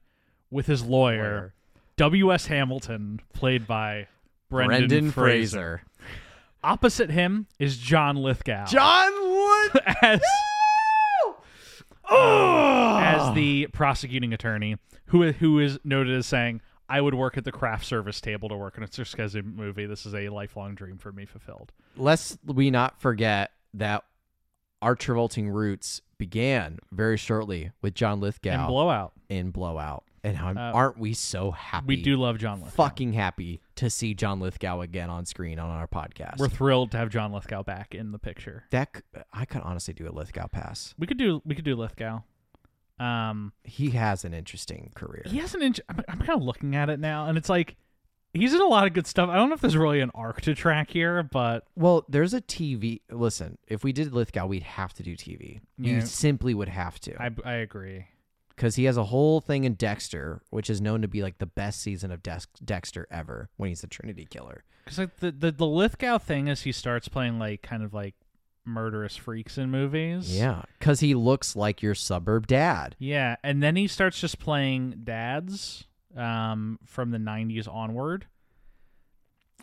with his lawyer,
Lawyer.
W.S. Hamilton, played by Brendan, Fraser. Opposite him is John Lithgow.
John Wood.
as
oh!
as the prosecuting attorney who who is noted as saying I would work at the craft service table to work on a Scorsese movie. This is a lifelong dream for me fulfilled.
Lest we not forget that our travolting roots began very shortly with John Lithgow
And blowout.
in Blowout. And how,
Uh,
aren't we so happy?
We do love John Lithgow.
fucking happy to see John Lithgow again on screen on our podcast.
We're thrilled to have John Lithgow back in the picture.
that c- I could honestly do a Lithgow pass.
We could do we could do Lithgow. Um,
He has an interesting career.
he has an. Int- I'm, I'm kind of looking at it now, and it's like he's in a lot of good stuff. I don't know if there's really an arc to track here, but
Well, there's a TV. Listen, if we did Lithgow, we'd have to do TV.
Yeah.
You simply would have to.
I I agree.
because he has a whole thing in Dexter, which is known to be like the best season of Dex Dexter ever when he's the Trinity Killer.
Because like the, the the Lithgow thing is he starts playing like kind of like murderous freaks in movies.
Yeah, because he looks like your suburb dad.
Yeah, and then he starts just playing dads um, from the '90s onward,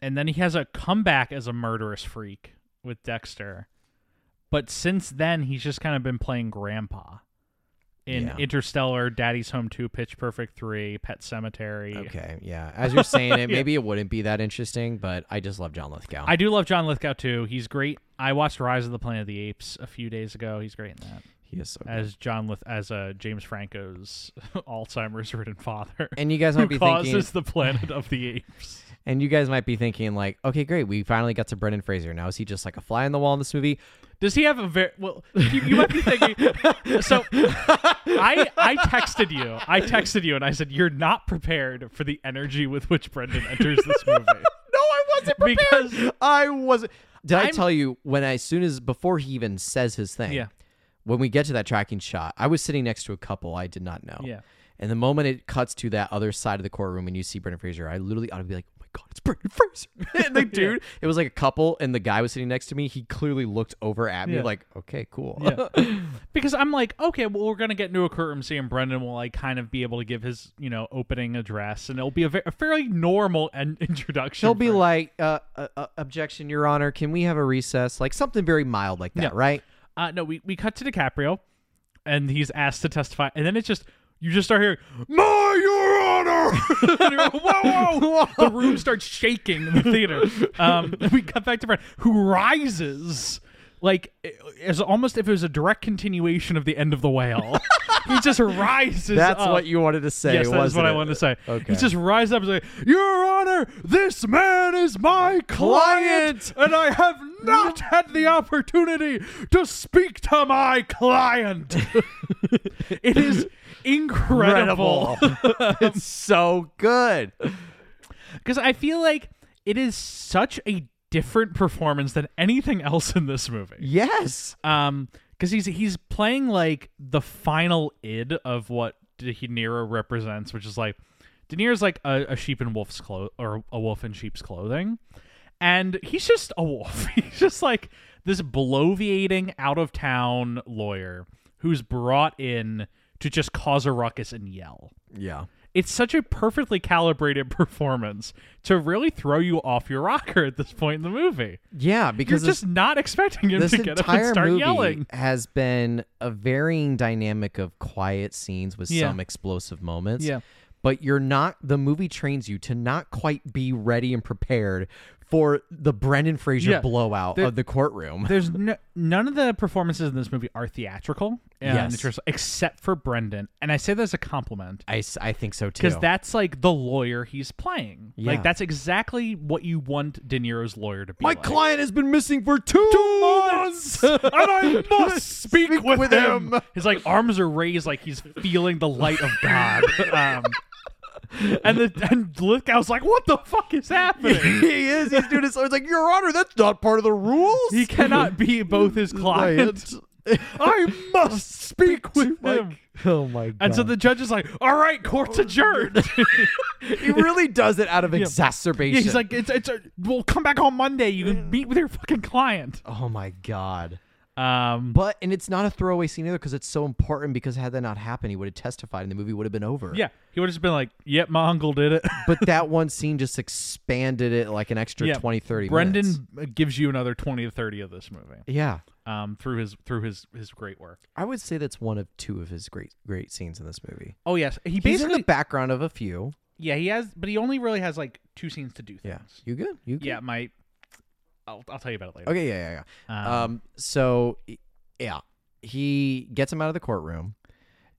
and then he has a comeback as a murderous freak with Dexter, but since then he's just kind of been playing grandpa in
Yeah.
Interstellar, Daddy's Home Two, Pitch Perfect Three, Pet Cemetery.
Okay, yeah. As you're saying it,
Yeah.
maybe it wouldn't be that interesting, but I just love John Lithgow.
I do love John Lithgow too. He's great. I watched Rise of the Planet of the Apes a few days ago. He's great in that.
he is so good.
as John Lith- as uh, James Franco's Alzheimer's ridden father,
and you guys
who
might be
causes
thinking,
the Planet of the Apes.
and you guys might be thinking, like, okay, great, we finally got to Brendan Fraser. Now is he just like a fly on the wall in this movie?
Does he have a very well? You, you might be thinking. so, I I texted you. I texted you, and I said you're not prepared for the energy with which Brendan enters this movie.
No, I wasn't
prepared.
I wasn't. Did i
I'm-
tell you when I, as soon as before he even says his thing?
Yeah.
When we get to that tracking shot, I was sitting next to a couple I did not know.
Yeah.
And the moment it cuts to that other side of the courtroom and you see Brendan Fraser, I literally ought to be like, oh my god, it's Brendan Fraser. and the dude, it was like a couple, and the guy was sitting next to me. He clearly looked over at me
Yeah.
like, okay, cool.
Yeah. because I'm like, okay, well, we're gonna get into a curtain scene, and Brendan will like kind of be able to give his you know opening address, and it'll be a, ve- a fairly normal an- introduction.
She'll be
for-
like, uh, uh, uh, objection, Your Honor. Can we have a recess? Like something very mild like that,
Yeah.
right?
Uh, no, we, we cut to DiCaprio, and he's asked to testify, and then it's just you just start hearing
My, Oh, Your Honor.
and you're like, whoa, whoa, the room starts shaking in the theater. Um, and we cut back to Brad, who rises like it- it's almost if it was a direct continuation of the end of the whale. he just rises.
That's
up.
what you wanted to say.
Yes, that's what
wasn't
I
it?
wanted to say.
Okay.
He just rises up and say, "Your Honor, this man is my client, and I have not had the opportunity to speak to my client." it is incredible
it's so good.
because I feel like it is such a different performance than anything else in this movie.
Yes.
um because he's he's playing like the final id of what De Niro represents, which is like De Niro's like a, a sheep in wolf's clo or a wolf in sheep's clothing, and he's just a wolf. he's just like this bloviating out of town lawyer who's brought in to just cause a ruckus and yell.
Yeah.
It's such a perfectly calibrated performance to really throw you off your rocker at this point in the movie.
Yeah,
You're
because this-
just not expecting him
this,
to get up and
entire
start
movie
yelling.
has been a varying dynamic of quiet scenes with
Yeah.
some explosive moments.
Yeah.
But you're not the movie trains you to not quite be ready and prepared for the Brendan Fraser
Yeah.
blowout
There-
of the courtroom.
There's no, none of the performances in this movie are theatrical, um,
Yes.
in terms- except for Brendan, and I say that as a compliment
I, s- I think so too.
because that's like the lawyer he's playing.
Yeah.
Like that's exactly what you want De Niro's lawyer to be.
My
like.
client has been missing for two, months.
and I must speak, with,
with
him.
him.
His like arms are raised, like he's feeling the light of God. um, and the and Lithgow's like, "What the fuck is happening?"
he is. He's doing his. It's like, Your Honor, that's not part of the rules.
He cannot be both his client. I must speak with him.
Oh my god.
And so the judge is like, "All right, court's adjourned."
he really does it out of exacerbation.
Yeah, he's like, "It's it's a, we'll come back on Monday. You can meet with your fucking client."
oh my god.
Um,
But and it's not a throwaway scene either because it's so important. Because had that not happened, he would have testified and the movie would have been over.
yeah, he would have just been like, "Yep, my uncle did it."
But that one scene just expanded it like an extra
yeah,
twenty, thirty. 20, 30
Brendan uh,
minutes.
gives you another twenty to thirty of this movie
Yeah.
um, through his through his his great work.
I would say that's one of two of his great great scenes in this movie.
Oh yes, he
He's in
basically
the background of a few.
yeah he has, but he only really has like two scenes to do
Yeah.
things.
You good? You good?
Yeah, my, I'll I'll tell you about it later.
Okay, yeah, yeah, yeah.
Um,
Um, so y- yeah, he gets him out of the courtroom,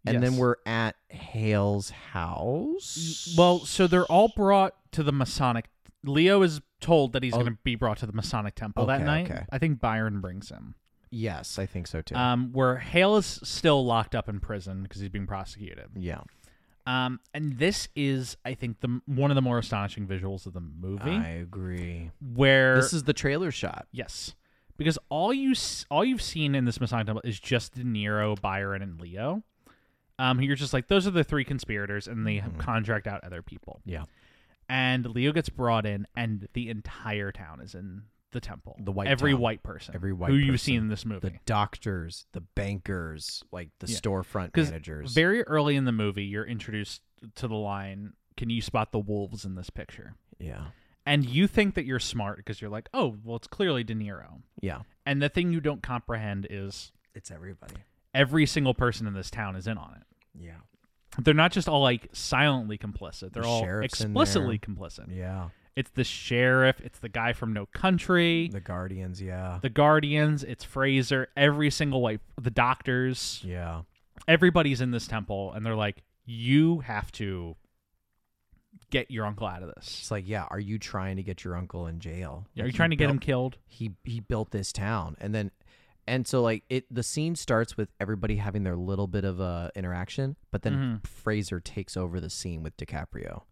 and then
Yes.
we're at Hale's house.
Well, so they're all brought to the Masonic. Leo is told that he's
Oh.
going to be brought to the Masonic temple that
Okay,
night.
okay.
I think Byron brings him.
yes, I think so too.
Um, where Hale is still locked up in prison because he's being prosecuted.
yeah,
Um, and this is, I think, the one of the more astonishing visuals of the movie,
I agree.
where
This is the trailer shot.
yes, because all you s- all you've seen in this Masonic temple is just De Niro, Byron, and Leo. Um, you're just like those are the three conspirators, and they
Mm-hmm.
contract out other people.
Yeah,
and Leo gets brought in, and the entire town is in the temple.
The white
every
town.
white person,
Every white
who you've
person.
seen in this
the
movie.
doctors, the bankers, like the
Yeah.
storefront
Because
managers.
very early in the movie, you're introduced to the line, "Can you spot the wolves in this picture?"
yeah,
And you think that you're smart because you're like, "Oh, well, it's clearly De Niro."
yeah,
And the thing you don't comprehend is
it's everybody.
every single person in this town is in on it.
Yeah,
They're not just all like silently complicit. They're
The
all
sheriff's in
explicitly complicit.
yeah,
It's the sheriff. It's the guy from No Country.
the guardians. Yeah,
the Guardians, it's Fraser, every single white, the doctors,
yeah,
everybody's in this temple, and they're like, you have to get your uncle out of this.
it's like yeah. Are you trying to get your uncle in jail?
Are you
Like, he
trying to get
built-
him killed?
he he built this town and then and so like it the scene starts with everybody having their little bit of a interaction but then
Mm-hmm.
fraser takes over the scene with dicaprio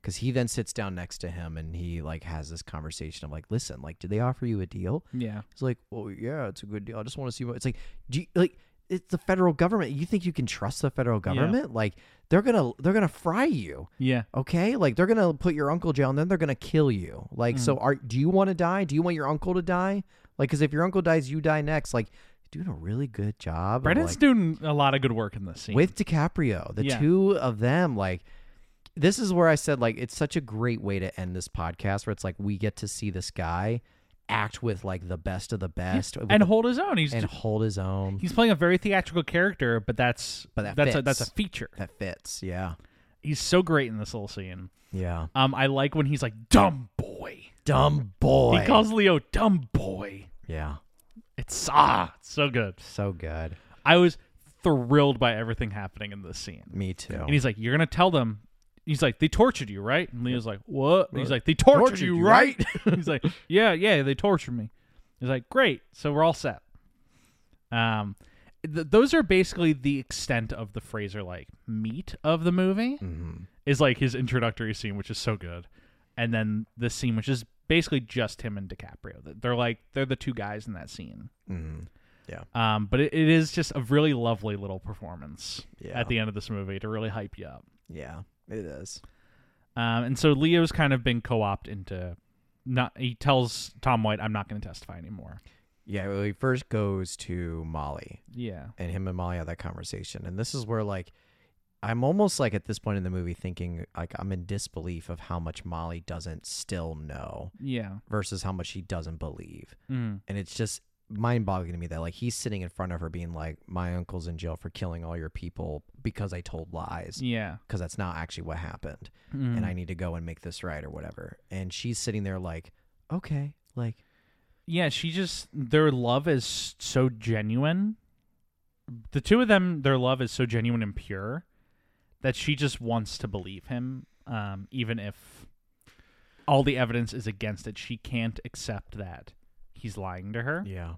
because he then sits down next to him and he like has this conversation of like listen like did they offer you a deal
Yeah.
he's like well yeah it's a good deal i just want to see what it's like do you like it's the federal government you think you can trust the federal government like they're gonna they're gonna fry you
Yeah.
okay like they're gonna put your uncle in jail and then they're gonna kill you like
Mm.
so are do you want to die do you want your uncle to die like because if your uncle dies you die next like you're doing a really good job of,
Brendan's
like,
doing a lot of good work in this scene.
with dicaprio the
Yeah.
two of them like this is where i said like it's such a great way to end this podcast where it's like we get to see this guy act with like the best of the best with-
and hold his own. He's
and hold his own
he's playing a very theatrical character, but that's
But that
that's a
fits.
that's a feature.
that fits yeah
He's so great in this little scene.
yeah
Um, I like when he's like dumb boy.
dumb boy
He calls Leo dumb boy.
yeah
It's ah, it's so good.
So good.
I was thrilled by everything happening in this scene.
Me too.
And he's like, "You're gonna tell them." He's like, "They tortured you, right?" And Leo's like, "What?" And he's like, "They tortured,
Tortured
you,
you,
right?" he's like, "Yeah, yeah, they tortured me." He's like, "Great, so we're all set." Um, th- those are basically the extent of the Fraser like meat of the movie
Mhm.
is like his introductory scene, which is so good, and then this scene, which is basically just him and DiCaprio. They're like they're the two guys in that scene.
Mhm.
Um, but it, it is just a really lovely little performance
Yeah.
at the end of this movie to really hype you up.
Yeah. It is.
Um, and so Leo's kind of been co-opted into not. He tells Tom White, "I'm not going to testify anymore."
Yeah. Well, he first goes to Molly,
Yeah,
and him and Molly have that conversation, and this is where like. I'm almost like at this point in the movie thinking like I'm in disbelief of how much Molly doesn't still know
yeah,
versus how much she doesn't believe.
mm.
And it's just mind boggling to me that like he's sitting in front of her being like, My uncle's in jail for killing all your people because I told lies.
yeah,
Because that's not actually what happened.
mm.
And I need to go and make this right or whatever. And she's sitting there like, Okay, like
yeah. She just their love is so genuine. The two of them, their love is so genuine and pure that she just wants to believe him, um, even if all the evidence is against it. She can't accept that he's lying to her.
Yeah.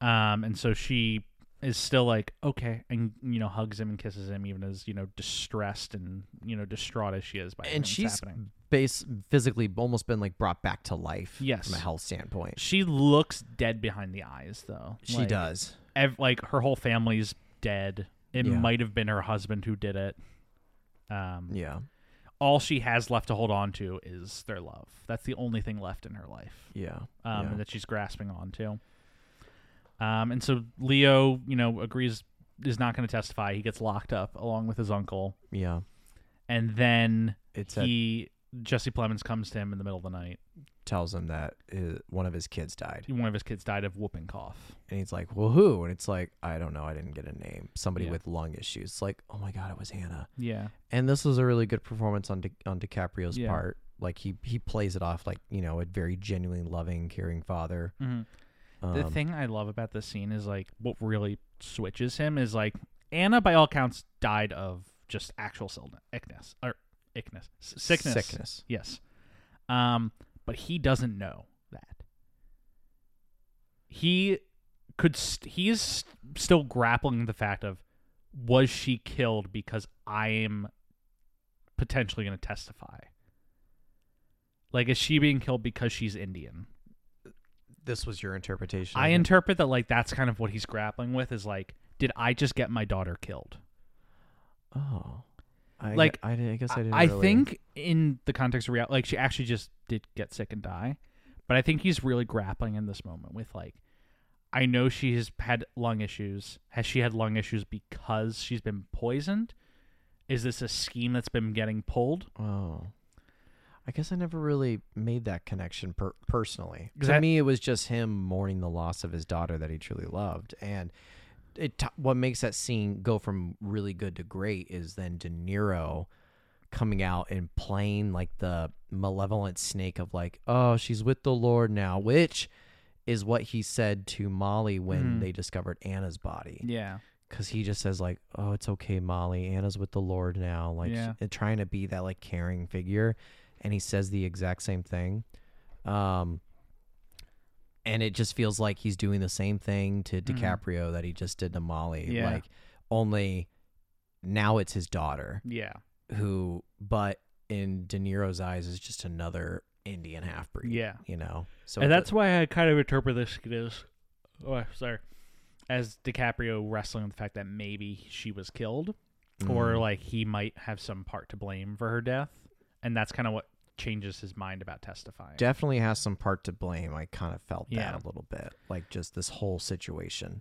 Um, and so she is still like, okay, and you know, hugs him and kisses him, even as you know, distressed and you know, distraught as she is by
And
everything that's
she's
happening.
base physically almost been like brought back to life
Yes.
from a health standpoint.
She looks dead behind the eyes, though.
She
Like,
does.
ev- like her whole family's dead. It
Yeah.
might have been her husband who did it. Um,
Yeah.
all she has left to hold on to is their love. That's the only thing left in her life.
Yeah.
um,
Yeah.
and that she's grasping on to. Um, and so Leo, you know, agrees is not going to testify. He gets locked up along with his uncle,
Yeah.
and then
It's that
he Jesse Plemons comes to him in the middle of the night.
tells him that his, one of his kids died.
One of his kids died of whooping cough.
And he's like, "Well, who?" And it's like, "I don't know. I didn't get a name. Somebody
Yeah.
with lung issues." It's like, "Oh my god, it was Hannah."
Yeah,
And this was a really good performance on Di- on DiCaprio's
Yeah.
part. Like he he plays it off like you know a very genuinely loving, caring father.
hmm
Um,
the thing I love about this scene is like what really switches him is like Anna, by all counts, died of just actual sil- sickness or ickness, S- sickness.
sickness.
Yes. Um, but he doesn't know that. He could st- he is st- still grappling with the fact of was she killed because I am potentially going to testify. Like is she being killed because she's Indian?
This was your interpretation.
I
of it?
interpret that like that's kind of what he's grappling with is like did I just get my daughter killed?
oh, I,
Like,
like I, didn't- I guess I didn't.
I
really-
think in the context of reality, like she actually just did get sick and die, but I think he's really grappling in this moment with like, I know she has had lung issues. Has she had lung issues because she's been poisoned? Is this a scheme that's been getting pulled?
Oh, I guess I never really made that connection per- personally.
Is
to
that-
me, it was just him mourning the loss of his daughter that he truly loved, and it. T- what makes that scene go from really good to great is then De Niro coming out and playing like the malevolent snake of like, oh, she's with the Lord now, which is what he said to Molly when
Mhm.
they discovered Anna's body
Yeah,
because he just says like oh it's okay molly anna's with the lord now like
Yeah.
and trying to be that like caring figure and he says the exact same thing um and it just feels like he's doing the same thing to
Mhm.
DiCaprio that he just did to Molly.
Yeah.
Like, only now it's his daughter,
yeah,
who, but in De Niro's eyes, is just another Indian half breed.
Yeah.
You know? So
and
it's a-
that's why I kind of interpret this as, oh, sorry, as DiCaprio wrestling with the fact that maybe she was killed. or
Mhm.
like he might have some part to blame for her death and that's kind of what changes his mind about testifying
definitely has some part to blame. I kind of felt
Yeah.
that a little bit, like just this whole situation.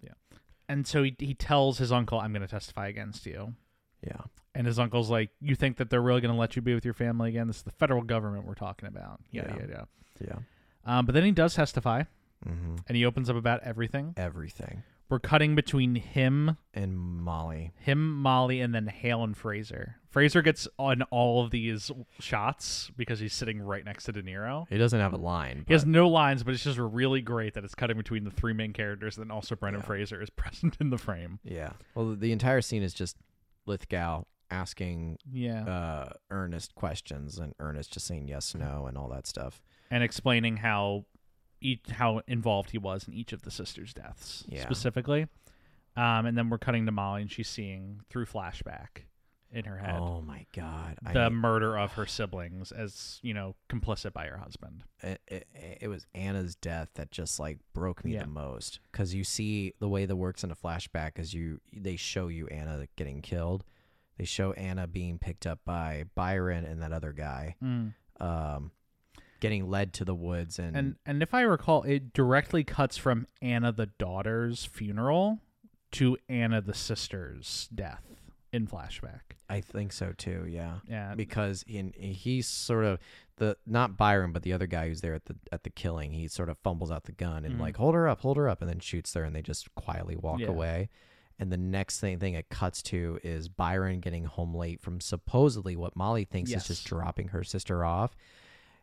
and so he, he tells his uncle i'm going to testify against you
Yeah,
and his uncle's like you think that they're really going to let you be with your family again this is the federal government we're talking about yeah yeah
Yeah.
yeah
yeah,
um, but then he does testify
hmm
and he opens up about everything
everything.
We're cutting between him,
and Molly.
him, Molly, and then Hale and Fraser. Fraser gets on all of these shots because he's sitting right next to De Niro.
He doesn't have a line.
He has
but-
no lines, but it's just really great that it's cutting between the three main characters, and then also Brendan Fraser is present in the frame.
yeah. Well, the entire scene is just Lithgow asking
Yeah.
uh, Ernest questions and Ernest just saying yes, no, and all that stuff.
and explaining how each how involved he was in each of the sisters' deaths
Yeah.
specifically. Um, and then we're cutting to Molly, and she's seeing through flashback in her head
Oh my god! I
the
hate-
murder of her siblings as you know complicit by her husband.
it, it, it was Anna's death that just like broke me
Yeah.
the most because you see the way that works in a flashback is you they show you Anna getting killed, they show Anna being picked up by Byron and that other guy, um, getting led to the woods and,
And and if I recall, it directly cuts from Anna the daughter's funeral to Anna the sister's death in flashback.
I think so too, yeah,
Yeah,
because in eh, he's sort of the not Byron but the other guy who's there at the at the killing, he sort of fumbles out the gun and
Mhm.
like hold her up, hold her up, and then shoots her, and they just quietly walk
Yeah.
away. And the next thing thing it cuts to is Byron getting home late from supposedly what Molly thinks is
Yes.
just dropping her sister off.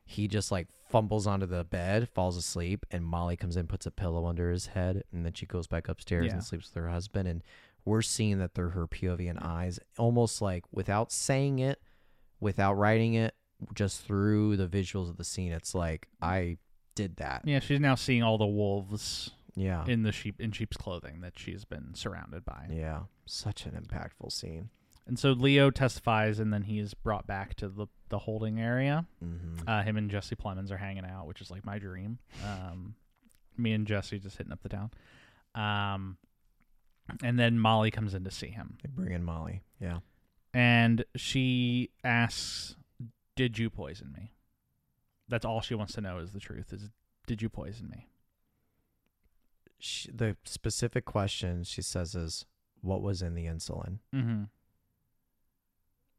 He just like fumbles onto the bed, falls asleep, and Molly comes in, puts a pillow under his head, and then she goes back upstairs
Yeah.
and sleeps with her husband. And we're seeing that through her POV and eyes, almost like without saying it, without writing it, just through the visuals of the scene. It's like I did that.
yeah, she's now seeing all the wolves
Yeah.
in the sheep in sheep's clothing that she's been surrounded by.
Uh-huh. yeah. Such an impactful scene.
And so Leo testifies, and then he is brought back to the, the holding area.
Mm-hmm.
Uh, him and Jesse Plemons are hanging out, which is like my dream. Um, me and Jesse just hitting up the town. Um, and then Molly comes in to see him,
They bring in Molly. Yeah.
and she asks, "Did you poison me?" That's all she wants to know is the truth. Is did you poison me?
She, the specific question she says is, "What was in the insulin?"
Mm-hmm.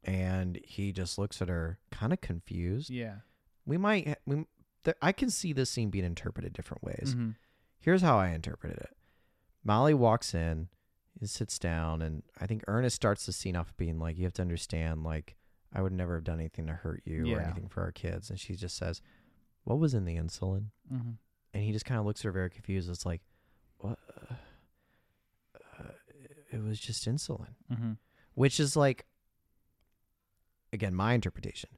And he just looks at her, kind of confused.
Yeah.
We might. We. There, I can see this scene being interpreted different ways.
Mhm.
Here's how I interpreted it. Molly walks in, and sits down, and I think Ernest starts the scene off being like, "You have to understand, like, I would never have done anything to hurt you or
Yeah.
anything for our kids." And she just says, "What was in the insulin?"
Mhm.
and he just kind of looks at her very confused. It's like, what? Uh, it was just insulin,
Mhm.
which is like, again, my interpretation,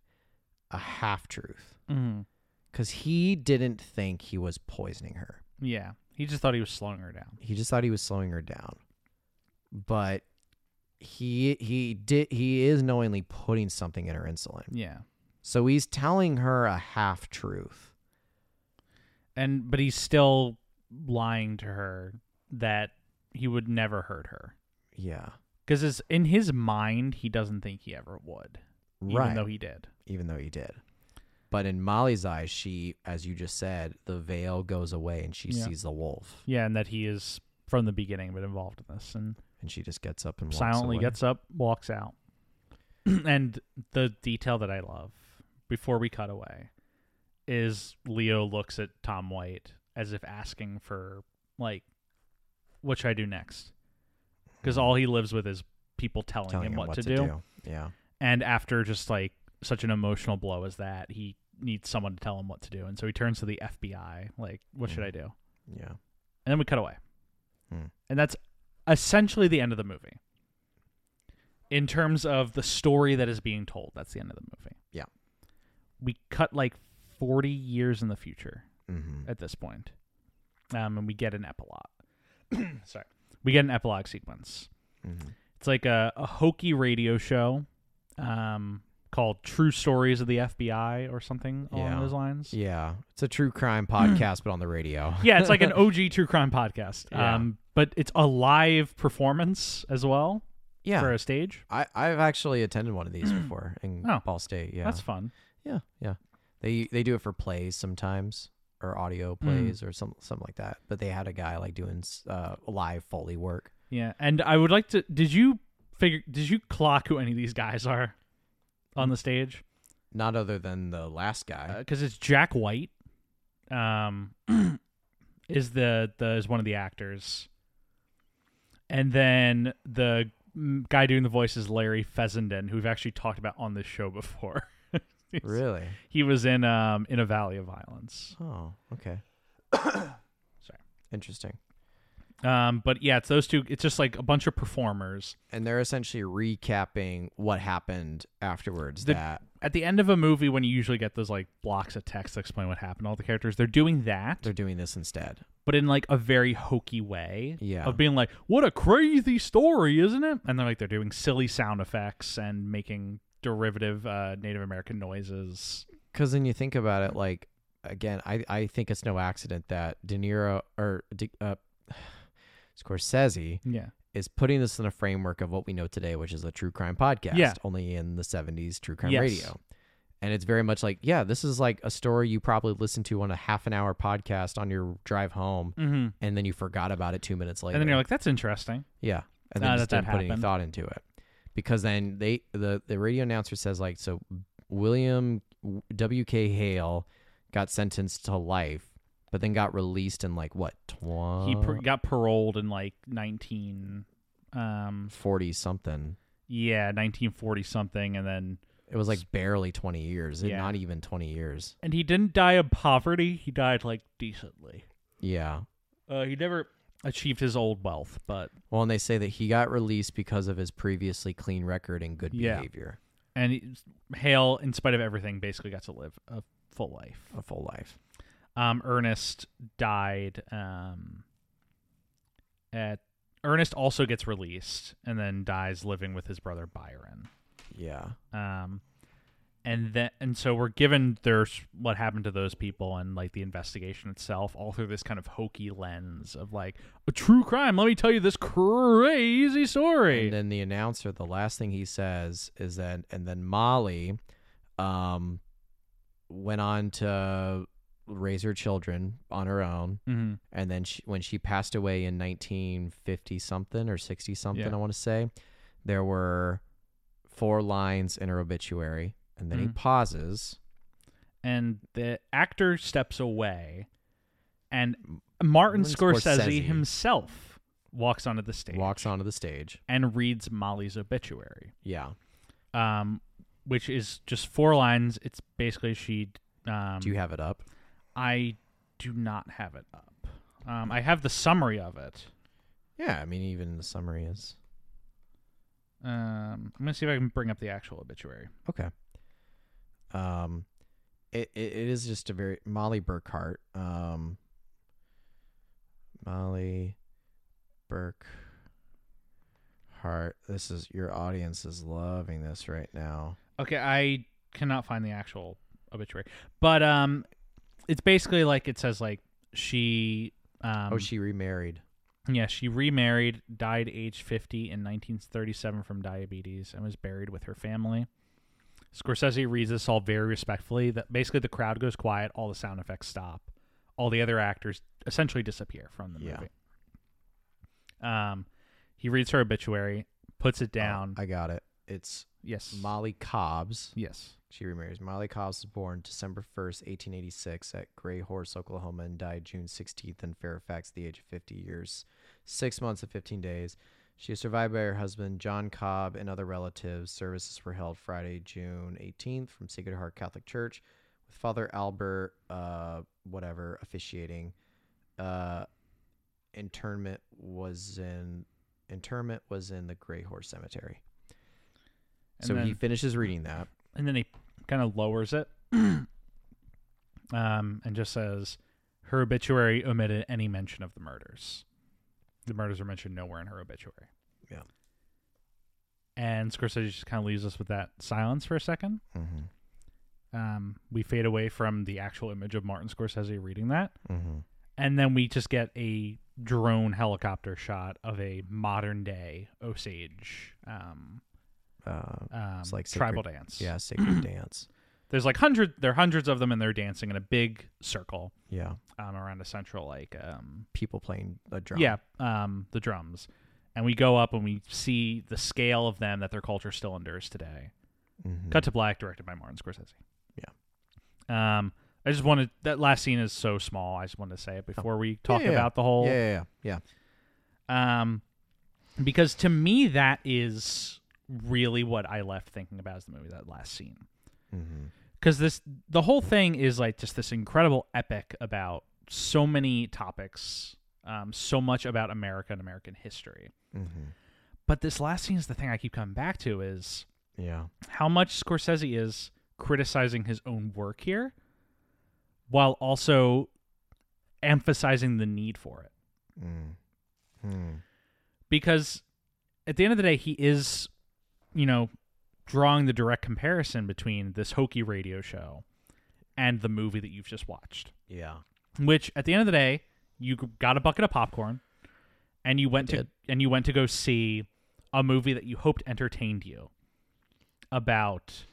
a half truth,
Mhm.
because he didn't think he was poisoning her.
Yeah. He just thought he was slowing her down.
He just thought he was slowing her down, but he he did he is knowingly putting something in her insulin.
Yeah.
So he's telling her a half truth.
and but he's still lying to her that he would never hurt her
Yeah,
because it's in his mind he doesn't think he ever would even
right.
though he did
even though he did. But in Molly's eyes, she, as you just said, the veil goes away and she
Yeah.
sees the wolf,
yeah and that he is from the beginning been involved in this and
and she just gets up and walks
silently
away.
gets up walks out and the detail that i love before we cut away is leo looks at tom white as if asking for like what should i do next because all he lives with is people telling,
telling
him, what, to, do.
Yeah,
and after just like such an emotional blow as that he needs someone to tell him what to do and so he turns to the fbi like what should i do and
yeah,
then we cut away
Hmm.
and that's essentially the end of the movie in terms of the story that is being told that's the end of the movie
Yeah.
we cut like 40 years in the future
hmm
at this point. Um, and we get an epilogue. Sorry. We get an epilogue sequence.
Mhm.
It's like a, a hokey radio show um, called True Stories of the FBI or something along
Yeah.
those lines. Yeah.
yeah. It's a true crime podcast, but on the radio.
it's like an OG true crime podcast.
Yeah.
Um, but it's a live performance as well
Yeah,
for a stage.
I, I've actually attended one of these before in
Oh.
Ball State. Yeah,
That's fun.
yeah, yeah. They they do it for plays sometimes or audio
Mm.
plays or some something like that. But they had a guy like doing s- uh, live foley work.
Yeah. And I would like to. Did you figure. Did you clock who any of these guys are on the stage?
Not other than the last guy.
because it's Jack White. Um, is the the is one of the actors. and then the mm, guy doing the voice is Larry Fessenden, who we've actually talked about on this show before. He's-
Really?
He was in um in a Valley of Violence.
Oh, okay.
Sorry.
Interesting.
Um, but yeah, it's those two. It's just like a bunch of performers.
And they're essentially recapping what happened afterwards.
The-
that
At the end of a movie, when you usually get those like blocks of text to explain what happened, to all the characters they're doing that,
they're doing this instead.
but in like a very hokey way.
Yeah.
Of being like, what a crazy story, isn't it? And they're like, they're doing silly sound effects and making derivative uh, Native American noises.
Because then you think about it, like again, I I think it's no accident that De Niro or De, uh, Scorsese
Yeah.
is putting this in a framework of what we know today, which is a true crime podcast.
Yeah.
Only in the '70s, true crime
Yes.
radio. And it's very much like, yeah, this is like a story you probably listened to on a half an hour podcast on your drive home,
Mm-hmm.
and then you forgot about it two minutes later.
And then you're like, that's interesting.
Yeah, and
Ah,
then
that-
just
that
didn't put any
happened.
thought into it, because then they the the radio announcer says like so William W K Hale got sentenced to life, but then got released in like what
he
twenty
pr- got paroled in like 19, um,
forty something.
yeah, 1940 something, and then
It was like barely twenty years,
Yeah.
not even twenty years.
and he didn't die of poverty. He died like decently.
Yeah.
Uh, he never achieved his old wealth, but
Well, and they say that he got released because of his previously clean record and good
Yeah.
behavior,
and he, Hale, in spite of everything, basically got to live a full life.
a full life.
Um, Ernest died. Um, at Ernest also gets released and then dies living with his brother Byron.
Yeah.
Um, and then and so we're given there's what happened to those people and like the investigation itself all through this kind of hokey lens of like a true crime. Let me tell you this crazy story.
And uh, then the announcer, the last thing he says is that, and then Molly, um, went on to raise her children on her own,
mm-hmm.
and then she, when she passed away in 1950 something or 60 something,
Yeah.
I want to say, there were four lines in her obituary, and then he
Mhm.
pauses.
and the actor steps away, and Martin
Martin
Scorsese,
Scorsese.
himself walks onto the stage
Walks onto the stage.
and reads Molly's obituary,
Yeah.
um, which is just four lines. It's basically she. Um,
Do you have it up?
I do not have it up. Um, I have the summary of it.
Yeah. I mean, even the summary is
Um, I'm gonna see if I can bring up the actual obituary.
Okay. Um, it, it, it is just a very Molly Burkhart. Um, Molly Burkhart. This is your audience is loving this right now.
Okay, I cannot find the actual obituary, but um, it's basically like it says like she. Um,
oh, she remarried.
Yeah, she remarried, died age 50 in 1937 from diabetes, and was buried with her family. Scorsese reads this all very respectfully. That basically the crowd goes quiet, all the sound effects stop, all the other actors essentially disappear from the
Yeah.
movie. Um, he reads her obituary, puts it
Oh,
down.
I got it. It's
yes,
Molly Cobbs.
yes,
She remarries. Molly Cobbs was born December 1st, 1886, at Gray Horse, Oklahoma, and died June 16th in Fairfax at the age of 50 years, six months and 15 days. She is survived by her husband, John Cobb, and other relatives. Services were held Friday, June 18th from Sacred Heart Catholic Church with Father Albert, uh, whatever, officiating. Uh, internment was in internment was in the Gray Horse Cemetery.
And
so he
then-
finishes reading that.
and then he kind of lowers it, um, and just says her obituary omitted any mention of the murders. The murders are mentioned nowhere in her obituary.
Yeah.
And Scorsese just kind of leaves us with that silence for a second.
Mm-hmm.
Um, we fade away from the actual image of Martin Scorsese reading that,
Mm-hmm.
and then we just get a drone helicopter shot of a modern day Osage um,
Uh,
um,
like
tribal dance.
Yeah, sacred dance.
there's like hundred there are hundreds of them and they're dancing in a big circle
Yeah,
um around a central like um
people playing a drum.
yeah um the drums and we go up and we see the scale of them that their culture still endures today
Mhm.
cut to black directed by martin scorsese
Yeah.
yeah um i just wanted that last scene is so small i just wanted to say it before we talk
Oh. yeah, yeah.
about the whole
Yeah, yeah, yeah.
um because to me that is really what I left thinking about as the movie that last scene
Mm-hmm.
because this the whole thing is like just this incredible epic about so many topics, um, so much about America and American history.
Mm-hmm.
But this last scene is the thing I keep coming back to is
Yeah.
how much Scorsese is criticizing his own work here while also emphasizing the need for it.
Mm-hmm.
Because at the end of the day, he is, you know, drawing the direct comparison between this hokey radio show and the movie that you've just watched.
Yeah.
Which at the end of the day, you g- got a bucket of popcorn and you went to
I did.
and you went to go see a movie that you hoped entertained you about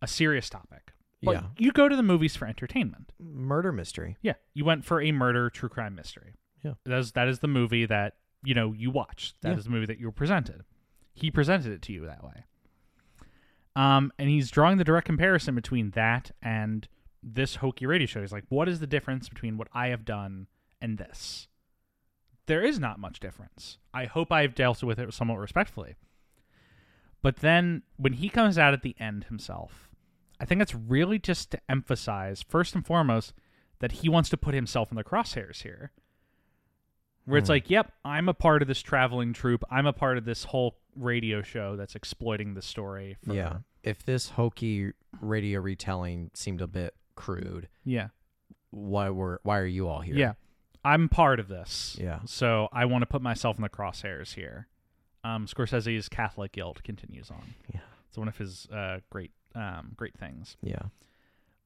a serious topic. But
Yeah.
you go to the movies for entertainment.
Murder mystery.
Yeah, you went for a murder true crime mystery.
Yeah.
that is that is the movie that you know you watched. That is
Yeah.
the movie that you were presented. He presented it to you that way. Um, and he's drawing the direct comparison between that and this hokey radio show. He's like, what is the difference between what I have done and this? There is not much difference. I hope I've dealt with it somewhat respectfully. But then when he comes out at the end himself, I think that's really just to emphasize, first and foremost, that he wants to put himself in the crosshairs here. Where it's
Hmm.
like, yep, I'm a part of this traveling troupe. I'm a part of this whole radio show that's exploiting the story. For,
Yeah. If this hokey radio retelling seemed a bit crude,
Yeah.
why were why are you all here?
Yeah. I'm part of this.
Yeah.
So I want to put myself in the crosshairs here. Um, Scorsese's Catholic guilt continues on.
Yeah.
It's one of his uh, great, um, great things.
Yeah.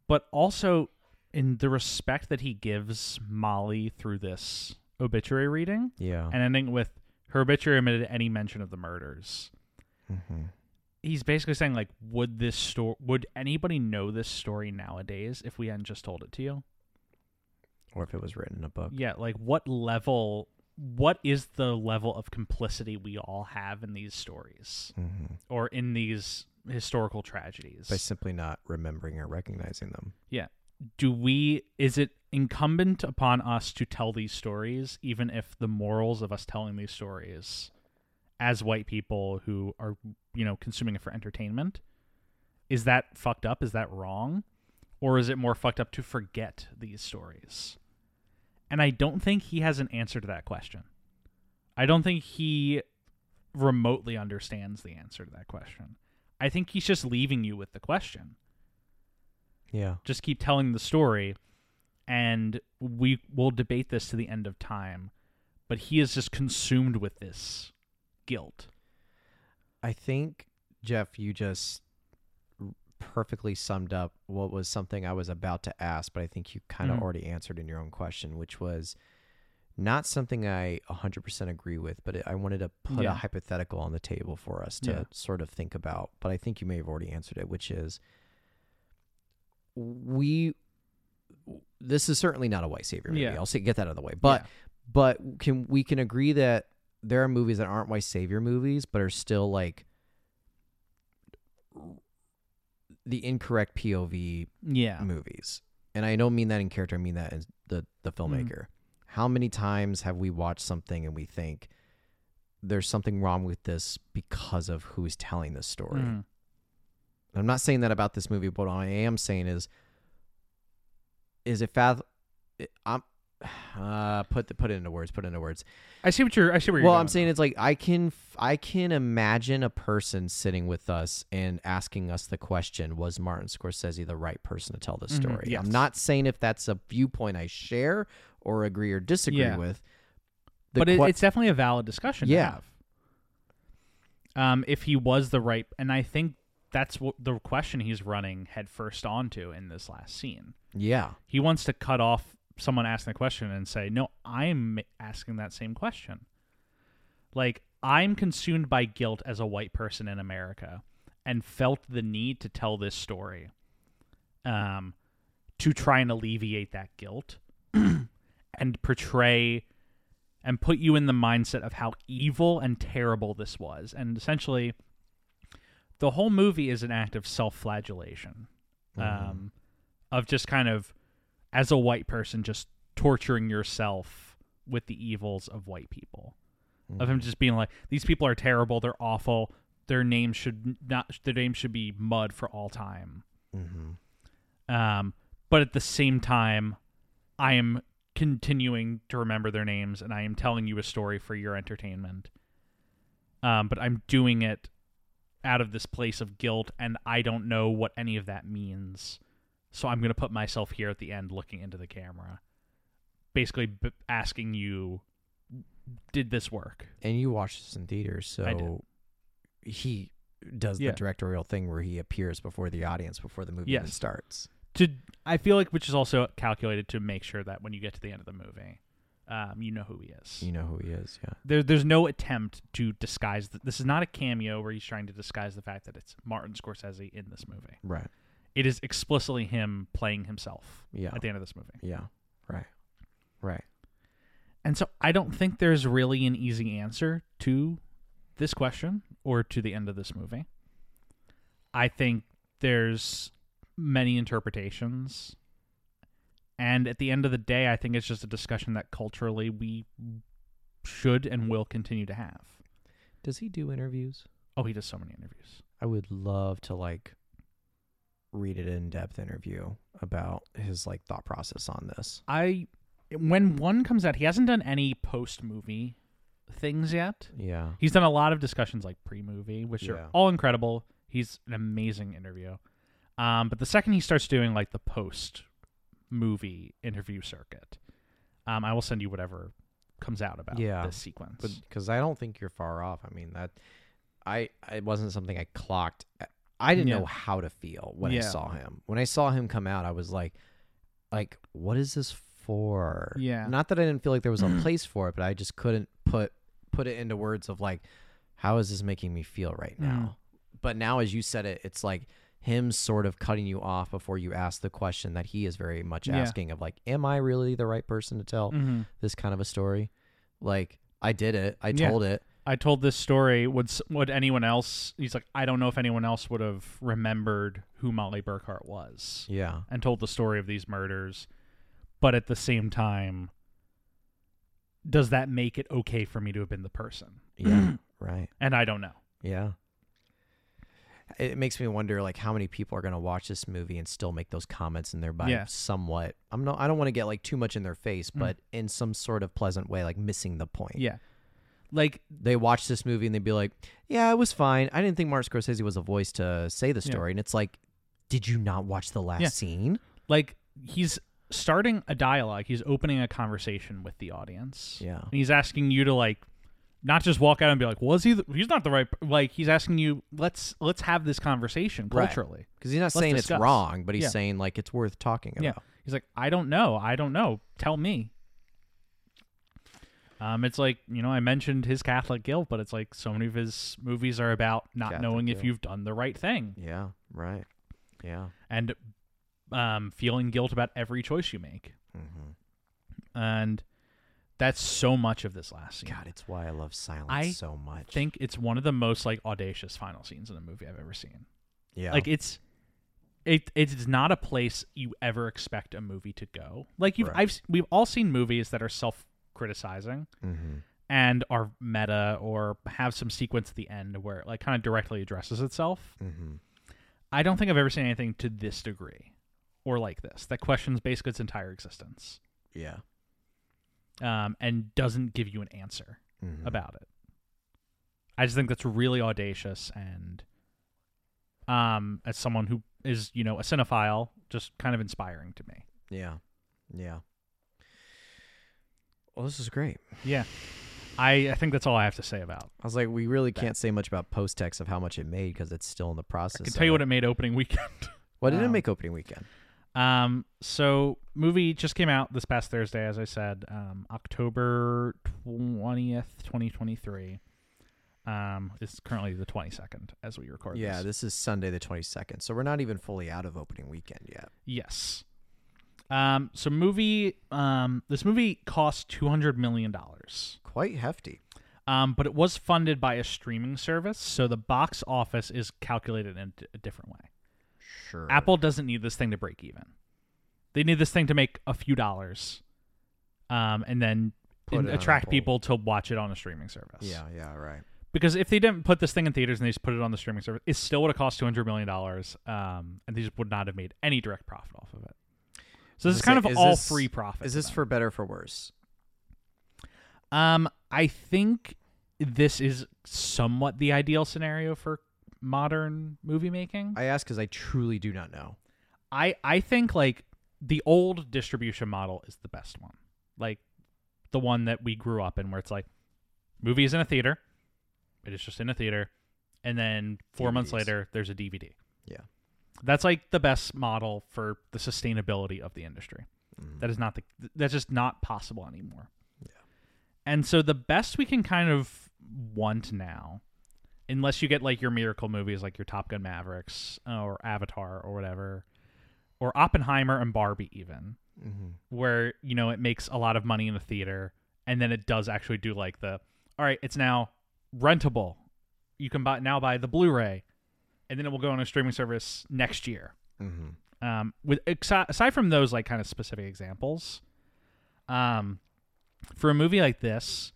But also in the respect that he gives Molly through this obituary reading
Yeah.
and ending with her obituary omitted any mention of the murders.
Mhm.
He's basically saying like, would this story, would anybody know this story nowadays if we hadn't just told it to you?
Or if it was written in a book.
Yeah, like what level what is the level of complicity we all have in these stories
Mm-hmm.
or in these historical tragedies?
By simply not remembering or recognizing them.
Do we is it incumbent upon us to tell these stories even if the morals of us telling these stories as white people who are, you know, consuming it for entertainment is that fucked up? Is that wrong? Or is it more fucked up to forget these stories? And I don't think he has an answer to that question. I don't think he remotely understands the answer to that question. I think he's just leaving you with the question.
Yeah.
Just keep telling the story, and we will debate this to the end of time. But he is just consumed with this guilt.
I think Jeff, you just r- perfectly summed up what was something I was about to ask, but I think you kind of
Mhm.
already answered in your own question, which was not something I 100% agree with, but it, I wanted to put
Yeah.
a hypothetical on the table for us to
Yeah.
sort of think about. But I think you may have already answered it, which is we. This is certainly not a white savior movie.
Yeah.
I'll say get that out of the way, but but can we can agree that there are movies that aren't white savior movies but are still like the incorrect pov
Yeah.
movies and i don't mean that in character i mean that in the the filmmaker how many times have we watched something and we think there's something wrong with this because of who's telling this story
Mhm.
I'm not saying that about this movie, but what I am saying is, is it fath? I'm uh, put the, put it into words. Put it into words.
I see what you're. I see where you're.
Well,
going
I'm saying
with
it's like I can f- I can imagine a person sitting with us and asking us the question: Was Martin Scorsese the right person to tell this
Mhm,
story?
yes.
I'm not saying if that's a viewpoint I share or agree or disagree
Yeah.
with.
that.
The
but it,
que-
it's definitely a valid discussion.
Yeah.
To have. Um, if he was the right, and I think that's what the question he's running headfirst onto in this last scene.
yeah,
He wants to cut off someone asking the question and say, "No, I'm asking that same question." Like I'm consumed by guilt as a white person in America, and felt the need to tell this story, um, to try and alleviate that guilt, and portray, and put you in the mindset of how evil and terrible this was, and essentially, the whole movie is an act of self-flagellation, um, of just kind of as a white person just torturing yourself with the evils of white people of him just being like, "These people are terrible. They're awful. Their name should not. Their name should be mud for all time."
Mm-hmm.
Um, but at the same time, I am continuing to remember their names, and I am telling you a story for your entertainment. Um, but I'm doing it out of this place of guilt, and I don't know what any of that means. So I'm gonna put myself here at the end, looking into the camera, basically b- asking you, "Did this work?"
And you watched this in theaters,
I did.
so he does
Yeah.
the directorial thing where he appears before the audience before the movie even
Yes.
starts.
to I feel like which is also calculated to make sure that when you get to the end of the movie, um, you know who he is.
You know who he is, yeah.
There, there's no attempt to disguise. th this is not a cameo where he's trying to disguise the fact that it's Martin Scorsese in this movie.
Right.
It is explicitly him playing himself
Yeah.
at the end of this movie.
Yeah. Right. Right.
And so I don't think there's really an easy answer to this question or to the end of this movie. I think there's many interpretations. And at the end of the day, I think it's just a discussion that culturally we should and will continue to have.
Does he do interviews?
Oh, he does so many interviews.
I would love to like read an in-depth interview about his like thought process on this.
I when one comes out, he hasn't done any post movie things yet.
Yeah.
He's done a lot of discussions like pre-movie, which
Yeah.
are all incredible. He's an amazing interview. Um, but the second he starts doing like the post-movie interview circuit, um, I will send you whatever comes out about
Yeah.
this sequence.
But because I don't think you're far off. I mean that I it wasn't something I clocked. I didn't
Yeah.
know how to feel when I
Yeah.
saw him. When I saw him come out, I was like, like what is this for?
Yeah.
Not that I didn't feel like there was a place for it, but I just couldn't put put it into words of like, how is this making me feel right
Mm.
now? But now, as you said it, it's like him sort of cutting you off before you ask the question that he is very much
Yeah.
asking of like, am I really the right person to tell
Mhm.
this kind of a story? Like, I did it. I
Yeah.
told it.
I told this story. Would s- would anyone else? He's like, I don't know if anyone else would have remembered who Molly Burkhart was.
Yeah.
and told the story of these murders, but at the same time, does that make it okay for me to have been the person?
Yeah. right.
And I don't know.
Yeah. It makes me wonder like how many people are going to watch this movie and still make those comments and thereby
Yeah.
somewhat. I'm not I don't want to get like too much in their face,
Mm.
but in some sort of pleasant way like missing the point.
Yeah. Like,
They watch this movie and they'd be like, "Yeah, it was fine. I didn't think Martin Scorsese was a voice to say the
Yeah.
story." And it's like, "Did you not watch the last
Yeah.
scene?"
like he's starting a dialogue. He's opening a conversation with the audience.
Yeah.
And he's asking you to like, not just walk out and be like, "Was he? The, he's not the right." p-" Like he's asking you, let's let's have this conversation
Right.
culturally.
Cuz he's not saying
discuss.
it's wrong, but he's
Yeah.
saying like it's worth talking about.
Yeah. He's like, I don't know. I don't know. Tell me. Um, it's like, you know, I mentioned his Catholic guilt, but it's like so many of his movies are about not
Catholic
knowing if
guilt.
you've done the right thing
Yeah, right. Yeah.
and um, feeling guilt about every choice you make.
Mhm.
And that's so much of this last scene.
God, it's why I love silence
I
so much.
I think it's one of the most like audacious final scenes in a movie I've ever seen.
yeah.
Like it's it it's not a place you ever expect a movie to go. Like you've
Right.
I've s- we've all seen movies that are self criticizing
mm-hmm.
and are meta or have some sequence at the end where it like kind of directly addresses itself.
Mm-hmm.
I don't think I've ever seen anything to this degree or like this that questions basically its entire existence
Yeah.
um, and doesn't give you an answer
Mm-hmm.
about it. I just think that's really audacious and um as someone who is, you know, a cinephile, just kind of inspiring to me.
Yeah. Yeah. Well, this is great.
Yeah. I, I think that's all I have to say about.
I was like, we really can't say much about post text of how much it made because it's still in the process.
I can tell you what it made opening weekend.
What did it
um,
make opening weekend?
Um, so movie just came out this past Thursday, as I said, um, October twentieth, twenty twenty three. Um, it's currently the twenty second as we record.
Yeah,
this.
this is Sunday the twenty second, so we're not even fully out of opening weekend yet.
yes. Um, so movie, um, this movie cost two hundred million dollars.
Quite hefty.
Um, but it was funded by a streaming service, so the box office is calculated in a different way.
Sure.
Apple doesn't need this thing to break even. They need this thing to make a few dollars, um, and then
Put
and
it on a
attract
poll.
people to watch it on a streaming service.
Yeah, yeah, right.
because if they didn't put this thing in theaters and they just put it on the streaming service, it still would have cost two hundred million dollars, um, and they just would not have made any direct profit off of it. So this is
Let's
kind
say,
of
is
all
this-
free profit.
Is this
them.
for better or for worse?
Um, I think this is somewhat the ideal scenario for modern movie making.
I ask because I truly do not know.
I I think like the old distribution model is the best one. Like the one that we grew up in where it's like movie is in a theater. It is just in a theater and then 4 months
DVDs.
later there's a DVD.
Yeah.
That's like the best model for the sustainability of the industry.
Mm-hmm.
That is not the that's just not possible anymore.
Yeah.
And so the best we can kind of want now unless you get like your miracle movies like your Top Gun Mavericks uh, or Avatar or whatever or Oppenheimer and Barbie even
Mm-hmm.
where you know it makes a lot of money in the theater and then it does actually do like the all right it's now rentable you can buy now buy the blu-ray and then it will go on a streaming service next year
Mm-hmm.
um with exi- aside from those like kind of specific examples um for a movie like this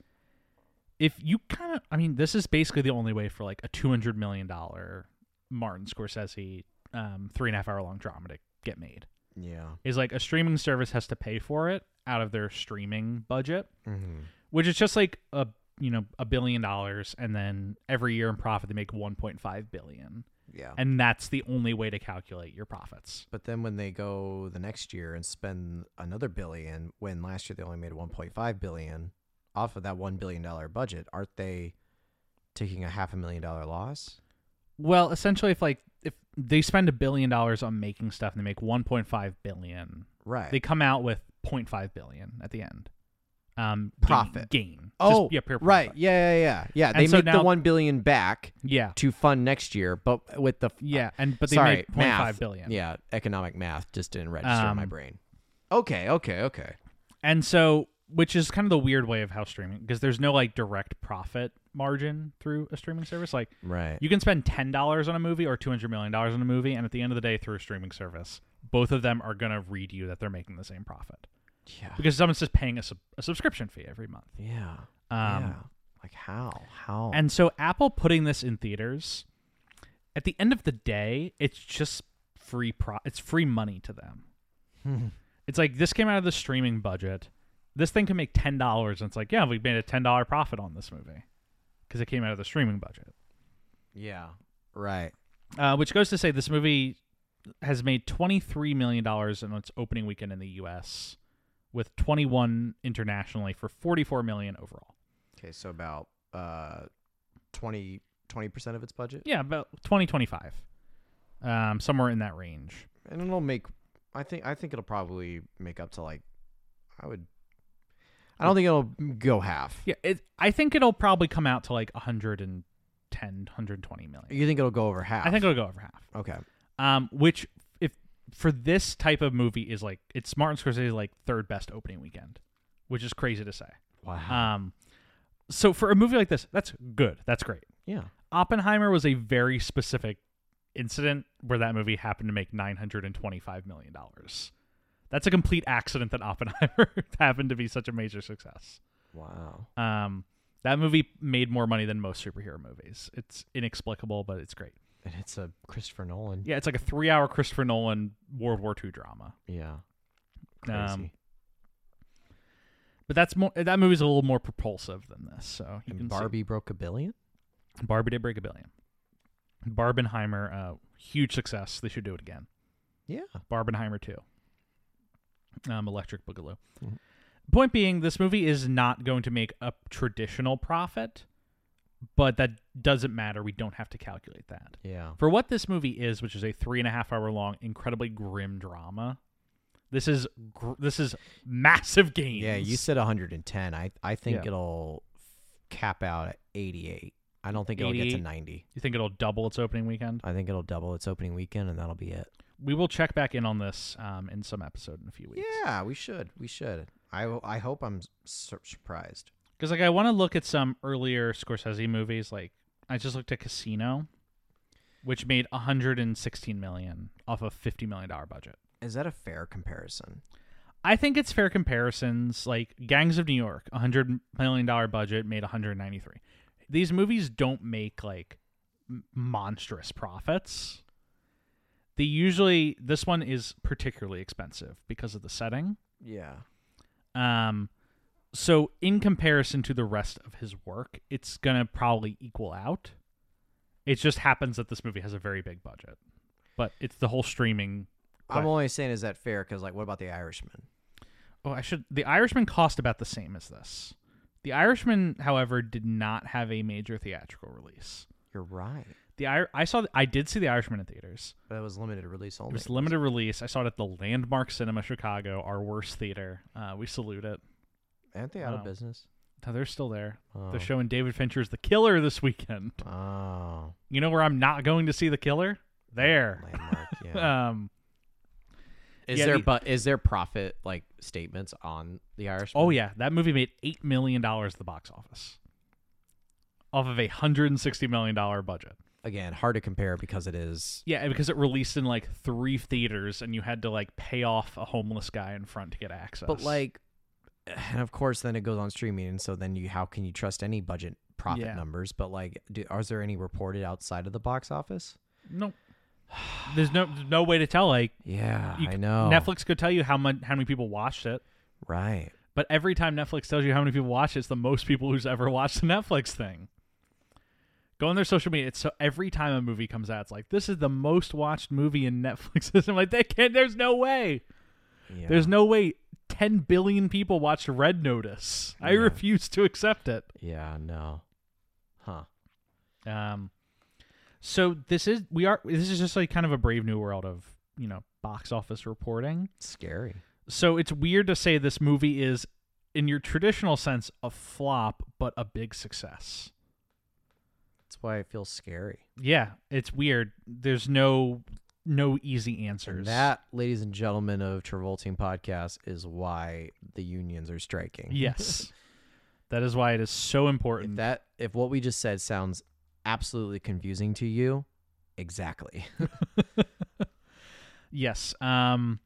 if you kind of i mean this is basically the only way for like a 200 million dollar martin scorsese um three and a half hour long drama to get made
Yeah.
is like a streaming service has to pay for it out of their streaming budget,
Mm-hmm.
which is just like a you know a billion dollars, and then every year in profit they make 1.5 billion,
Yeah.
and that's the only way to calculate your profits.
But then when they go the next year and spend another billion, when last year they only made 1.5 billion off of that one billion dollar budget, aren't they taking a half a million dollar loss?
Well, essentially, if like if they spend a billion dollars on making stuff and they make 1.5 billion,
Right.
they come out with 0.5 billion at the end. Um, gain-
Profit.
gain. Just-
oh,
yeah, pure
right.
profit.
Yeah, yeah, yeah, yeah. They
And so
make
now-
the one billion back
yeah,
to fund next year, but with the uh,
yeah, and but they
sorry,
make 0.5 billion.
math. Yeah, economic math just didn't register in my
Um,
brain. Okay, okay, okay.
And so, which is kind of the weird way of how streaming, because there's no like direct profit margin through a streaming service. Like
Right.
you can spend ten dollars on a movie or two hundred million dollars on a movie, and at the end of the day, through a streaming service, both of them are gonna read you that they're making the same profit
yeah.
because someone's just paying a, sub- a subscription fee every month.
Yeah.
Um,
yeah. Like how? How?
And so, Apple putting this in theaters, at the end of the day, it's just free pro. It's free money to them.
Hmm.
It's like this came out of the streaming budget. This thing can make ten dollars, and it's like, yeah, we made a ten dollar profit on this movie because it came out of the streaming budget.
yeah. Right.
Uh, which goes to say, this movie has made twenty three million dollars in its opening weekend in the U.S. with twenty one internationally for forty four million overall.
Okay, so about uh 20 percent of its budget,
Yeah, about twenty twenty five, um, somewhere in that range.
and it'll make. I think I think it'll probably make up to like. I would. I don't think it'll go half.
Yeah, it, I think it'll probably come out to like 110, 120 million.
You think it'll go over half?
I think it'll go over half.
Okay.
um, which if for this type of movie is like it's Martin Scorsese's like third best opening weekend, which is crazy to say.
Wow.
Um, so for a movie like this, that's good. That's great.
yeah.
Oppenheimer was a very specific incident where that movie happened to make nine hundred and twenty-five million dollars. That's a complete accident that Oppenheimer happened to be such a major success.
Wow.
Um, that movie made more money than most superhero movies. It's inexplicable, but it's great.
And it's a Christopher Nolan.
Yeah, it's like a three-hour Christopher Nolan World War II drama.
Yeah.
Um,
Crazy.
But that's more that movie's a little more propulsive than this. So you can
and Barbie broke a billion.
see. Barbie did break a billion. Barbenheimer, uh, huge success. They should do it again.
Yeah.
Barbenheimer two. Um, Electric Boogaloo.
Mhm.
Point being, this movie is not going to make a traditional profit, but that doesn't matter. We don't have to calculate that.
Yeah.
For what this movie is, which is a three and a half hour long, incredibly grim drama, this is gr- this is massive gains.
Yeah. You said 110. I I think
Yeah.
it'll cap out at 88. I don't think it'll get to
88?
90.
You think it'll double its opening weekend?
I think it'll double its opening weekend, and that'll be it.
We will check back in on this um, in some episode in a few weeks.
Yeah, we should. We should. I, w- I hope I'm sur- surprised.
Because like I want to look at some earlier Scorsese movies. Like I just looked at Casino, which made 116 million off a 50 million dollar budget.
Is that a fair comparison?
I think it's fair comparisons. Like Gangs of New York, a hundred million dollar budget made 193. These movies don't make like m- monstrous profits. They usually this one is particularly expensive because of the setting.
Yeah.
Um, so in comparison to the rest of his work, it's gonna probably equal out. It just happens that this movie has a very big budget, but it's the whole streaming.
I'm
But-
only saying is that fair because like what about the Irishman?
Oh, I should. The Irishman cost about the same as this. The Irishman, however, did not have a major theatrical release.
You're right.
The Ir- I saw I did see the Irishman in theaters.
But it was limited release
It
only.
was limited release. I saw it at the Landmark Cinema Chicago, our worst theater. Uh, we salute it.
Aren't they out of
Oh.
business?
No, they're still there.
Oh.
They're showing David Fincher's The Killer this weekend.
Oh.
You know where I'm not going to see The Killer? There.
Landmark, yeah.
Um,
Is
Yeah,
there
the-
but is there profit like statements on the Irishman?
oh yeah, that movie made eight million dollars at the box office, off of a hundred and sixty million dollar budget.
Again, hard to compare because it is
Yeah, because it released in like three theaters, and you had to like pay off a homeless guy in front to get access.
but like and of course then it goes on streaming and so then you how can you trust any budget profit
Yeah.
numbers but like do, are there any reported outside of the box office
no, there's no there's no way to tell. Like
yeah
You
i
c-
know
Netflix could tell you how much how many people watched it,
right
but every time Netflix tells you how many people watched it, it's the most people who's ever watched the Netflix thing. Go on their social media. It's so every time a movie comes out, it's like this is the most watched movie in Netflix. I'm like, they can't. There's no way.
yeah.
There's no way. Ten billion people watched Red Notice. I
Yeah.
refuse to accept it.
yeah no huh
Um, so this is we are this is just like kind of a brave new world of you know box office reporting.
scary
So it's weird to say this movie is, in your traditional sense, a flop but a big success.
that's why it feels scary
Yeah, it's weird. There's no no easy answers.
and that ladies and gentlemen of travolting podcast is why the unions are striking
yes, that is why it is so
if
important.
that if what we just said sounds absolutely confusing to you exactly
Yes. Um.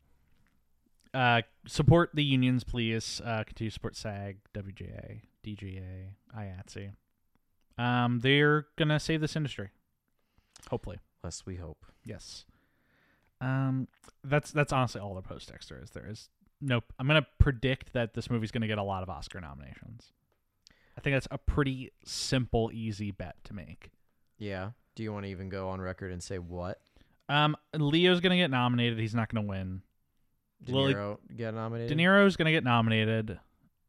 Uh, support the unions, please. Uh, continue to support SAG, WGA, DGA, IATSE. E. Um, they're gonna save this industry, hopefully.
lest we hope
Yes. Um, that's that's honestly all the post extra is. There is nope. I'm gonna predict that this movie's gonna get a lot of Oscar nominations. I think that's a pretty simple, easy bet to make.
yeah do you want to even go on record and say what
Um, Leo's gonna get nominated. He's not gonna win.
De
Lily-
Niro get nominated?
De Niro's gonna get nominated.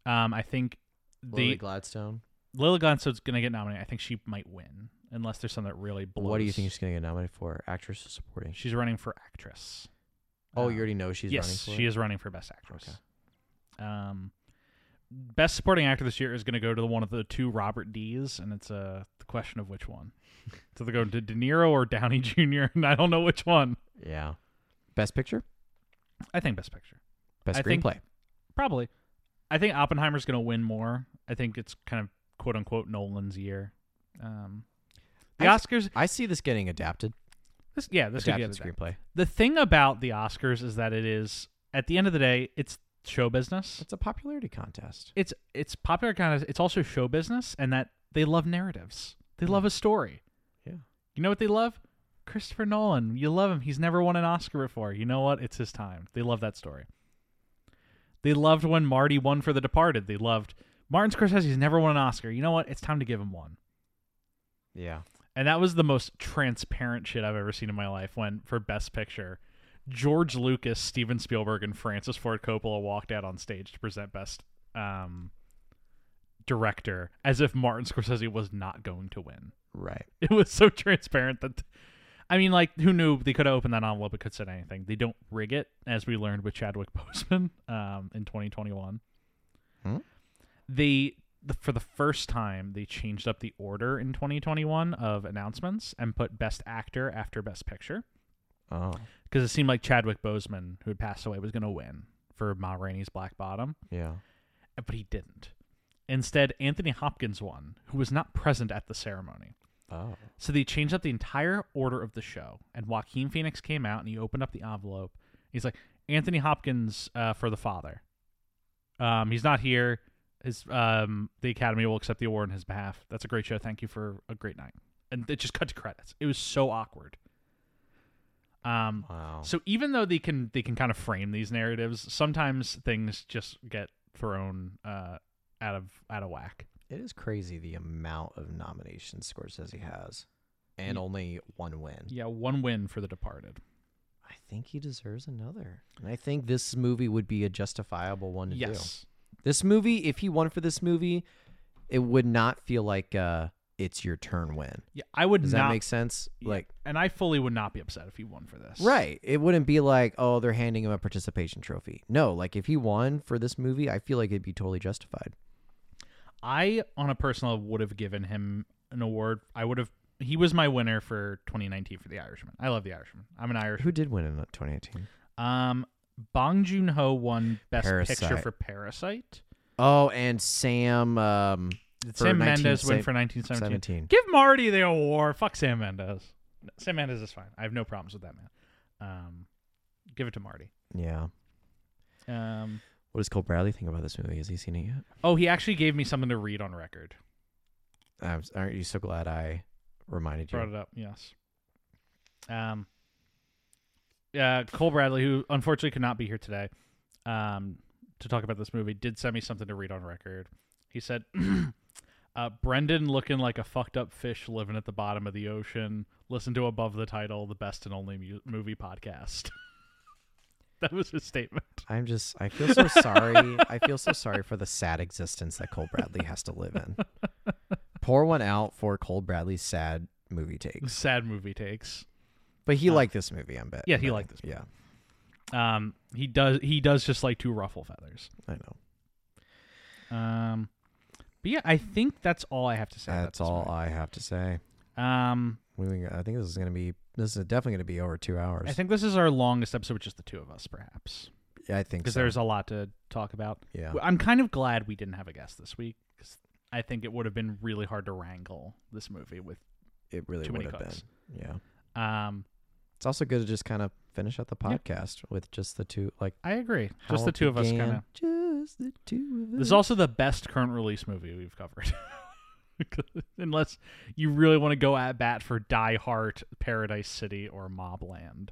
Um, I think
Lily
the
Gladstone.
Lily Gladstone's gonna get nominated. I think she might win, unless there's something that really blows.
What do you think she's going to get nominated for? Actress or supporting?
She's running for actress.
Oh,
Um,
you already know she's
yes,
running for
she
it?
is running for best actress. Um, best supporting actor this year is gonna go to the one of the two Robert D's, and it's uh, the question of which one. so they go to De Niro or Downey Jr. And I don't know which one.
Yeah. Best picture?
I think best picture.
Best
I think-
screenplay.
Probably. I think Oppenheimer's going to win more. I think it's kind of quote unquote Nolan's year. Um, the
I-
Oscars,
I see this getting adapted.
this, yeah, this could be
adapted
the
screenplay.
The thing about the Oscars is that it is at the end of the day, it's show business.
It's a popularity contest.
It's it's popular kind of. It's also show business, and that they love narratives. They love a story.
Yeah.
You know what they love? Christopher Nolan. You love him. He's never won an Oscar before. You know what? It's his time. They love that story. They loved when Marty won for The Departed. They loved Martin Scorsese's never won an Oscar. You know what? It's time to give him one.
Yeah.
And that was the most transparent shit I've ever seen in my life when for best picture, George Lucas, Steven Spielberg and Francis Ford Coppola walked out on stage to present best um director as if Martin Scorsese was not going to win
Right.
it was so transparent that I mean, like, who knew they could have opened that envelope? It could said anything. They don't rig it, as we learned with Chadwick Boseman um, in 2021.
Hmm?
They the, for the first time they changed up the order in 2021 of announcements and put Best Actor after Best Picture
Oh.
because it seemed like Chadwick Boseman, who had passed away, was going to win for Ma Rainey's Black Bottom
Yeah.
but he didn't. Instead, Anthony Hopkins won, who was not present at the ceremony.
Oh.
So they changed up the entire order of the show, and Joaquin Phoenix came out and he opened up the envelope. He's like, Anthony Hopkins uh, for the father. Um, he's not here. His um, the Academy will accept the award on his behalf. That's a great show. Thank you for a great night. And it just cut to credits. It was so awkward. Um,
Wow.
so even though they can they can kind of frame these narratives, sometimes things just get thrown uh, out of out of whack.
It is crazy the amount of nominations Scorsese has, and
Ye-
only one win.
Yeah, one win for The Departed.
I think he deserves another. And I think this movie would be a justifiable one to
Yes,
do. This movie, if he won for this movie, it would not feel like uh, it's your turn win.
yeah, I would
Does
not
that make sense?
yeah,
Like,
and I fully would not be upset if he won for this.
right. It wouldn't be like, oh, they're handing him a participation trophy. No, like if he won for this movie, I feel like it'd be totally justified.
I, on a personal, level, would have given him an award. I would have. He was my winner for 2019 for The Irishman. I love The Irishman. I'm an Irishman.
Who did win in uh, 2018?
Um, Bong Joon Ho won Best Picture
Parasite.
for Parasite.
Oh, and Sam. Um, for
Sam Mendes win
1917
for 1917.
17.
Give Marty the award. Fuck Sam Mendes. No, Sam Mendes is fine. I have no problems with that man. Um, give it to Marty.
Yeah.
Um,
What does Cole Bradley think about this movie? Has he seen it yet?
oh, he actually gave me something to read on record.
I'm, aren't you so glad I reminded
brought
you?
it up. Yes. Um. Uh, Cole Bradley, who unfortunately could not be here today, um, to talk about this movie, did send me something to read on record. He said, uh, "Brendan looking like a fucked up fish living at the bottom of the ocean. Listen to above the title, the best and only mu- movie podcast." that was his statement.
I'm just. I feel so sorry. I feel so sorry for the sad existence that Cole Bradley has to live in. Pour one out for Cole Bradley's sad movie takes.
Sad movie takes.
But he
Uh,
liked this movie. I bet.
yeah, he
Right?
liked this movie.
Yeah,
Um, he does. He does just like to ruffle feathers.
I know.
Um, but yeah, I think that's all I have to say. about
That's
this
all
movie.
I have to say.
Um,
Moving. I think this is gonna be. This is definitely gonna be over two hours.
I think this is our longest episode with just the two of us, perhaps,
yeah, I think
because
so.
there's a lot to talk about.
yeah.
I'm kind of glad we didn't have a guest this week, because I think it would have been really hard to wrangle this movie with.
It really
too
would
many
have been.
cooks.
Yeah.
Um,
It's also good to just kind of finish out the
Yeah.
podcast with just the two, like
I agree.
how
Just the
it
two of us,
began.
kind of.
Just the two of
This is also the best current release movie we've covered. Unless you really want to go at bat for Die Hard, Paradise City, or Mobland.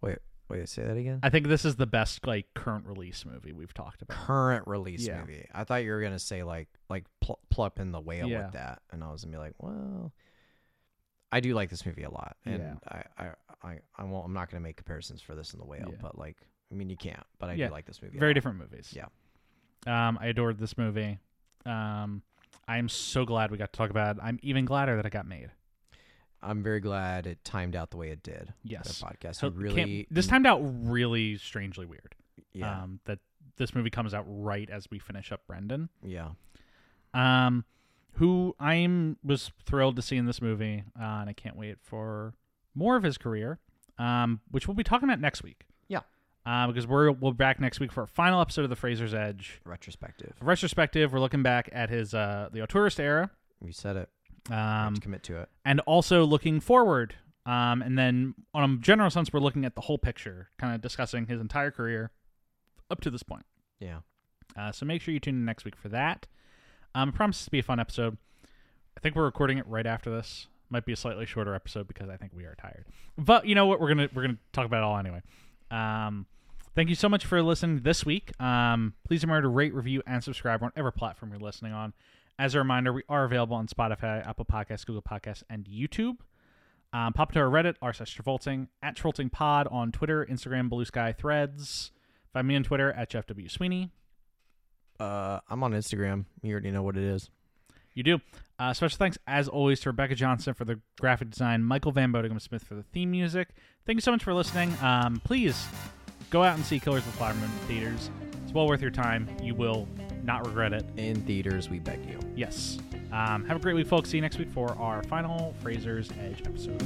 Wait, wait, say that again.
I think this is the best like current release movie we've talked about.
Current release
Yeah.
movie. I thought you were gonna say like like pl- plup in the whale
Yeah.
with that, and I was gonna be like, well, I do like this movie a lot, and
Yeah.
I, I I I won't. I'm not gonna make comparisons for this and the whale,
Yeah.
but like, I mean, you can't. But I
Yeah.
do like this movie. a
Very
lot.
different movies.
Yeah.
Um, I adored this movie. Um, I'm so glad we got to talk about it. I'm even gladder that it got made.
I'm very glad it timed out the way it did.
Yes.
the podcast
So
You
it can't-
really
this timed out really strangely weird.
Yeah,
Um, that this movie comes out right as we finish up Brendan.
yeah.
Um, who I'm was thrilled to see in this movie, uh, and I can't wait for more of his career, um, which we'll be talking about next week.
Yeah.
Uh, because we're we'll be back next week for our final episode of the Fraser's Edge.
Retrospective.
retrospective. We're looking back at his uh, the auteurist era,
You said it. You have
um,
to commit to it.
and also looking forward. Um, and then, on a general sense, we're looking at the whole picture, kind of discussing his entire career up to this point.
Yeah.
Uh, so make sure you tune in next week for that. Um, it promises to be a fun episode. I think we're recording it right after this. Might be a slightly shorter episode because I think we are tired. But you know what? We're gonna we're gonna talk about it all anyway. Um, thank you so much for listening this week. Um, please remember to rate, review, and subscribe on every platform you're listening on. As a reminder, we are available on Spotify, Apple Podcasts, Google Podcasts, and YouTube. Um, pop into our Reddit, r slash Travolting, at Travolting Pod on Twitter, Instagram, Blue Sky Threads. Find me on Twitter at Jeff W. Sweeney.
Uh, I'm on Instagram. You already know what it is.
You do. Uh, special thanks, as always, to Rebecca Johnson for the graphic design, Michael Van Bodegum Smith for the theme music. Thank you so much for listening. Um, please go out and see Killers of the Flower Moon in theaters. It's well worth your time. You will not regret it.
In theaters, we beg you.
Yes. Um, have a great week, folks. See you next week for our final Fraser's Edge episode.